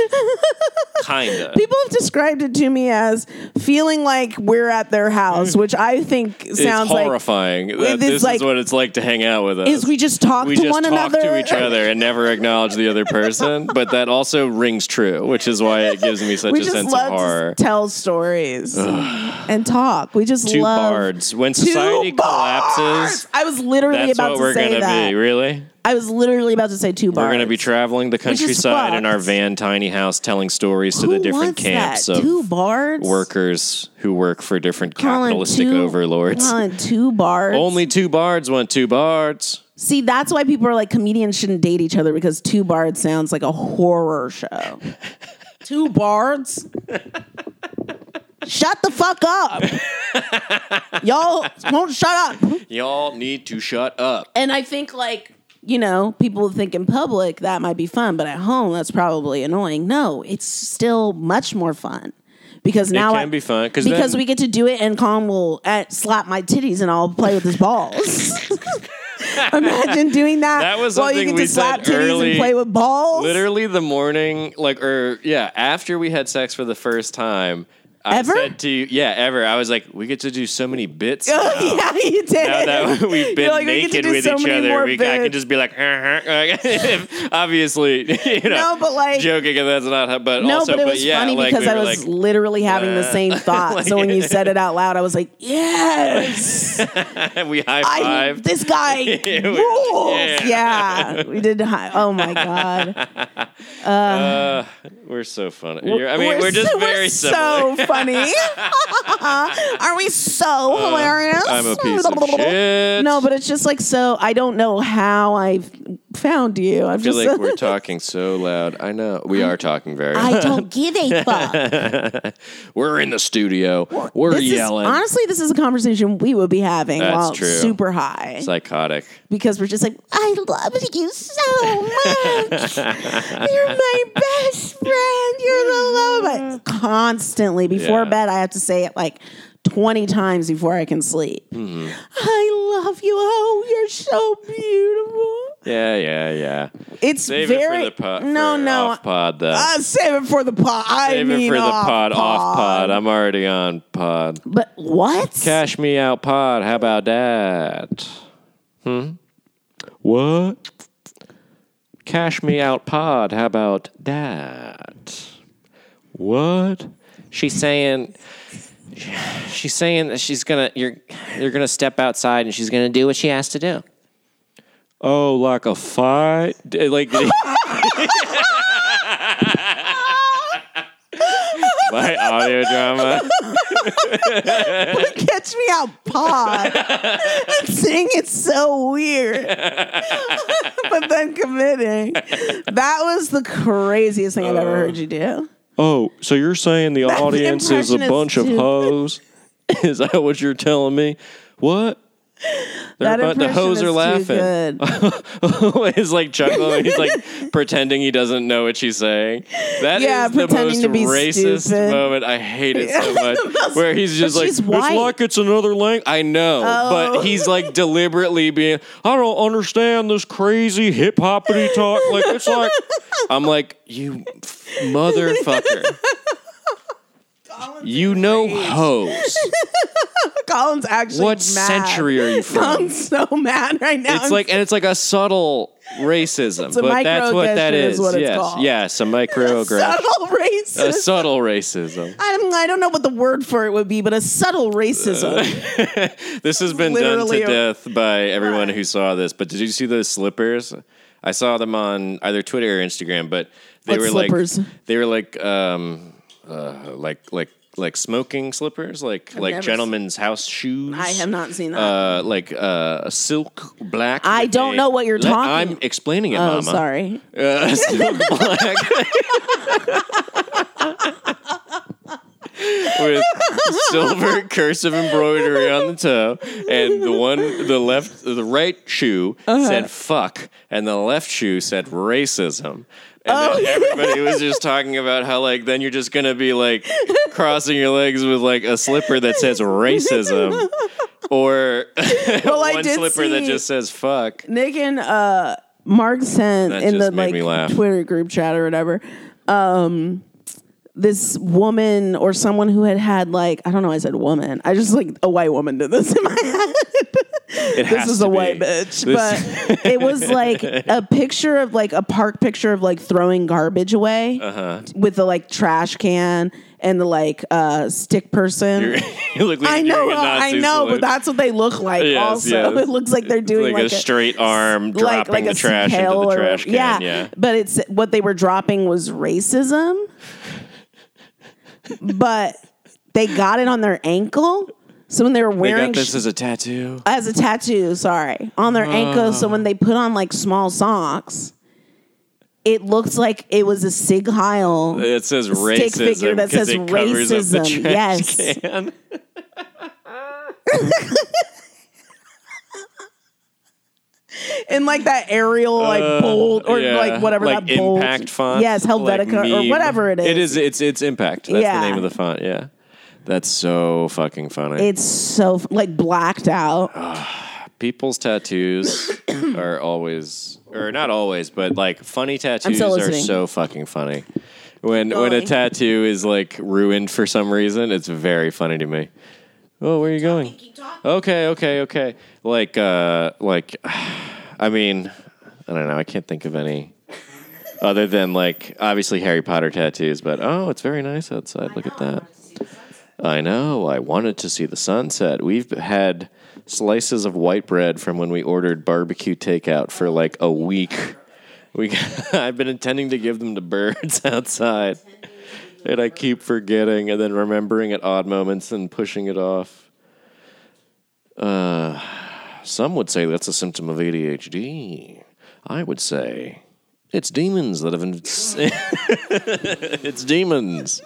Speaker 2: Kinda.
Speaker 1: People have described it to me as feeling like we're at their house, which I think sounds
Speaker 2: Mm. it's
Speaker 1: like
Speaker 2: horrifying that
Speaker 1: is
Speaker 2: this
Speaker 1: like-
Speaker 2: is what it's like to hang out with us.
Speaker 1: is we just talk
Speaker 2: we
Speaker 1: to
Speaker 2: just
Speaker 1: one
Speaker 2: talk
Speaker 1: another
Speaker 2: to each other and never acknowledge the other person, but that also rings true, which is why it gives me such a
Speaker 1: We just
Speaker 2: sense of
Speaker 1: love
Speaker 2: horror.
Speaker 1: to tell stories and talk. We just
Speaker 2: Two
Speaker 1: love
Speaker 2: bards. When
Speaker 1: Two
Speaker 2: society
Speaker 1: bards!
Speaker 2: collapses,
Speaker 1: I was literally
Speaker 2: that's
Speaker 1: about
Speaker 2: what
Speaker 1: to
Speaker 2: we're
Speaker 1: say
Speaker 2: gonna
Speaker 1: that.
Speaker 2: be. Really?
Speaker 1: I was literally about to say two bars.
Speaker 2: We're going to be traveling the
Speaker 1: is
Speaker 2: countryside in our
Speaker 1: fucked.
Speaker 2: van tiny house telling stories to
Speaker 1: Who
Speaker 2: the different
Speaker 1: wants
Speaker 2: camps
Speaker 1: that?
Speaker 2: of
Speaker 1: two bars.
Speaker 2: workers who work for different
Speaker 1: Colin,
Speaker 2: capitalistic
Speaker 1: two-
Speaker 2: overlords.
Speaker 1: Colin, two bars.
Speaker 2: Only two bards want two bards.
Speaker 1: See, that's why people are like comedians shouldn't date each other because two bards sounds like a horror show. two bards? shut the fuck up. Y'all won't shut up.
Speaker 2: Y'all need to shut up.
Speaker 1: And I think like, you know, people think in public that might be fun, but at home that's probably annoying. No, it's still much more fun. Because now
Speaker 2: it
Speaker 1: I,
Speaker 2: can be fun because
Speaker 1: because we get to do it and Colin will uh, slap my titties and I'll play with his balls. Imagine doing that.
Speaker 2: That was
Speaker 1: while you
Speaker 2: something
Speaker 1: get
Speaker 2: we
Speaker 1: to slap
Speaker 2: said
Speaker 1: titties
Speaker 2: early.
Speaker 1: and play with balls.
Speaker 2: literally the morning, like, or yeah, after we had sex for the first time, I
Speaker 1: Ever?
Speaker 2: said to you, yeah, ever. I was like, we get to do so many bits. now.
Speaker 1: yeah, you did.
Speaker 2: now that we've been
Speaker 1: You're like, we get to
Speaker 2: naked
Speaker 1: do
Speaker 2: with
Speaker 1: so
Speaker 2: each
Speaker 1: many
Speaker 2: other,
Speaker 1: more
Speaker 2: we, I can
Speaker 1: bits.
Speaker 2: just be like, "Uh-huh," like, obviously, you know,
Speaker 1: No, but like-
Speaker 2: joking, and that's not how. But
Speaker 1: No,
Speaker 2: also,
Speaker 1: but it was
Speaker 2: yeah,
Speaker 1: funny
Speaker 2: like,
Speaker 1: because
Speaker 2: we
Speaker 1: I
Speaker 2: were
Speaker 1: was
Speaker 2: like, uh,
Speaker 1: literally having the same thought. so when you said it out loud, I was like, "Yes."
Speaker 2: and we high
Speaker 1: I,
Speaker 2: fived.
Speaker 1: this guy
Speaker 2: Yeah, we-
Speaker 1: rules.
Speaker 2: yeah.
Speaker 1: Yeah. we did. High, oh my god,
Speaker 2: Uh, we're so funny. You're- I mean, we're, just
Speaker 1: so-
Speaker 2: very
Speaker 1: we're
Speaker 2: similar. Uh,
Speaker 1: so funny. Are we so hilarious?
Speaker 2: I'm a piece of shit.
Speaker 1: No, but it's just like so. I don't know how I found you. I'm
Speaker 2: I feel
Speaker 1: just.
Speaker 2: like we're talking so loud. I know we are talking very.
Speaker 1: I don't give a fuck.
Speaker 2: we're in the studio. We're
Speaker 1: This is-
Speaker 2: yelling.
Speaker 1: honestly, this is a conversation we would be having
Speaker 2: That's
Speaker 1: while
Speaker 2: true.
Speaker 1: super high.
Speaker 2: Psychotic.
Speaker 1: because we're just like, I love you so much. You're my best friend. You're the love. I- Constantly before
Speaker 2: Yeah.
Speaker 1: bed, I have to say it like 20 times before I can sleep.
Speaker 2: Mm-hmm.
Speaker 1: I love you. Oh, you're so beautiful.
Speaker 2: Yeah, yeah, yeah.
Speaker 1: It's
Speaker 2: Save
Speaker 1: very.
Speaker 2: it for the pod.
Speaker 1: no, no.
Speaker 2: off pod though.
Speaker 1: I save it for the pod. I
Speaker 2: Save
Speaker 1: mean,
Speaker 2: it for the
Speaker 1: off
Speaker 2: pod, off pod. I'm already on pod.
Speaker 1: But what?
Speaker 2: Cash me out pod. How about that? Hmm? What? Cash me out pod. How about that? What? She's saying she's saying that she's gonna you're you're gonna step outside and she's gonna do what she has to do. Oh, like a fight? Like my audio drama.
Speaker 1: Catch me out pod. and saying it's so weird. but then committing. That was the craziest thing I've ever
Speaker 2: Uh,
Speaker 1: heard you do.
Speaker 2: Oh, so you're saying the audience is a
Speaker 1: impression is
Speaker 2: bunch of
Speaker 1: too-
Speaker 2: hoes? is that what you're telling me? What? They're
Speaker 1: That
Speaker 2: about the
Speaker 1: impression
Speaker 2: hoes
Speaker 1: is
Speaker 2: are
Speaker 1: too
Speaker 2: laughing.
Speaker 1: good.
Speaker 2: he's like chuckling. He's like pretending he doesn't know what she's saying. That is
Speaker 1: Yeah,
Speaker 2: the
Speaker 1: pretending
Speaker 2: most
Speaker 1: to be
Speaker 2: racist
Speaker 1: stupid.
Speaker 2: moment. I hate it so
Speaker 1: Yeah,
Speaker 2: much.
Speaker 1: the most-
Speaker 2: where he's just
Speaker 1: but
Speaker 2: like,
Speaker 1: she's
Speaker 2: it's
Speaker 1: white."
Speaker 2: like it's another language. I know,
Speaker 1: Oh.
Speaker 2: but he's like deliberately being. I don't understand this crazy hip hoppity talk. Like it's like I'm like you motherfucker. You know hoes.
Speaker 1: Colin's actually
Speaker 2: What
Speaker 1: mad.
Speaker 2: century are you from?
Speaker 1: Colin's so mad right now.
Speaker 2: It's
Speaker 1: I'm
Speaker 2: like, and it's like a subtle racism,
Speaker 1: a
Speaker 2: but that's what that
Speaker 1: microaggression
Speaker 2: is.
Speaker 1: is what it's
Speaker 2: yes,
Speaker 1: called.
Speaker 2: yes, a microaggression,
Speaker 1: subtle
Speaker 2: a
Speaker 1: racist.
Speaker 2: subtle racism.
Speaker 1: I don't, I don't know what the word for it would be, but a subtle racism.
Speaker 2: Uh, This has been done
Speaker 1: Literally
Speaker 2: to
Speaker 1: a-
Speaker 2: death by everyone who saw this. But did you see those slippers? I saw them on either Twitter or Instagram, but they
Speaker 1: What
Speaker 2: were
Speaker 1: slippers?
Speaker 2: like they were like um uh, like like like smoking slippers, like
Speaker 1: never
Speaker 2: like
Speaker 1: s-
Speaker 2: gentlemen's house shoes.
Speaker 1: I have not seen that.
Speaker 2: Uh, like uh, silk black.
Speaker 1: I
Speaker 2: with
Speaker 1: don't
Speaker 2: a-
Speaker 1: know what you're
Speaker 2: Let-
Speaker 1: talking-
Speaker 2: I'm explaining it,
Speaker 1: oh,
Speaker 2: Mama.
Speaker 1: sorry.
Speaker 2: Uh, silk black. With silver cursive embroidery on the toe, and the one, the left, the right shoe
Speaker 1: Uh-huh.
Speaker 2: said "fuck," and the left shoe said "racism." And
Speaker 1: Oh.
Speaker 2: then everybody was just talking about how, like, then you're just gonna be like crossing your legs with like a slipper that says racism, or
Speaker 1: Well, I
Speaker 2: one
Speaker 1: did
Speaker 2: slipper that
Speaker 1: see-
Speaker 2: just says "fuck."
Speaker 1: Nick and uh, Mark sent
Speaker 2: That
Speaker 1: in the
Speaker 2: just made
Speaker 1: like
Speaker 2: me laugh.
Speaker 1: Twitter group chat or whatever. Um, this woman or someone who had had like I don't know. I said woman. I just like a white woman did this in my head.
Speaker 2: It
Speaker 1: this
Speaker 2: has
Speaker 1: is
Speaker 2: to
Speaker 1: a white
Speaker 2: be.
Speaker 1: bitch,
Speaker 2: This-
Speaker 1: but it was like a picture of like a park picture of like throwing garbage away
Speaker 2: Uh-huh.
Speaker 1: with the like trash can and the like uh, stick person.
Speaker 2: you look like
Speaker 1: I
Speaker 2: you're
Speaker 1: know, uh,
Speaker 2: doing a
Speaker 1: I
Speaker 2: Nazi
Speaker 1: know,
Speaker 2: salute.
Speaker 1: but that's what they look like.
Speaker 2: Yes,
Speaker 1: also,
Speaker 2: yes.
Speaker 1: it looks like they're doing
Speaker 2: like,
Speaker 1: like,
Speaker 2: a, straight arm dropping
Speaker 1: like like
Speaker 2: the
Speaker 1: a
Speaker 2: trash into
Speaker 1: scale
Speaker 2: the
Speaker 1: or-
Speaker 2: trash can.
Speaker 1: Yeah,
Speaker 2: Yeah,
Speaker 1: but it's what they were dropping was racism, but they got it on their ankle. So when they were
Speaker 2: they
Speaker 1: wearing
Speaker 2: got
Speaker 1: sh-
Speaker 2: this as a tattoo.
Speaker 1: as a tattoo, sorry, on their ankle.
Speaker 2: Uh.
Speaker 1: So when they put on like small socks, it looked like it was a Sig Heil.
Speaker 2: It says
Speaker 1: stick
Speaker 2: racism
Speaker 1: figure
Speaker 2: 'cause
Speaker 1: that says
Speaker 2: it covers up the
Speaker 1: racism,
Speaker 2: trash
Speaker 1: yes.
Speaker 2: can.
Speaker 1: in like that Arial like bold or
Speaker 2: uh, Yeah,
Speaker 1: like whatever
Speaker 2: like
Speaker 1: that bold
Speaker 2: impact font.
Speaker 1: Yes,
Speaker 2: like
Speaker 1: Helvetica or
Speaker 2: Mead.
Speaker 1: whatever it is.
Speaker 2: It is. It's it's impact. That's
Speaker 1: Yeah.
Speaker 2: the name of the font. Yeah, that's so fucking funny.
Speaker 1: It's so f- like blacked out.
Speaker 2: People's tattoos are always, or not always, but like funny tattoos
Speaker 1: still
Speaker 2: are
Speaker 1: listening.
Speaker 2: so fucking funny. When when a tattoo is like ruined for some reason, it's very funny to me. Oh, where are you going? Okay, okay, okay. Like, uh, like, I mean, I don't know. I can't think of any other than like obviously Harry Potter tattoos. But oh, it's very nice outside. Look at that. I know. I wanted to see the sunset. We've had slices of white bread from when we ordered barbecue takeout for like a week. We I've been intending to give them to birds outside. And I keep forgetting and then remembering at odd moments and pushing it off. Uh, some would say that's a symptom of ADHD. I would say it's demons that have. Ins- it's demons.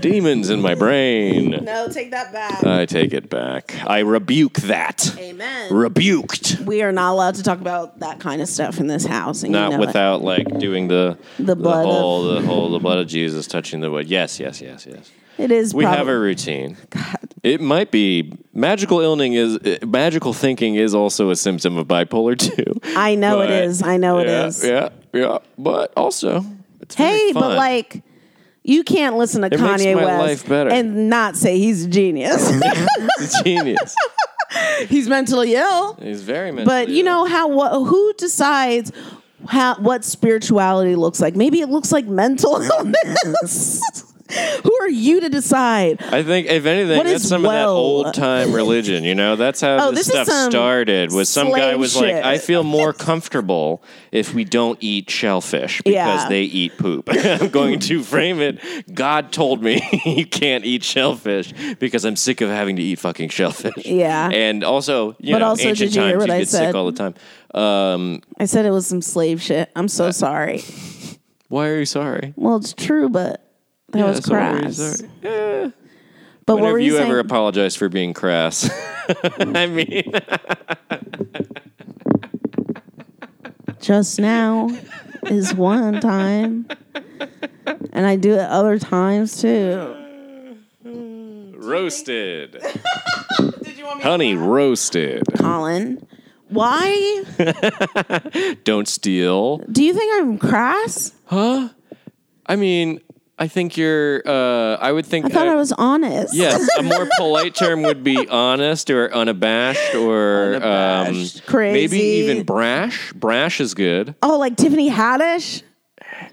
Speaker 2: Demons in my brain.
Speaker 1: No, take that back.
Speaker 2: I take it back. I rebuke that.
Speaker 1: Amen.
Speaker 2: Rebuked.
Speaker 1: we are not allowed to talk about that kind of stuff in this house. And
Speaker 2: Not
Speaker 1: you know it.
Speaker 2: without like doing the
Speaker 1: The blood of-
Speaker 2: whole the whole the blood of Jesus touching the wood. Yes, yes, yes, yes.
Speaker 1: it is.
Speaker 2: We have
Speaker 1: probably-
Speaker 2: a routine. It might be magical illning is uh, magical thinking is also a symptom of bipolar too.
Speaker 1: I know
Speaker 2: But-
Speaker 1: it is. I know
Speaker 2: yeah,
Speaker 1: it is.
Speaker 2: Yeah, yeah. But also, it's very
Speaker 1: hey, but
Speaker 2: fun.
Speaker 1: like, you can't listen to
Speaker 2: It
Speaker 1: Kanye
Speaker 2: makes my
Speaker 1: West
Speaker 2: life better.
Speaker 1: and not say he's a genius.
Speaker 2: It's genius.
Speaker 1: he's mentally ill.
Speaker 2: He's very mentally
Speaker 1: But you
Speaker 2: ill.
Speaker 1: know how what who decides how what spirituality looks like? Maybe it looks like mental illness. who are you to decide?
Speaker 2: I think if anything,
Speaker 1: What
Speaker 2: that's
Speaker 1: is
Speaker 2: some of that
Speaker 1: well?
Speaker 2: old time religion. You know, that's how
Speaker 1: Oh,
Speaker 2: this,
Speaker 1: this is
Speaker 2: stuff
Speaker 1: some
Speaker 2: started. Was some guy
Speaker 1: slave
Speaker 2: was like,
Speaker 1: shit.
Speaker 2: "I feel more comfortable if we don't eat shellfish because
Speaker 1: Yeah.
Speaker 2: they eat poop." I'm going to frame it. God told me you can't eat shellfish because I'm sick of having to eat fucking shellfish.
Speaker 1: Yeah.
Speaker 2: and also, you
Speaker 1: But
Speaker 2: know,
Speaker 1: also,
Speaker 2: ancient
Speaker 1: did you hear
Speaker 2: times
Speaker 1: what
Speaker 2: you
Speaker 1: I
Speaker 2: get
Speaker 1: said?
Speaker 2: sick all the time. Um,
Speaker 1: I said it was some slave shit. I'm
Speaker 2: Uh,
Speaker 1: so sorry.
Speaker 2: why are you sorry?
Speaker 1: Well, it's true, but that was
Speaker 2: so why are you
Speaker 1: crass.
Speaker 2: sorry?
Speaker 1: But
Speaker 2: When
Speaker 1: what were
Speaker 2: have
Speaker 1: you,
Speaker 2: you
Speaker 1: saying?
Speaker 2: ever apologized for being crass? I mean.
Speaker 1: Just now is one time, and I do it other times too.
Speaker 2: roasted. Honey roasted.
Speaker 1: Colin, why
Speaker 2: Don't steal.
Speaker 1: do you think I'm crass?
Speaker 2: I mean, I think you're. Uh, I would think.
Speaker 1: I thought
Speaker 2: uh,
Speaker 1: I was honest.
Speaker 2: Yes, a more polite term would be honest or unabashed or
Speaker 5: Unabashed.
Speaker 2: Um, maybe
Speaker 1: Crazy.
Speaker 2: even brash. Brash is good.
Speaker 1: Oh, like Tiffany Haddish?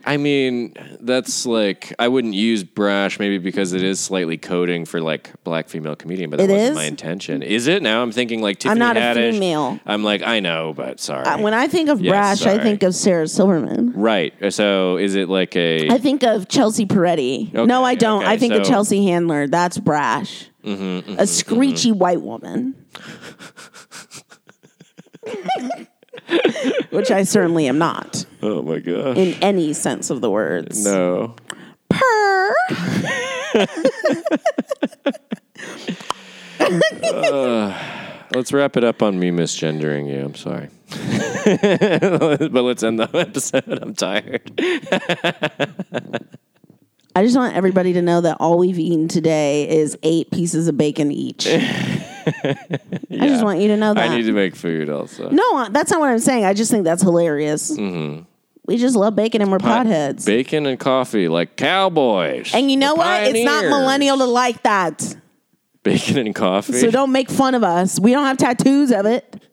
Speaker 2: I mean, that's like I wouldn't use brash maybe because it is slightly coding for like black female comedian, but that
Speaker 1: It
Speaker 2: wasn't
Speaker 1: is?
Speaker 2: my intention. Is it? Now I'm thinking like Tiffany
Speaker 1: I'm not a
Speaker 2: Haddish.
Speaker 1: female.
Speaker 2: I'm like I know, but sorry.
Speaker 1: Uh, When I think of
Speaker 2: Yes,
Speaker 1: Brash, I
Speaker 2: sorry.
Speaker 1: think of Sarah Silverman.
Speaker 2: right. So is it like a
Speaker 1: I think of Chelsea Peretti.
Speaker 2: Okay,
Speaker 1: no, I don't.
Speaker 2: okay,
Speaker 1: I think of
Speaker 2: so- Mm-hmm,
Speaker 1: Chelsea Handler. That's Brash. a screechy white woman. Which I certainly am not
Speaker 2: oh my gosh.
Speaker 1: in any sense of the words.
Speaker 2: no.
Speaker 1: Purr.
Speaker 2: Let's wrap it up on me misgendering you. I'm sorry. but let's end the episode. I'm tired.
Speaker 1: I just want everybody to know that all we've eaten today is eight pieces of bacon each. I just want you to know that.
Speaker 2: I need to make food also.
Speaker 1: No, uh, that's not what I'm saying. I just think that's hilarious.
Speaker 2: Mm-hmm.
Speaker 1: We just love bacon and we're potheads.
Speaker 2: Bacon and coffee, like cowboys.
Speaker 1: and you know
Speaker 2: The
Speaker 1: what? It's not
Speaker 2: pioneers.
Speaker 1: millennial to like that. So
Speaker 2: Bacon and coffee.
Speaker 1: don't make fun of us. We don't have tattoos of it.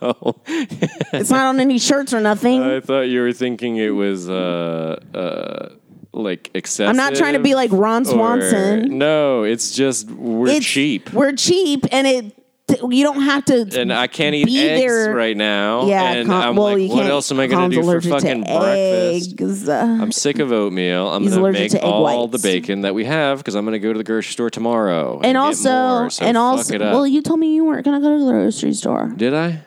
Speaker 2: Oh.
Speaker 1: it's not on any shirts or nothing.
Speaker 2: I thought you were thinking it was uh uh like excessive.
Speaker 1: I'm not trying to be like Ron Swanson.
Speaker 2: No, it's just we're
Speaker 1: It's
Speaker 2: cheap.
Speaker 1: We're cheap, and it. You don't have to.
Speaker 2: and I can't eat
Speaker 1: be
Speaker 2: eggs
Speaker 1: there-
Speaker 2: right now.
Speaker 1: yeah,
Speaker 2: and
Speaker 1: con-
Speaker 2: I'm
Speaker 1: well,
Speaker 2: like,
Speaker 1: you
Speaker 2: what
Speaker 1: can't-
Speaker 2: else am I going
Speaker 1: Con's
Speaker 2: to do for
Speaker 1: allergic to
Speaker 2: fucking breakfast?
Speaker 1: eggs. Uh,
Speaker 2: I'm sick of oatmeal. I'm
Speaker 1: He's
Speaker 2: gonna
Speaker 1: allergic
Speaker 2: make
Speaker 1: to egg
Speaker 2: all
Speaker 1: whites.
Speaker 2: the bacon that we have because I'm gonna go to the grocery store tomorrow.
Speaker 1: and
Speaker 2: get
Speaker 1: also,
Speaker 2: more, so
Speaker 1: and
Speaker 2: fuck
Speaker 1: also,
Speaker 2: it up.
Speaker 1: well, you told me you weren't gonna go to the grocery store.
Speaker 2: did I?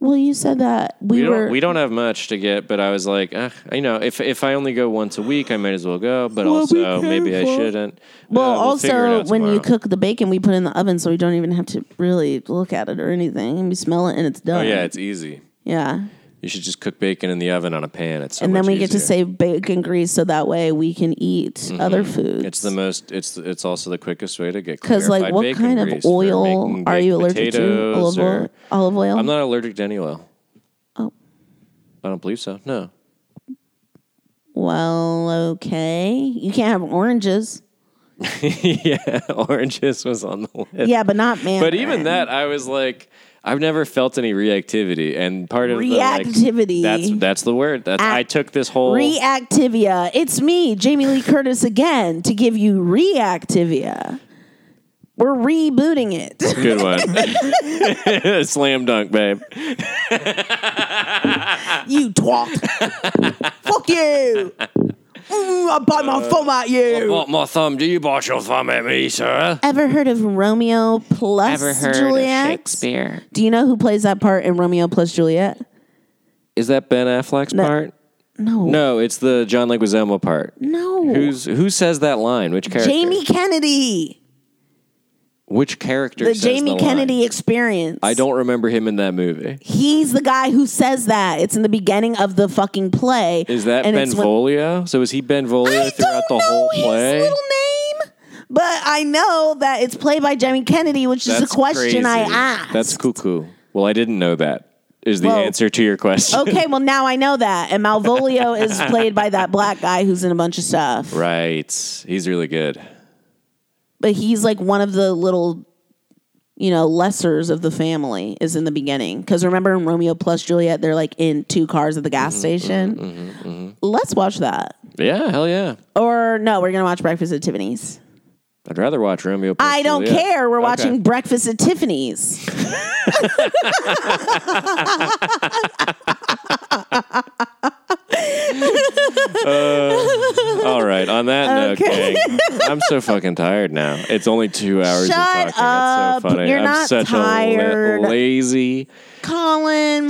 Speaker 1: Well, you said that we,
Speaker 2: We
Speaker 1: were.
Speaker 2: don't, we don't have much to get, but I was like, ah, you know, if if I only go once a week, I might as well go. But
Speaker 1: Well, be
Speaker 2: also, maybe I
Speaker 1: careful.
Speaker 2: shouldn't.
Speaker 1: Well,
Speaker 2: Uh, we'll figure it
Speaker 1: also,
Speaker 2: out
Speaker 1: when you
Speaker 2: tomorrow.
Speaker 1: cook the bacon, we put it in the oven, so we don't even have to really look at it or anything. And we smell it, and it's
Speaker 2: oh
Speaker 1: done.
Speaker 2: yeah, it's easy.
Speaker 1: yeah.
Speaker 2: You should just cook bacon in the oven on a pan. It's so
Speaker 1: And then
Speaker 2: much
Speaker 1: we get to
Speaker 2: easier. Mm-hmm.
Speaker 1: save bacon grease, so that way we can eat other foods.
Speaker 2: It's the most. It's it's also the quickest way to get because
Speaker 1: 'Cause, like, what kind of oil are you allergic to? Olive oil. Olive oil.
Speaker 2: I'm not allergic to any oil.
Speaker 1: Oh.
Speaker 2: I don't believe so. No.
Speaker 1: well, okay. You can't have oranges.
Speaker 2: yeah, oranges was on the list.
Speaker 1: Yeah, but not man.
Speaker 2: But even that, I was like, I've never felt any reactivity, and part of
Speaker 1: Reactivity.
Speaker 2: The,
Speaker 1: Ah,
Speaker 2: like, that's that's the word. That's I
Speaker 1: Act-
Speaker 2: took this whole.
Speaker 1: Reactivia. It's me, Jamie Lee Curtis, again to give you Reactivia. We're rebooting it.
Speaker 2: Good one. Slam dunk, babe.
Speaker 1: you twat. Fuck you. Mm, I bite my thumb at you.
Speaker 2: Bought my thumb. Do you bite your thumb at me, sir?
Speaker 1: Ever heard of Romeo plus Juliet?
Speaker 5: Shakespeare?
Speaker 1: Do you know who plays that part in Romeo plus Juliet?
Speaker 2: Is that Ben Affleck's part?
Speaker 1: No.
Speaker 2: No, it's the John Leguizamo part.
Speaker 1: No.
Speaker 2: Who's who says that line? Which character?
Speaker 1: Jamie Kennedy.
Speaker 2: Which character?
Speaker 1: The
Speaker 2: says
Speaker 1: Jamie
Speaker 2: line?
Speaker 1: Kennedy experience.
Speaker 2: I don't remember him in that movie.
Speaker 1: He's the guy who says that. It's in the beginning of the fucking play.
Speaker 2: Is that
Speaker 1: and it's when-
Speaker 2: Benvolio? so is he Benvolio
Speaker 1: I
Speaker 2: throughout
Speaker 1: don't
Speaker 2: the whole
Speaker 1: know
Speaker 2: play?
Speaker 1: His little name, but I know that it's played by Jamie Kennedy, which is the question I
Speaker 2: crazy.
Speaker 1: asked.
Speaker 2: That's cuckoo. Well, I didn't know that. Is the
Speaker 1: Whoa.
Speaker 2: answer to your question?
Speaker 1: okay, well now I know that. And Malvolio is played by that black guy who's in a bunch of stuff.
Speaker 2: Right. He's really good.
Speaker 1: But he's like one of the little you know, lessers of the family is in the beginning. Because remember in Romeo plus Juliet, they're like in two cars at the gas
Speaker 2: Mm-hmm,
Speaker 1: station. Let's watch that.
Speaker 2: Yeah, hell yeah.
Speaker 1: Or no, we're gonna watch Breakfast at Tiffany's.
Speaker 2: I'd rather watch Romeo. plus
Speaker 1: I don't
Speaker 2: Juliet.
Speaker 1: care. We're
Speaker 2: Okay.
Speaker 1: watching Breakfast at Tiffany's.
Speaker 2: All right. On that
Speaker 1: Okay.
Speaker 2: note, gang, I'm so fucking tired now. It's only two hours
Speaker 1: Shut
Speaker 2: of talking.
Speaker 1: up.
Speaker 2: It's so funny.
Speaker 1: You're
Speaker 2: I'm
Speaker 1: not
Speaker 2: such a
Speaker 1: tired.
Speaker 2: la- lazy.
Speaker 1: Colin,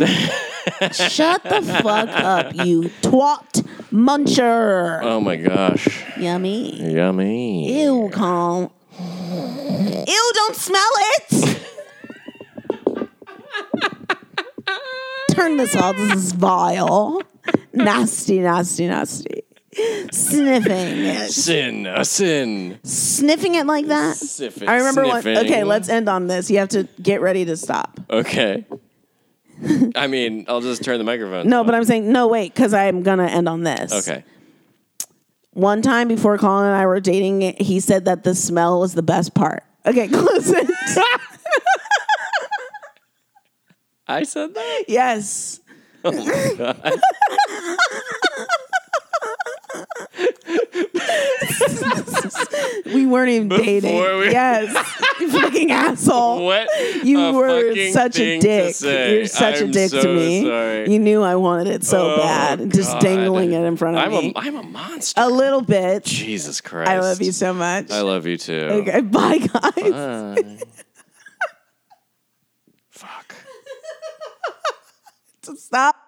Speaker 1: shut the fuck up, you twat muncher.
Speaker 2: Oh my gosh.
Speaker 1: Yummy.
Speaker 2: Yummy.
Speaker 1: Ew, Colin. Ew, don't smell it. Turn this off. This is vile. Nasty, nasty, nasty. Sniffing it.
Speaker 2: Sin, a sin.
Speaker 1: Sniffing it like that?
Speaker 2: Sniff it,
Speaker 1: I remember one.
Speaker 2: sniffing.
Speaker 1: Okay, let's end on this. You have to get ready to stop.
Speaker 2: Okay. I mean, I'll just turn the microphone.
Speaker 1: No, but I'm saying, no, wait, because I'm going to end on this.
Speaker 2: Okay.
Speaker 1: One time before Colin and I were dating, he said that the smell was the best part. Okay, close it.
Speaker 2: I said that.
Speaker 1: yes.
Speaker 2: Oh
Speaker 1: we weren't even dating.
Speaker 2: Before we-
Speaker 1: Yes. You fucking asshole.
Speaker 2: What?
Speaker 1: You
Speaker 2: a
Speaker 1: were
Speaker 2: fucking
Speaker 1: such a
Speaker 2: thing To
Speaker 1: dick.
Speaker 2: say.
Speaker 1: You're such
Speaker 2: I'm
Speaker 1: a dick to
Speaker 2: so
Speaker 1: me.
Speaker 2: Sorry.
Speaker 1: You knew I wanted it so
Speaker 2: Oh,
Speaker 1: bad, just
Speaker 2: God.
Speaker 1: dangling it in front of
Speaker 2: I'm
Speaker 1: me.
Speaker 2: a I'm a monster.
Speaker 1: a little bit.
Speaker 2: Jesus Christ.
Speaker 1: I love you so much.
Speaker 2: I love you too.
Speaker 1: okay, bye guys.
Speaker 2: Bye. Fuck.
Speaker 1: Stop.